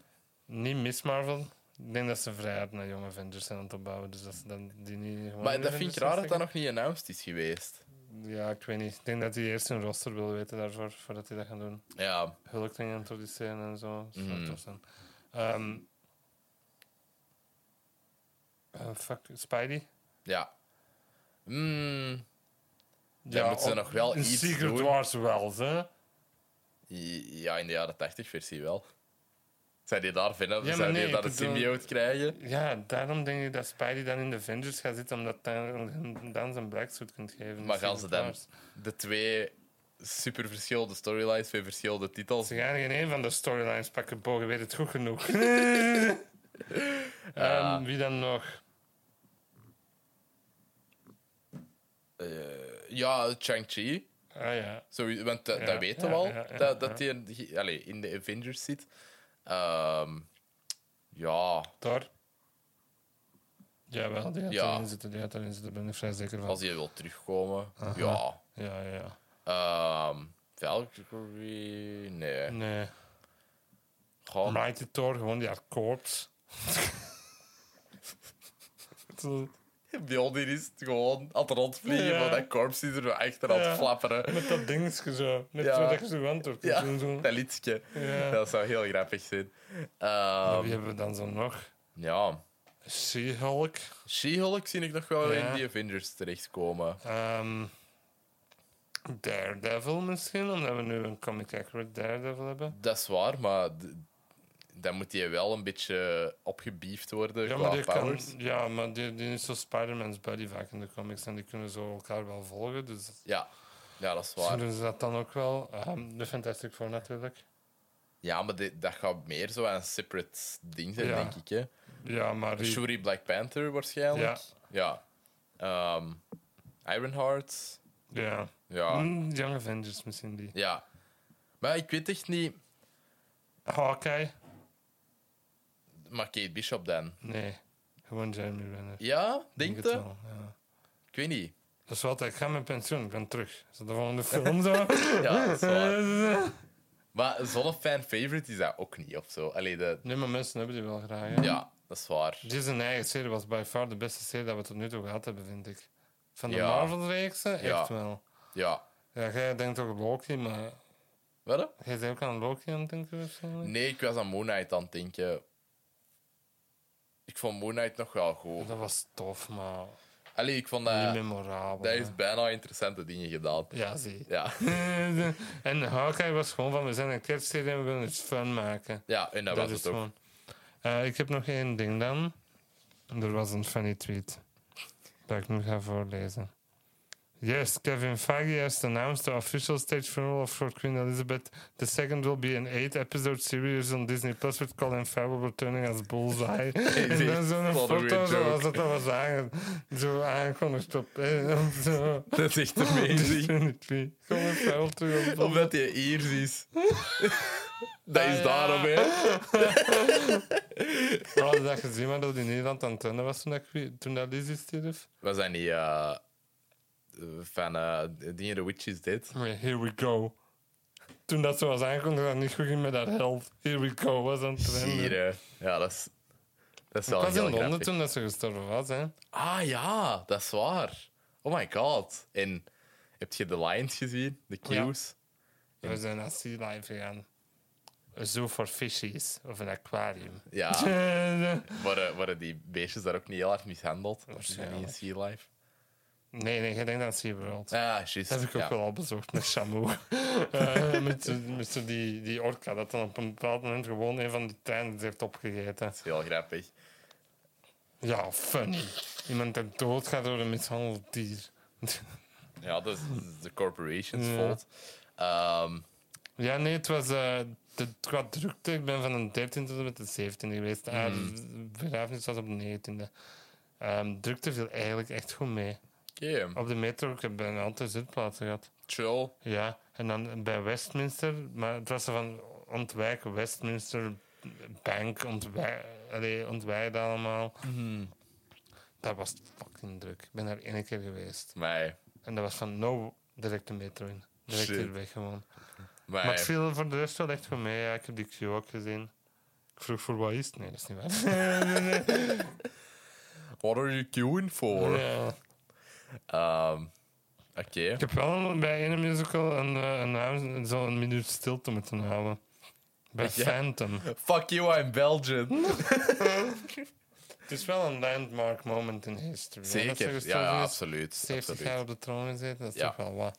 B: Niet Miss Marvel. Ik denk dat ze vrijheid naar jonge Avengers zijn aan het opbouwen. Dus dat ze dan die niet gewoon
A: Maar
B: in
A: dat vind ik
B: Avengers
A: raar dat dat
B: steken.
A: nog niet announced is geweest.
B: Ja, ik weet niet. Ik denk dat hij eerst een roster wil weten daarvoor, voordat hij dat gaat doen.
A: Ja,
B: Hulk dingen introduceren en zo. Dat zou
A: Mhm.
B: tof zijn. Ehm, eh, fuck, Spidey?
A: ja. Mm,
B: Ja,
A: moeten ze
B: op-
A: nog wel
B: in
A: iets
B: Secret
A: doen.
B: Wars wel, hè?
A: ja, in de jaren 80 versie wel. Zijn die daar vinden?
B: Ja, maar
A: Zijn
B: nee,
A: die daar
B: ik
A: een
B: bedoel-
A: symbiote krijgen?
B: Ja, daarom denk ik dat Spidey dan in de Avengers gaat zitten, omdat dan, hem dan zijn black suit kunt geven. in
A: Maar gaan
B: Secret
A: ze dan
B: Wars.
A: de twee super verschillende storylines, twee verschillende titels?
B: Ze gaan geen een van de storylines pakken, Bogen weet het goed genoeg.
A: Ja.
B: Ehm, wie dan nog?
A: Eh, ja, Chang-Chi.
B: Ah ja.
A: Zo, want dat,
B: Ja,
A: dat weten we
B: ja,
A: al,
B: ja, ja,
A: dat,
B: ja.
A: dat die in, die- allee, in de Avengers zit. Ehm, ja,
B: Thor. Jawel, die had
A: Ja.
B: erin zitten. Die had erin zitten, daar ben ik vrij zeker van.
A: als hij wil terugkomen.
B: Aha.
A: Ja.
B: Ja, ja.
A: Ehm Valkyrie? Nee.
B: Nee.
A: Goh,
B: Mighty Thor, gewoon die haar korps. Zo,
A: Mjolnir is gewoon aan het rondvliegen,
B: Ja.
A: maar dat korps is er wel achter aan
B: Ja.
A: het flapperen.
B: Met dat dingetje zo. Net
A: Ja.
B: zo dat je zo antwoord kunt
A: Ja,
B: doen. Zo.
A: dat liedje.
B: Ja.
A: Dat zou heel grappig zijn.
B: En
A: Ehm,
B: Wie hebben we dan zo nog?
A: ja.
B: She-Hulk.
A: She-Hulk zie ik nog wel
B: Ja.
A: in die Avengers terechtkomen.
B: Ehm, Daredevil misschien, omdat we nu een comic accurate Daredevil hebben.
A: Dat is waar, maar d- dan moet hij wel een beetje opgebiefd worden
B: Ja, maar,
A: qua
B: die kan,
A: powers.
B: ja, maar die, die is zo Spider-Man's buddy vaak in de comics en die kunnen zo elkaar wel volgen. Dus
A: Ja. ja, dat is
B: Zo
A: waar.
B: doen ze dat dan ook wel. Ehm, de Fantastic Four natuurlijk.
A: Ja, maar dit- dat gaat meer zo een separate ding zijn,
B: Ja.
A: denk ik. Hè.
B: Ja, maar die-
A: Shuri Black Panther waarschijnlijk. Ja. Ehm, Ironheart.
B: ja.
A: Ja.
B: Mm, Young Avengers misschien die.
A: ja. Maar ik weet echt niet...
B: Hawkeye?
A: Maar Kate Bishop dan?
B: Nee. Gewoon Jeremy Renner.
A: Ja,
B: Ik
A: denk
B: het
A: je?
B: wel, ja.
A: Ik weet niet.
B: Dat is wat, ik ga met pensioen, ik ben terug. Is dat de volgende film zo?
A: Ja, dat is waar. Maar zo'n fan favorite is dat ook niet, of zo. Allee, de...
B: nee, maar mensen hebben die wel graag. hè.
A: Ja, dat is waar.
B: Dit is een eigen serie, was by far de beste serie dat we tot nu toe gehad hebben, vind ik. Van de
A: Ja.
B: Marvel-reeksen,
A: Ja.
B: echt wel.
A: Ja.
B: Ja, jij denkt ook Loki, maar...
A: Wat? hè?
B: Jij bent ook aan Loki aan het denken waarschijnlijk?
A: Nee, ik was aan Moon Knight aan het denken. Ik vond Moon Knight nog wel goed.
B: Dat was tof, maar
A: Allee, ik vond
B: niet
A: dat...
B: memorabel.
A: Dat
B: hè.
A: heeft bijna interessante dingen gedaan.
B: Ja, zie.
A: Ja,
B: en Hawkeye was gewoon van, we zijn een kerstserie en we willen iets fun maken.
A: ja en dat, was het ook.
B: gewoon. Eh, ik heb nog één ding dan. Er was een funny tweet. Dat ik nu ga voorlezen. Yes, Kevin Feige has announced the official stage funeral for Queen Elizabeth II will be an eight-episode series on Disney Plus with Colin Farrell returning as Bullseye. en dan
A: echt
B: zo'n
A: wel een
B: foto
A: goeie joke.
B: zoals dat al was aange- zo aangekondigd op. eh, op zo.
A: Dat is echt amazing.
B: 2023. Colin Farrell terug als Bullseye.
A: Omdat hij Iers is. dat is
B: Ah, ja.
A: daarom, hè.
B: We hadden dat gezien, maar dat het in Nederland aan het rennen was toen dat, Queen- toen dat Lizzie stierf.
A: Was dat niet eh, van eh Dingen The Witch is Dead?
B: Maar Here we go. Toen dat zo was aangekondigd, dat het niet goed ging met haar health. Here we go was aan het rennen.
A: Hier, hè. Ja, dat is, dat is
B: Ik
A: wel
B: was in
A: heel
B: Londen
A: grappig.
B: toen dat ze gestorven was, hè?
A: Ah ja, dat is waar. Oh my god. En heb je de lines gezien? De cues?
B: We zijn naar Sea Life gegaan. Een zoo voor visjes of een aquarium.
A: Ja.
B: Eh,
A: Worden, worden die beestjes daar ook niet heel hard mishandeld?
B: Waarschijnlijk.
A: In Sea Life?
B: nee, nee, ik denk aan SeaWorld.
A: Ah, juist.
B: Dat heb ik ook
A: ja.
B: wel al bezocht met Shamu. Eh, met zo- met zo die, die orka dat dan op een bepaald moment gewoon een van de treinen heeft opgegeten.
A: Dat is heel grappig.
B: Ja, funny. Iemand dat doodgaat door een mishandeld dier.
A: Ja, dat is de corporation's
B: Ja.
A: fault. Ehm,
B: Ja, nee, het was eh, de, qua drukte. Ik ben van de 13 tot en met de 17 geweest. Haar begrafenis was op de 19e. Ehm, drukte viel eigenlijk echt goed mee.
A: Oké,
B: Op de metro ik heb bijna altijd zitplaatsen gehad.
A: chill.
B: Ja, en dan bij Westminster, maar het was zo van ontwijk Westminster Bank, ontwijk, allee, ontwijk dat allemaal.
A: Mhm.
B: Dat was fucking druk. Ik ben daar één keer geweest.
A: Maar,
B: En dat was van no directe metro in. Direct
A: Shit. Ah,
B: hier weg gewoon.
A: maar,
B: Maar het viel voor de rest wel echt goed mee. Ja, ik heb die queue ook gezien. Ik vroeg voor wat is het? Nee, dat is niet waar.
A: what are you queuing for?
B: Ja.
A: Ehm, Oké.
B: Ik heb wel een- bij een musical een, eh, een, huis- zo een minuut stilte moeten houden. Bij
A: Ja.
B: Phantom.
A: Fuck you, I'm Belgian.
B: Het is wel een landmark moment in history. hè, dat ze
A: Zeker. Ja,
B: gestorven
A: ja,
B: is.
A: absoluut.
B: 70 jaar
A: absoluut.
B: op de troon gezeten, dat is
A: Ja.
B: toch wel wat.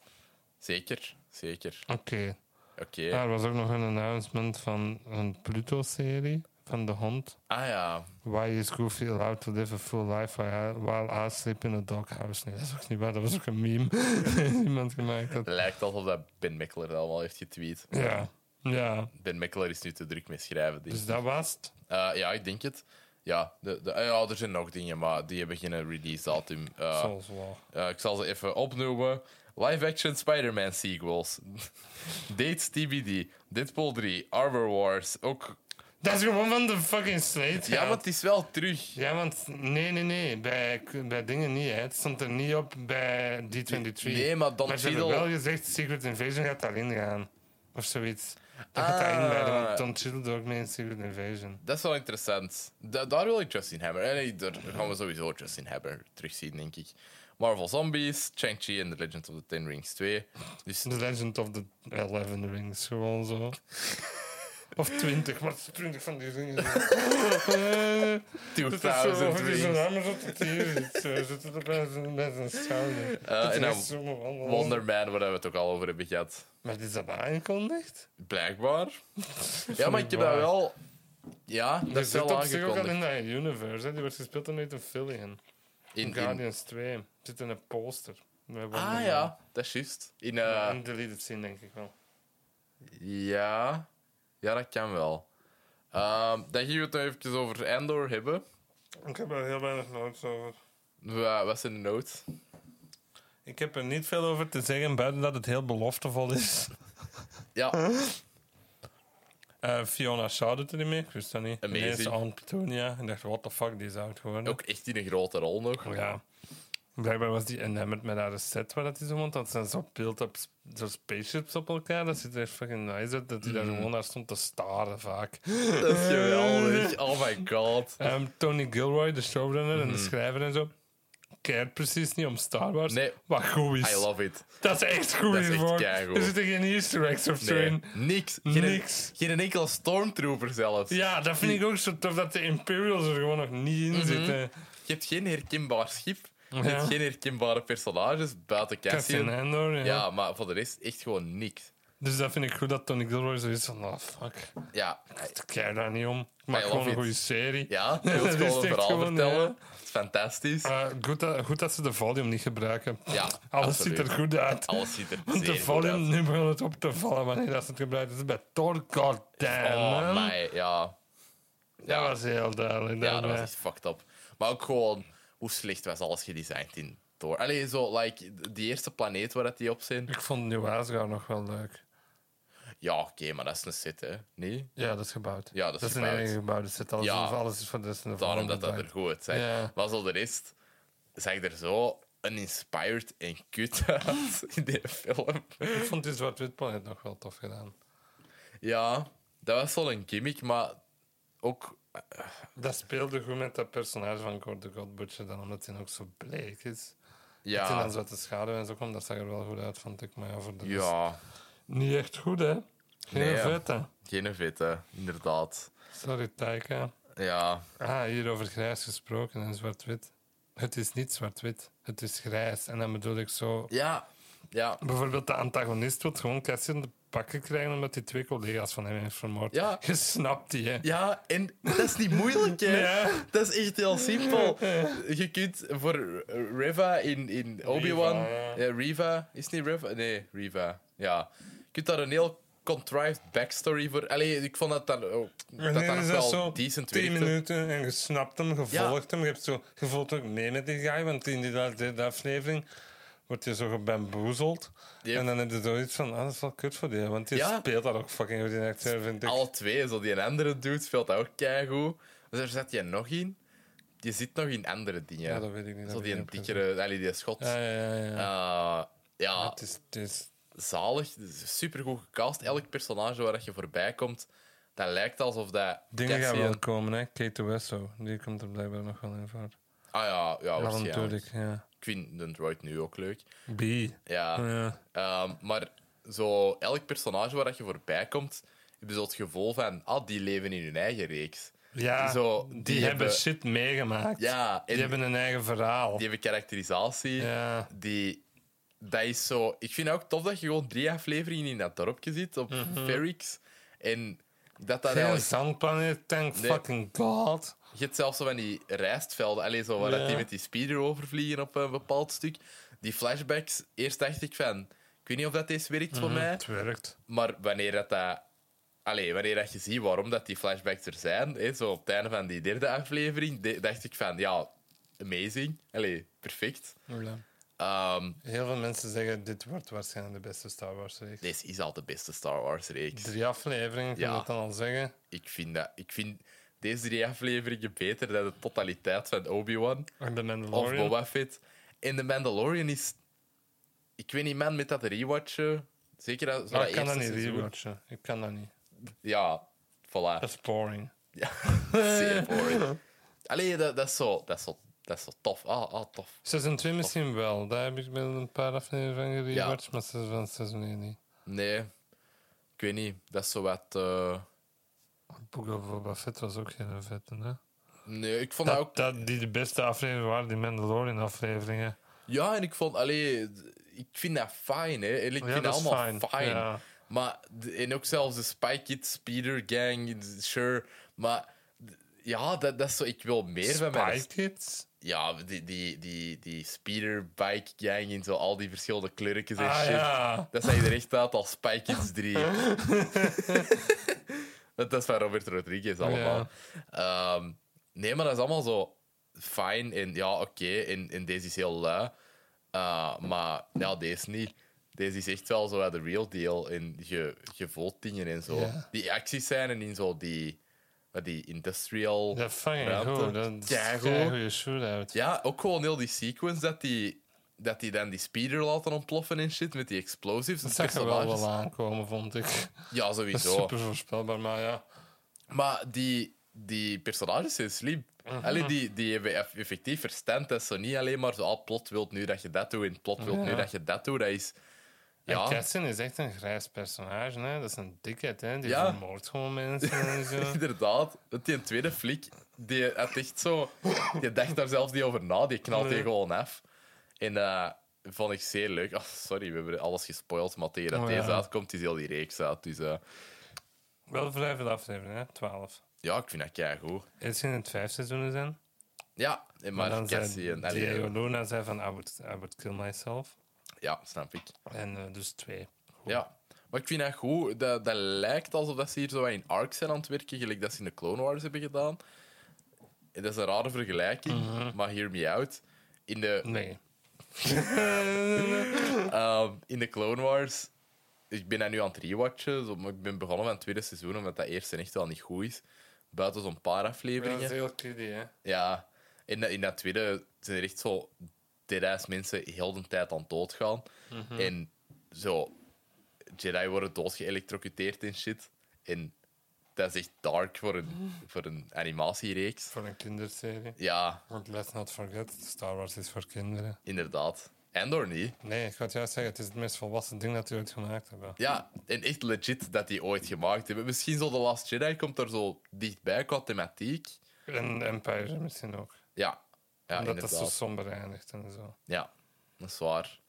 A: Zeker. Zeker.
B: Oké.
A: Oké.
B: Er was ook nog een announcement van een Pluto-serie van de hond.
A: Ah ja.
B: Why is Goofy allowed to live a full life while- while I sleep in a doghouse? Nee, dat is ook niet waar. Dat was ook een meme die iemand gemaakt had.
A: Lijkt alsof dat Ben Mickler dat allemaal heeft getweet.
B: Ja, ja.
A: Ben Mickler is nu te druk mee schrijven. denk ik.
B: Dus dat was het.
A: Eh, ja, ik denk het. Ja, de, de, eh, ja, er zijn nog dingen, maar die hebben geen release-datum. Eh,
B: Zoals wel.
A: eh, ik zal ze even opnoemen. Live-action Spider-Man sequels. Dates TBD. Deadpool 3. Armor Wars. Ook...
B: Dat is gewoon van de fucking slate.
A: Ja, want het is wel terug.
B: Ja, want nee, nee, nee. Bij, bij dingen niet. Hè. Het stond er niet op bij D23.
A: Nee, maar Don
B: ze hebben
A: Cheadle-
B: wel gezegd: Secret Invasion gaat daarin gaan. Of zoiets. Dat
A: Ah.
B: gaat daarin bij, want Don Cheadle doet ook mee in Secret Invasion.
A: Dat is wel interessant. Da- daar wil ik Justin Hammer. Eh, nee, daar gaan we sowieso Justin Hammer terugzien, denk ik. Marvel Zombies, Shang-Chi en The Legend of the Ten Rings 2. Dus
B: The Legend of the Eleven Rings, gewoon zo. of 20, maar het is 20 van die ringen. Eh, Dat is zo,
A: 2000
B: of die zijn
A: Rings.
B: armen zo tot hier zit. Zo zit het op zijn- bij zijn schouder. Dat
A: Eh, en
B: is
A: dan
B: zo gewandeld.
A: Wonder Man, waar we het ook al over hebben gehad.
B: Maar is dat aangekondigd?
A: Blijkbaar. Ja, maar ik heb dat
B: Blijkbaar.
A: wel... Ja, dat is
B: Die zit
A: wel
B: op zich ook al
A: aangekondigd.
B: in dat universe. Hè. Die wordt gespeeld door Nathan Fillion. In,
A: In, in,
B: Guardians 2. Er zit in een poster. Met Wonder
A: ah
B: Man.
A: ja, dat is juist. In, eh,
B: Een deleted scene, denk ik wel.
A: ja. ja, dat kan wel. Ehm dan gingen we het nog even over Endor hebben.
B: Ik heb er heel weinig notes over.
A: Wa- Wat zijn de notes?
B: Ik heb er niet veel over te zeggen, buiten dat het heel beloftevol is.
A: Ja,
B: Eh, Fiona Shaw doet er niet mee, ik wist dat niet.
A: Amazing.
B: Ineens aan Petunia. Ik dacht, what the fuck, die is oud geworden.
A: ook echt in een grote rol nog.
B: Oh Ja. Blijkbaar was die enamored met haar set waar dat is want dat zijn zo build-up sp- zo spaceships op elkaar. Dat ziet er echt fucking nice uit, dat hij daar
A: Mm.
B: gewoon naar stond te staren vaak.
A: Dat is geweldig. Oh my god.
B: Ehm, Tony Gilroy, de showrunner en
A: Mm-hmm.
B: de schrijver en zo, keert precies niet om Star Wars.
A: Nee.
B: Wat goed
A: I
B: is.
A: love it.
B: Dat is echt goed
A: Dat is echt
B: hiervoor.
A: keigoed.
B: Er zitten geen easter eggs of zo
A: Nee,
B: in.
A: niks. Geen,
B: Niks.
A: geen enkel stormtrooper zelfs.
B: Ja, dat vind ik ook zo tof dat de Imperials er gewoon nog niet in
A: Mhm.
B: zitten.
A: Je hebt geen herkenbaar schip. Je
B: Ja.
A: hebt geen herkenbare personages buiten
B: Cassian
A: Cassian.
B: Andor, ja.
A: Ja, maar voor de rest echt gewoon niks.
B: Dus dat vind ik goed dat Tony Gilroy zoiets van, oh fuck.
A: Ja,
B: Ik keer daar niet om. Ik maak
A: I love
B: gewoon een
A: it.
B: goede serie.
A: ja je wilt
B: Dat is
A: gewoon een
B: echt
A: verhaal
B: gewoon,
A: vertellen.
B: ja.
A: Het fantastisch.
B: Eh, goed, dat, goed dat ze de volume niet gebruiken.
A: Ja,
B: Alles
A: absoluut.
B: ziet er goed uit.
A: Alles ziet er
B: Want
A: zeer
B: de
A: goed
B: volume,
A: uit.
B: nu begon het op te vallen wanneer dat ze het gebruikt. Dat is bij Thor, goddamn.
A: Oh,
B: man.
A: my, ja.
B: Dat was heel
A: Ja,
B: duidelijk.
A: dat was
B: daarbij.
A: echt fucked up. Maar ook gewoon, hoe slecht was alles gedesigned in Thor? Allee, zo, like, die eerste planeet waar dat die op zijn.
B: Ik vond New Asgard nog wel leuk.
A: Ja, oké, maar dat is een set, hè? Nee?
B: Ja, dat is gebouwd.
A: Ja, dat is
B: een
A: gebouwd.
B: enige gebouwde set. Alles,
A: Ja.
B: alles is van de van de
A: Daarom dat
B: volgende
A: dat
B: tijd.
A: er goed uitzag.
B: Ja.
A: Maar zo de rest, zag ik er zo uninspired en kut uit in die film.
B: Ik vond die zwart-wit planet nog wel tof gedaan.
A: Ja, dat was wel een gimmick, maar ook...
B: Dat speelde goed met dat personage van Gord the God Butcher, dan omdat hij ook zo bleek is. Ja. En
A: Ja,
B: dan zo uit de schaduw en zo komt, dat zag er wel goed uit, vond ik. Maar ja, voor de rest
A: ja
B: Niet echt goed, hè? Geen
A: Nee, ja.
B: vet, hè?
A: geen vette, inderdaad.
B: Sorry, Taika.
A: Ja,
B: Ah, hier over grijs gesproken en zwart-wit. Het is niet zwart-wit, het is grijs. En dan bedoel ik zo...
A: ja, ja.
B: Bijvoorbeeld de antagonist wil gewoon Cassie in de pakken krijgen omdat hij twee collega's van hem heeft vermoord.
A: Ja.
B: Je snapt die, hè?
A: Ja, en dat is niet moeilijk, hè.
B: Nee.
A: Dat is echt heel simpel. Je kunt voor Reva in, in Obi-Wan...
B: Reva, ja.
A: ja. Reva. Is het niet Reva? Nee, Reva. Ja. Je kunt daar een heel contrived backstory voor... Allee, ik vond dat dan ook...
B: En
A: Dat dat
B: dan
A: nog
B: is dat
A: wel
B: zo
A: decent
B: tien
A: werkte.
B: minuten en je snapt hem, je
A: Ja.
B: volgt hem. Je hebt zo gevoeld ook mee met die guy, want in die derde aflevering wordt je zo gebamboezeld.
A: Yep.
B: En dan heb je zoiets van, ah, dat is wel kut voor die, want die
A: Ja.
B: speelt dat ook fucking goed in acteur, vind ik.
A: Alle twee. Zo die andere dude speelt dat ook keigoed. Dus er zat je nog in. Je zit nog in andere dingen.
B: Ja, dat weet ik niet, dat
A: Zo
B: weet
A: die
B: ik
A: een
B: niet precies.
A: dikkere... Allee, die schot.
B: Ja, ja, ja. ja.
A: Eh, ja,
B: Het is, het is,
A: zalig, supergoed gecast. Elk personage waar dat je voorbij komt, dat lijkt alsof dat...
B: dingen gaan
A: Cassian-
B: wel komen, hè. Kate Wesso, die komt er blijkbaar nog wel in voor.
A: Ah ja, ja
B: Ja,
A: waarschijnlijk.
B: natuurlijk, ja.
A: Ik vind de droid nu ook leuk.
B: B.
A: Ja.
B: Ja.
A: Ehm, maar zo, elk personage waar dat je voorbij komt, heb je zo het gevoel van, ah, die leven in hun eigen reeks.
B: Ja,
A: Zo,
B: die,
A: die
B: hebben,
A: hebben-
B: shit meegemaakt.
A: Ja, en
B: Die hebben een eigen verhaal.
A: die hebben karakterisatie.
B: Ja.
A: Die, dat is zo... Ik vind het ook tof dat je gewoon drie afleveringen in dat dorpje zit, op
B: Mhm.
A: Ferrix. En dat dat
B: Geen
A: eigenlijk
B: zandplaneet, thank
A: Nee.
B: fucking god.
A: Je hebt zelfs zo van die rijstvelden, alleen zo waar
B: Ja.
A: dat die met die speeder overvliegen op een bepaald stuk. Die flashbacks, eerst dacht ik van, ik weet niet of dat deze werkt voor mij,
B: Het werkt.
A: maar wanneer dat, dat allee, wanneer dat je ziet waarom dat die flashbacks er zijn, hè, zo op het einde van die derde aflevering, de- dacht ik van, ja, amazing, allee, perfect. Ehm,
B: Heel veel mensen zeggen, dit wordt waarschijnlijk de beste Star Wars reeks.
A: deze is al de beste Star Wars reeks.
B: Drie afleveringen, kan
A: Ja.
B: dat dan al zeggen?
A: Ik vind, dat, ik vind deze drie afleveringen beter dan de totaliteit van Obi-Wan.
B: En de
A: Of
B: Mandalorian.
A: Boba Fett. En The Mandalorian is... Ik weet niet, man, met dat rewatchen... Zeker dat... zo
B: Maar Ah, ik kan dat
A: eerste
B: niet
A: seizoen.
B: rewatchen. Ik kan dat niet.
A: Ja, voilà.
B: Dat is boring.
A: Ja, zeer boring. Allee, dat, dat, is zo, dat, is zo, dat is zo tof. Ah, ah tof.
B: Seizoen 2 misschien wel. Daar heb ik wel een paar afleveringen van gerewatcht, maar seizoen van seizoen 1 niet.
A: Nee, ik weet niet. Dat is zo wat... eh,
B: Book of Boba Fett was ook geen vette, hè?
A: Nee, ik vond dat ook...
B: Dat, dat die de beste afleveringen waren, die Mandalorian afleveringen.
A: Ja, en ik vond... Allee, d- ik vind dat fijn, hè. En ik
B: Oh Ja,
A: vind
B: dat
A: dat
B: is
A: allemaal
B: fijn,
A: fijn.
B: ja.
A: Maar... d- En ook zelfs de Spy Kids, Speeder Gang, d- sure. Maar... d- Ja, dat, dat is zo... Ik wil meer van mijn...
B: Spy Kids?
A: Ja, die, die, die, die speederbike gang in zo al die verschillende kleurtjes en
B: Ah,
A: shit.
B: ja.
A: Dat zag je er echt uit als Spy Kids 3. dat dat is van Robert
B: Oh,
A: Rodriguez allemaal. Ehm, nee, maar dat is allemaal zo fijn en ja, oké. en, en deze is heel lui. Eh, maar ja, deze niet. Deze is echt wel zo wat de real deal. En je, je voelt dingen en zo.
B: Ja.
A: Die acties zijn en in zo die, wat die industrial...
B: Dat vang ik
A: Ruimte.
B: goed. Dat is
A: Keigoed.
B: een goede shootout.
A: Ja, ook gewoon heel die sequence dat die, dat die dan die speeder laten ontploffen en shit met die explosives.
B: Dat
A: en
B: zag er wel
A: personages.
B: wel aankomen, vond ik.
A: Ja,
B: Dat is
A: sowieso.
B: super voorspelbaar, maar ja.
A: Maar die, die personages zijn slim.
B: Mhm.
A: Allee, die, die hebben eff- effectief verstand. Dat is zo niet alleen maar zo, ah, plot wilt nu dat je dat doet en plot wilt
B: Ja.
A: nu dat je dat doet. Dat is...
B: ja.
A: Ja,
B: Kessin is echt een grijs personage, hè. Dat is een dikheid, hè. Die
A: Ja.
B: vermoordt gewoon mensen en zo.
A: inderdaad. Want Die tweede flik, die had echt zo... Die dacht daar zelfs niet over na. Die knalt die
B: Nee.
A: gewoon af. En eh, vond ik zeer leuk. Ah, sorry, we hebben alles gespoild. Maar tegen dat
B: Oh, ja.
A: deze uitkomt, is heel die reeks uit. Dus... eh,
B: Wel vrij veel afleveringen, hè. Twaalf.
A: Ja, ik vind dat keigoed.
B: Is het in het vijf seizoenen zijn?
A: Ja, en maar,
B: dan
A: Cassie
B: zei
A: en Ellie-
B: Diego Luna zei van, I would, I would kill myself.
A: Ja, snap ik.
B: En eh, dus twee.
A: Ja. Maar ik vind dat goed. Dat, dat lijkt alsof dat ze hier zo wat in arcs zijn aan het werken, gelijk dat ze in de Clone Wars hebben gedaan. En dat is een rare vergelijking, maar hear me out. In de,
B: Nee.
A: ehm, in de Clone Wars... Ik ben dat nu aan het rewatchen, zo, maar ik ben begonnen met het tweede seizoen, omdat dat eerste echt wel niet goed is. Buiten zo'n paar
B: Dat is
A: afleveringen.
B: heel kiddie, hè.
A: Ja, in, dat- in dat tweede zijn er echt zo 3000 mensen heel de tijd aan het doodgaan.
B: Mhm.
A: En zo, Jedi worden doodgeëlectrocuteerd en shit. En dat is echt dark voor
B: Mhm.
A: een, voor een animatiereeks.
B: Voor een kinderserie.
A: Ja,
B: Want let's not forget, Star Wars is voor kinderen.
A: inderdaad. En door niet.
B: Nee, ik ga het juist zeggen, het is het meest volwassen ding dat we ooit gemaakt hebben.
A: Ja, en echt legit dat die ooit gemaakt hebben. Misschien zo The Last Jedi komt er zo dichtbij qua thematiek.
B: En Empire misschien ook.
A: Ja, ja
B: Omdat dat
A: Ah, inderdaad.
B: zo somber eindigt en zo.
A: Ja, dat is waar.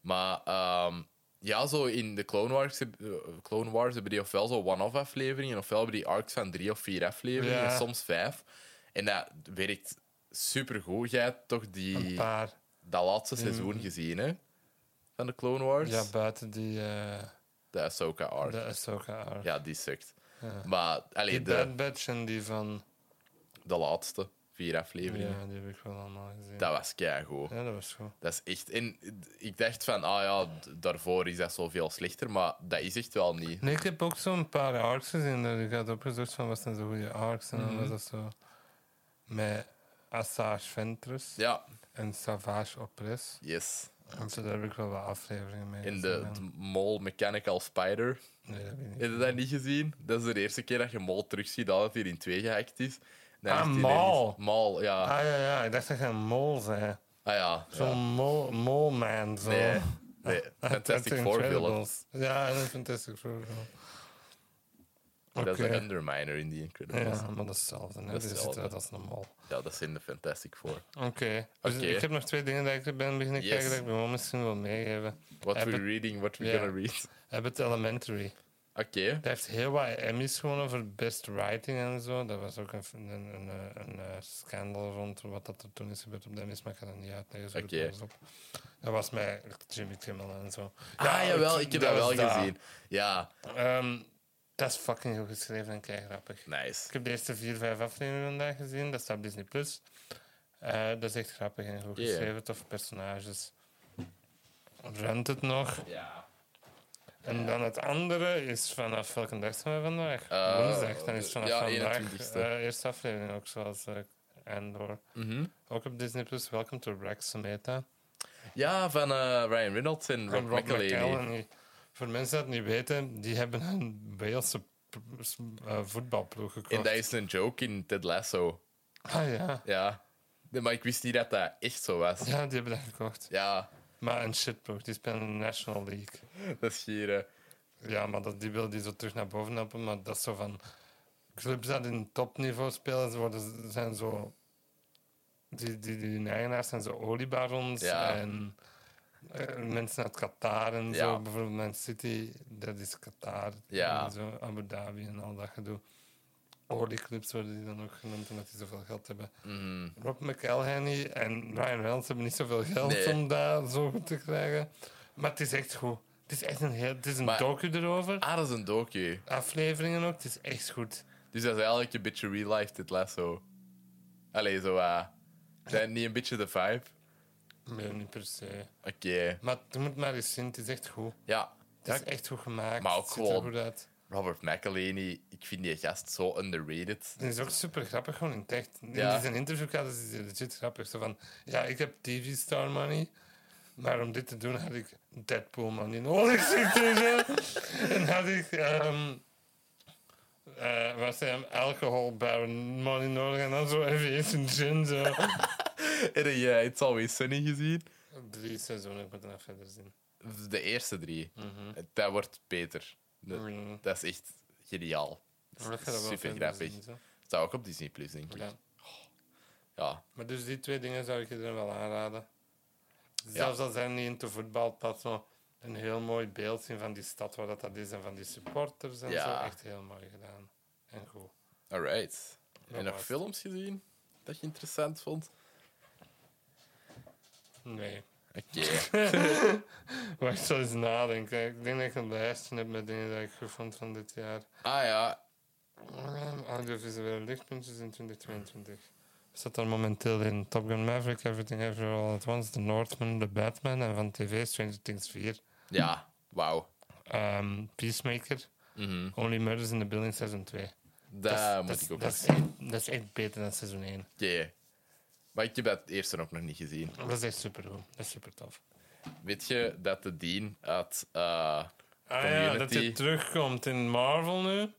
A: Maar ehm, ja, zo in de Clone Wars, heb- eh, Clone Wars hebben die ofwel zo one-off afleveringen, ofwel hebben die arcs van drie of vier afleveringen,
B: Ja.
A: en soms vijf. En dat werkt supergoed. Jij hebt toch
B: Een
A: die,
B: paar.
A: dat laatste seizoen gezien, hè? Van de Clone Wars?
B: Ja, buiten die eh,
A: De Ahsoka arc.
B: de Ahsoka arc.
A: Ja, die sukt.
B: Ja.
A: Maar
B: Die
A: alleen de,
B: Bad Batch en die van...
A: de laatste vier afleveringen.
B: Ja, die heb ik wel allemaal gezien.
A: Dat was keigoed.
B: Ja, dat was goed.
A: Dat is echt... En ik dacht van, ah ja, d- daarvoor is dat zoveel slechter, maar dat is echt wel niet.
B: Nee, ik heb ook zo'n paar arcs gezien. Dat ik had opgezocht van wat zijn zo goede arcs. En
A: Mhm.
B: dan was dat zo met Assage Ventress
A: Ja,
B: en Savage Opress.
A: yes.
B: En zo daar heb ik wel wat afleveringen mee
A: In de,
B: gezien.
A: de Mole Mechanical Spider.
B: Nee, dat weet
A: Heb
B: ik
A: je
B: niet.
A: dat niet gezien? Dat is de eerste keer dat je Mole terugziet dat het hier in twee gehackt is. Dan
B: Ah,
A: is die
B: Maul.
A: ineens- Maul, ja.
B: Ah ja, ja, ik dacht dat je een mol zei.
A: Ah ja.
B: Zo'n
A: ja.
B: mol, molman, zo.
A: Nee, nee.
B: Ah,
A: Fantastic
B: that's
A: Four villain.
B: Incredibles. Ja, dat is Fantastic Four villain. Oké,
A: Dat is de Underminer in die Incredibles.
B: ja, maar dat is hetzelfde. hè.
A: Dat is
B: Die ziet
A: hetzelfde.
B: eruit als een mol.
A: Ja, dat zijn de Fantastic Four.
B: Oké, dus
A: Oké.
B: ik heb nog twee dingen dat ik er ben beginnen
A: Yes.
B: kijken dat ik me misschien wil meegeven.
A: What
B: Heb
A: we
B: het-
A: reading, what we
B: Ja.
A: gonna read.
B: Abbott Elementary.
A: Oké.
B: Dat heeft heel wat Emmys gewonnen voor best writing en zo. Dat was ook een, een, een, eh, een, eh, scandal rond wat dat er toen is gebeurd op de Emmys, maar ik ga dat niet uitleggen. zoek het
A: Oké.
B: maar eens op. Dat was met Jimmy Kimmel en zo.
A: ah, jawel, ik heb dat wel
B: was dat.
A: gezien. Ja,
B: Ehm, dat is fucking goed geschreven en kei grappig.
A: nice.
B: Ik heb de eerste vier, vijf afleveringen vandaag gezien. Dat staat op Disney+. Plus. Eh, dat is echt grappig en goed
A: Ja.
B: geschreven. Tof personages. Ruimt het nog.
A: Ja.
B: En dan het andere is vanaf welke dag zijn we vandaag?
A: Eh,
B: Woensdag. Dan is vanaf
A: ja,
B: vandaag
A: 21ste.
B: eh eerste aflevering ook, zoals eh, Andor.
A: Mhm.
B: Ook op Disney+. Plus. Welcome to Black Sameta.
A: Ja, van eh, Ryan Reynolds en
B: En
A: Rob, McElhenney.
B: McElhenney. Voor mensen die het niet weten, die hebben een Waalse p- s- eh, voetbalploeg
A: En
B: gekocht.
A: dat is een joke in Ted Lasso.
B: Ah ja.
A: Ja. Nee, maar ik wist niet dat dat echt zo was.
B: Ja, die hebben dat gekocht.
A: Ja,
B: Maar een shitploeg, die spelen in de National League.
A: dat is hier... eh,
B: Ja, maar dat, die wil die zo terug naar boven helpen. Maar dat is zo van... Clubs dat in topniveau spelen, ze worden, zijn zo... Die, die, die hun eigenaars zijn zo oliebarons.
A: Ja.
B: En eh, mensen uit Qatar en zo.
A: Ja.
B: Bijvoorbeeld Man City, dat is Qatar.
A: Ja.
B: En zo, Abu Dhabi en al dat gedoe. Olieclubs worden die dan ook genoemd, omdat die zoveel geld hebben.
A: mm,
B: Rob McElhenney en Ryan Reynolds hebben niet zoveel geld
A: Nee.
B: om dat zo goed te krijgen. Maar het is echt goed. Het is echt een, heel, het is een
A: Maar-
B: docu erover.
A: ah, dat is een docu.
B: Afleveringen ook, het is echt goed.
A: Dus dat is eigenlijk een beetje real life Ted Lasso. Allee, zo... eh, zijn niet een beetje de vibe?
B: Nee, niet per se.
A: Oké,
B: Maar je moet maar eens zien, het is echt goed.
A: ja.
B: Het is echt goed gemaakt.
A: Maar ook
B: het ziet er
A: gewoon-
B: goed uit.
A: Robert McElhenney, ik vind die gast zo underrated.
B: Het is ook super grappig, gewoon in het echt.
A: Ja.
B: In zijn interview hadden ze die legit grappig. Zo van, ja, ik heb TV Star money, maar om dit te doen had ik Deadpool money nodig. zegt hij zo. en had ik, ehm eh, wat zei hem, alcohol baron money nodig. En dan zo even eens een gin, zo.
A: Heb je It's Always Sunny gezien?
B: Drie seizoenen, ik moet er nog verder zien.
A: De eerste drie. Dat wordt beter. Dat,
B: Mm.
A: dat is echt geniaal.
B: Maar dat gaat wel
A: Super
B: verder
A: grappig.
B: zien, zo.
A: Staat ook op Disney Plus, denk ik.
B: Ja.
A: Ja,
B: Maar dus die twee dingen zou ik je dan wel aanraden. Zelfs als hij niet into voetbal past, zo een heel mooi beeld zien van die stad waar dat, dat is en van die supporters en
A: Ja.
B: zo. Echt heel mooi gedaan. En goed.
A: alright.
B: Ja,
A: en nog
B: maar-
A: films gezien? dat je interessant vond?
B: Nee.
A: Oké.
B: Maar ik zal eens nadenken. Ik denk dat ik een lijstje heb met dingen die ik goed vond van dit jaar.
A: Ah ja,
B: Ehm, Audiovisuele lichtpuntjes in 2022. Er Zat er momenteel in Top Gun Maverick, Everything Everywhere All At Once, The Northman, The Batman en van TV Stranger Things 4.
A: ja, wauw.
B: Ehm, Peacemaker,
A: Mhm.
B: Only Murders in the Building seizoen 2.
A: Daar moet
B: dat,
A: ik ook nog
B: dat is
A: zien.
B: echt, dat is echt beter dan seizoen 1.
A: Oké. Maar ik heb dat eerste ook nog niet gezien.
B: Dat is echt super goed. Dat is super tof.
A: Weet je dat de Dean uit eh,
B: Ah ja, dat
A: Community...
B: hij terugkomt in Marvel nu.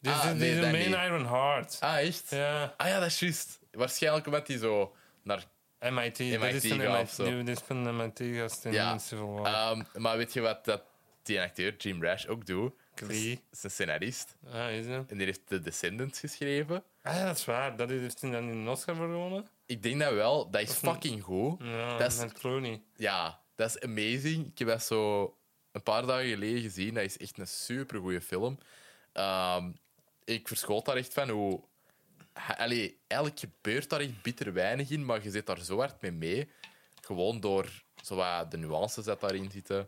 B: Dit is
A: Ah,
B: dit
A: nee,
B: is de
A: dat
B: main
A: niet.
B: Iron Heart.
A: ah, echt?
B: Ja,
A: Ah ja, dat is juist. Waarschijnlijk omdat hij zo naar...
B: MIT. dit is
A: MIT
B: een
A: -gast
B: MIT,
A: of zo.
B: dit is een MIT-gast in
A: Ja.
B: Civil War.
A: Ehm, maar weet je wat dat die acteur, Jim Rash, ook doet? Dat is-
B: Wie?
A: is een scenarist.
B: Ah, is het?
A: En die heeft The Descendants geschreven.
B: Ah, ja, dat is waar. Dat is- heeft hij dan in een Oscar voor gewonnen.
A: Ik denk dat wel. Dat is fucking goed.
B: Ja,
A: Dat is-
B: met Clooney.
A: Ja, dat is amazing. Ik heb dat zo een paar dagen geleden gezien. Dat is echt een supergoeie film. Ehm, ik verschoot daar echt van hoe... ha- Allee, eigenlijk gebeurt daar echt bitter weinig in, maar je zit daar zo hard mee mee. Gewoon door zo wat de nuances dat daarin zitten.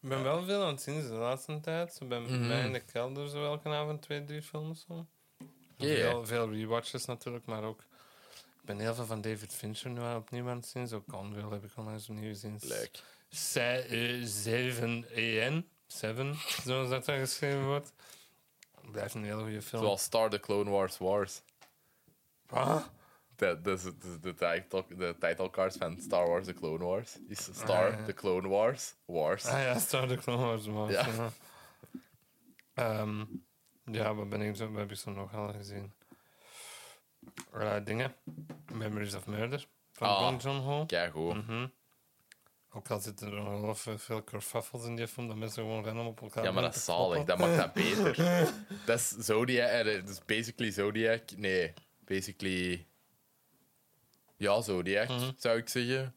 B: Ik ben wel veel aan het zien de laatste tijd. Ze bij
A: Mhm.
B: mij in de kelder zo elke avond twee, drie films. Zo.
A: Ja.
B: Veel, veel rewatches natuurlijk, maar ook... Ik ben heel veel van David Fincher nu aan- opnieuw aan het zien. Zo Conville heb ik onlangs opnieuw gezien.
A: Leuk.
B: Se- eh, 7 EN. 7, zoals dat dan geschreven wordt. Blijft een hele goede film.
A: Zoals Star The Clone Wars Wars.
B: Ah,
A: Dat dat is dat is de, title, de title cards van Star Wars The Clone Wars. Is Star
B: Ah, ja.
A: The Clone Wars Wars.
B: ah ja, Star Trek Clone Wars. man.
A: Ja.
B: Ja. Ehm, ja, wat ben ik zo, wat heb ik zo nog al gezien? Eh, dingen. Memories of Murder van
A: Ah.
B: Bong Joon-ho.
A: Kijk goed.
B: Mhm. Ook al zitten er nog wel veel- veel kerfuffels in die film, dat mensen gewoon random op elkaar
A: Ja, maar dat
B: beginnen
A: is zalig.
B: te kloppen.
A: Dat maakt dat beter. dat is Zodiac. eh, Dat is basically Zodiac. Nee, basically... Ja, Zodiac, zou ik zeggen.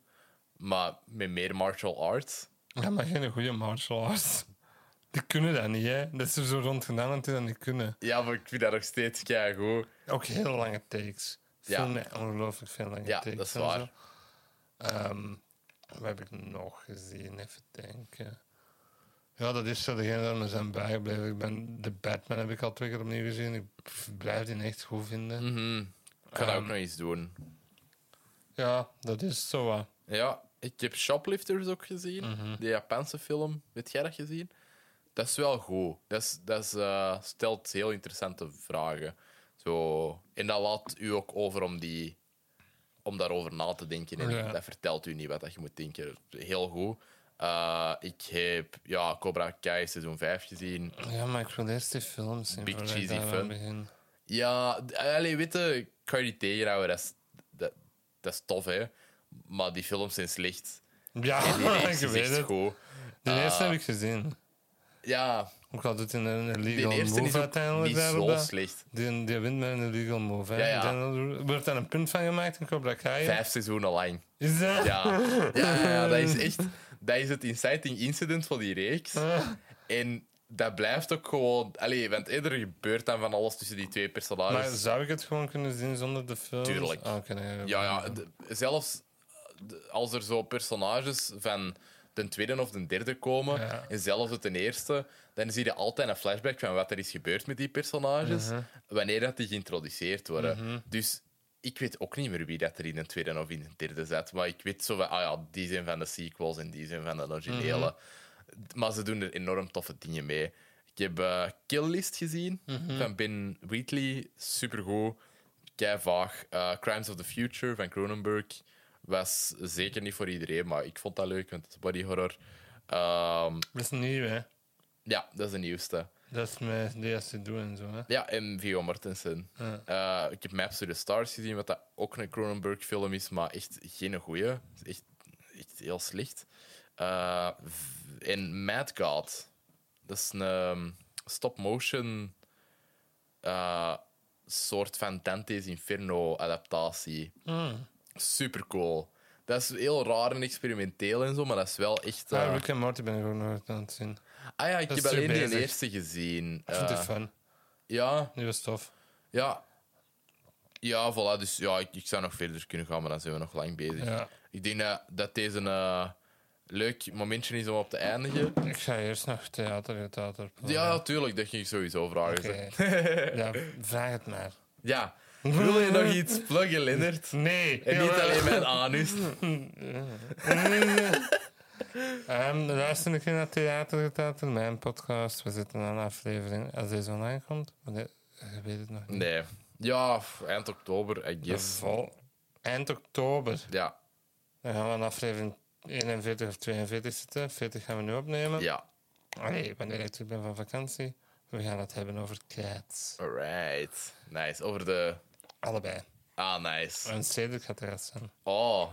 A: Maar met meer martial arts.
B: Ja, maar geen goede martial arts. Die kunnen dat niet, hè? Dat is er zo rond gedaan dat die dat niet kunnen.
A: Ja, maar ik vind dat nog steeds kei goed.
B: Ook heel lange takes.
A: Ja.
B: Veel, met ongelooflijk veel lange
A: Ja,
B: takes.
A: dat is
B: en
A: waar.
B: zo. Ehm, wat heb ik nog gezien? Even denken. Ja, dat is zo degene dat me zijn bijgebleven. Ik ben, de Batman heb ik al twee keer opnieuw gezien. Ik blijf die echt goed vinden.
A: Mhm. Ik ga dat
B: Ehm.
A: ook nog eens doen.
B: Ja, dat is zo wat.
A: Ja, ik heb Shoplifters ook gezien.
B: Mhm.
A: Die Japanse film. Weet jij dat gezien? Dat is wel goed. Dat, is, dat is, eh, stelt heel interessante vragen. Zo, en dat laat u ook over om, die, om daarover na te denken. En
B: Oh, Ja.
A: dat vertelt u niet wat dat je moet denken. Heel goed. Eh, ik heb ja, Cobra Kai seizoen 5 gezien.
B: Ja, maar ik wil eerst die films zien.
A: Big
B: voordat ik
A: cheesy
B: daaraan
A: fun.
B: begin.
A: Ja, d- allee, weet je, ik kan je niet tegenhouden. Dat is, dat, dat is tof, hè. Maar die films zijn slecht.
B: Ja,
A: En die reeks
B: ik
A: is
B: weet
A: echt
B: het.
A: goed.
B: De eerste
A: Ah.
B: heb ik gezien.
A: Ja,
B: Ook al doet hij een
A: De
B: illegal
A: eerste
B: move
A: is ook
B: uiteindelijk.
A: niet
B: daar
A: zo
B: op dat-
A: slecht.
B: die, die wint met een illegal move. hè.
A: Ja, ja.
B: En dan wordt daar een punt van gemaakt in Cobra Kai.
A: Vijf seizoenen lang.
B: Is dat?
A: Ja. Ja, ja, ja, dat is echt... Dat is het inciting incident van die reeks.
B: Ah.
A: En dat blijft ook gewoon... Allee, want eerder gebeurt dan van alles tussen die twee
B: Maar
A: personages.
B: zou ik het gewoon kunnen zien zonder de film?
A: Tuurlijk.
B: Ah, oké, nee,
A: Ja, ja. d- Zelfs d- als er zo personages van de tweede of de derde komen,
B: Ja.
A: en zelfs uit de eerste, dan zie je altijd een flashback van wat er is gebeurd met die personages, wanneer dat die geïntroduceerd worden. Dus ik weet ook niet meer wie dat er in de tweede of in de derde zat, maar ik weet zo van, ah ja, die zijn van de sequels en die zijn van de originele. D- Maar ze doen er enorm toffe dingen mee. Ik heb eh, Kill List gezien van Ben Wheatley. Supergoed. Kei vaag. Eh, Crimes of the Future van Cronenberg was zeker niet voor iedereen, maar ik vond dat leuk, want het is body horror. Ehm,
B: Dat is nieuw, hè?
A: ja, dat is de nieuwste.
B: Dat is met DSC doen en zo, hè?
A: Ja, en Viggo Mortensen. Eh, ik heb Maps to the Stars gezien, wat dat ook een Cronenberg-film is, maar echt geen goeie. Het is Echt, echt heel slecht. Eh, v- en Mad God. Dat is een ehm, stop-motion eh, soort van Dante's Inferno-adaptatie.
B: Ah.
A: Super cool. Dat is heel raar en experimenteel en zo, maar dat is wel echt... eh,
B: Ah, Rick en Morty ben ik ook nog aan het zien.
A: ah ja, ik
B: dat
A: heb
B: is
A: alleen die
B: bezig.
A: eerste gezien.
B: Ik vond die
A: Eh,
B: fun.
A: ja,
B: Die was tof.
A: ja, Ja, voilà. Dus ja, ik, ik zou nog verder kunnen gaan, maar dan zijn we nog lang bezig.
B: Ja.
A: Ik denk dat, dat deze een eh, leuk momentje is om op te eindigen.
B: Ik ga eerst nog theater in het theater.
A: Ja, tuurlijk. Dat ging ik sowieso vragen. zeg.
B: Oké. ja, vraag het maar.
A: Ja. Wil je nog iets pluggen, Lennart?
B: Nee.
A: En niet
B: jawel.
A: alleen mijn anus.
B: Ehm, luister een keer naar Theater Getheater, mijn podcast. We zitten aan een aflevering. Als deze online komt, wanneer- ik weet het nog niet.
A: Nee. Ja, f- eind oktober, I guess.
B: Vol. Eind oktober.
A: Ja,
B: Dan gaan we aan aflevering 41 of 42 zitten. 40 gaan we nu opnemen.
A: ja.
B: Allee, wanneer ik terug ben van vakantie. We gaan het hebben over cats.
A: Alright. Nice. Over de...
B: Allebei.
A: Ah, nice.
B: En Cedric gaat er gast zijn.
A: Oh.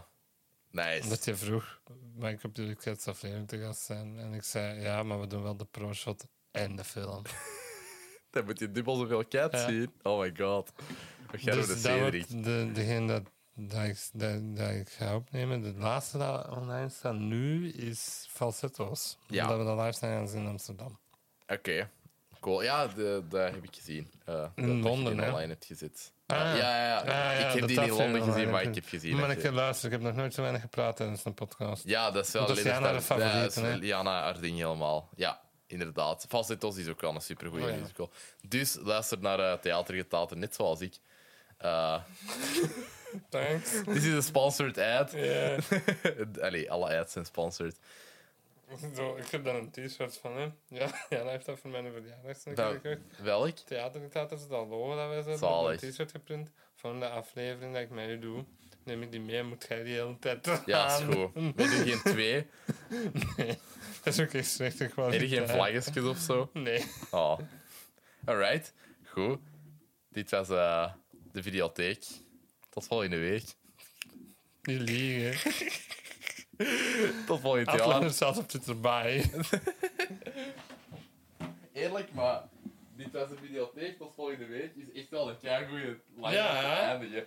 A: Nice.
B: Omdat je vroeg, mag ik op de cats aflevering te gast zijn? En ik zei, ja, maar we doen wel de pro-shot en de film.
A: Dan moet je dubbel zoveel cats
B: Ja.
A: zien. Oh my god. We gaan
B: dus
A: door de
B: dat
A: serie.
B: wordt de, degene dat, dat, ik, dat, dat ik ga opnemen. De laatste dat online staat nu is Falsetto's.
A: Ja.
B: Dat we dat live zijn gaan zien in Amsterdam.
A: Oké. Cool. Ja, de- dat heb ik gezien. Eh, dat- dat je
B: Londen,
A: in
B: hè?
A: online hebt gezet.
B: Ah,
A: ja, ja, ja.
B: Ah, ja,
A: ik heb
B: dat
A: die niet in
B: dat
A: Londen
B: online
A: gezien, maar
B: heb
A: ik heb gezien.
B: Maar
A: dat
B: ik eh,
A: je-
B: heb luisteren, ik heb nog nooit zo weinig gepraat tijdens een podcast.
A: Ja, dat is wel
B: Want dat is
A: Lennart
B: Jana de
A: daar- ja,
B: favoriete,
A: dat is
B: hè?
A: Jana haar ding helemaal. Ja, inderdaad. Falsettos is ook wel een supergoeie
B: Oh, ja.
A: musical. Dus luister naar eh Theatergetaten, net zoals ik. Eh,
B: Thanks.
A: Dit is een sponsored ad.
B: Ja.
A: Allee, alle ads zijn sponsored.
B: Zo, ik heb daar een t-shirt van hem. Ja, ja, hij heeft dat voor mijn verjaardag zijn
A: Dat-
B: gekocht.
A: Welk?
B: Theatertheater is dat logo dat wij zijn.
A: Zalig.
B: Ik heb een t-shirt geprint van de aflevering dat ik met u doe. Neem ik die mee, moet jij die hele tijd
A: Ja, is
B: aan.
A: goed. We doen geen twee.
B: Dat is ook echt slechte kwaliteit.
A: Er geen vlaggetjes of zo.
B: Nee.
A: Oh. Alright. Goed. Dit was eh, de videotheek. Tot volgende week.
B: Die liegen.
A: Tot volgend jaar.
B: Atlander staat op Twitter bij.
A: Eerlijk, maar dit was de videotheek. Tot volgende week is echt wel een keigoeie live
B: Ja,
A: om te
B: hè?
A: eindigen.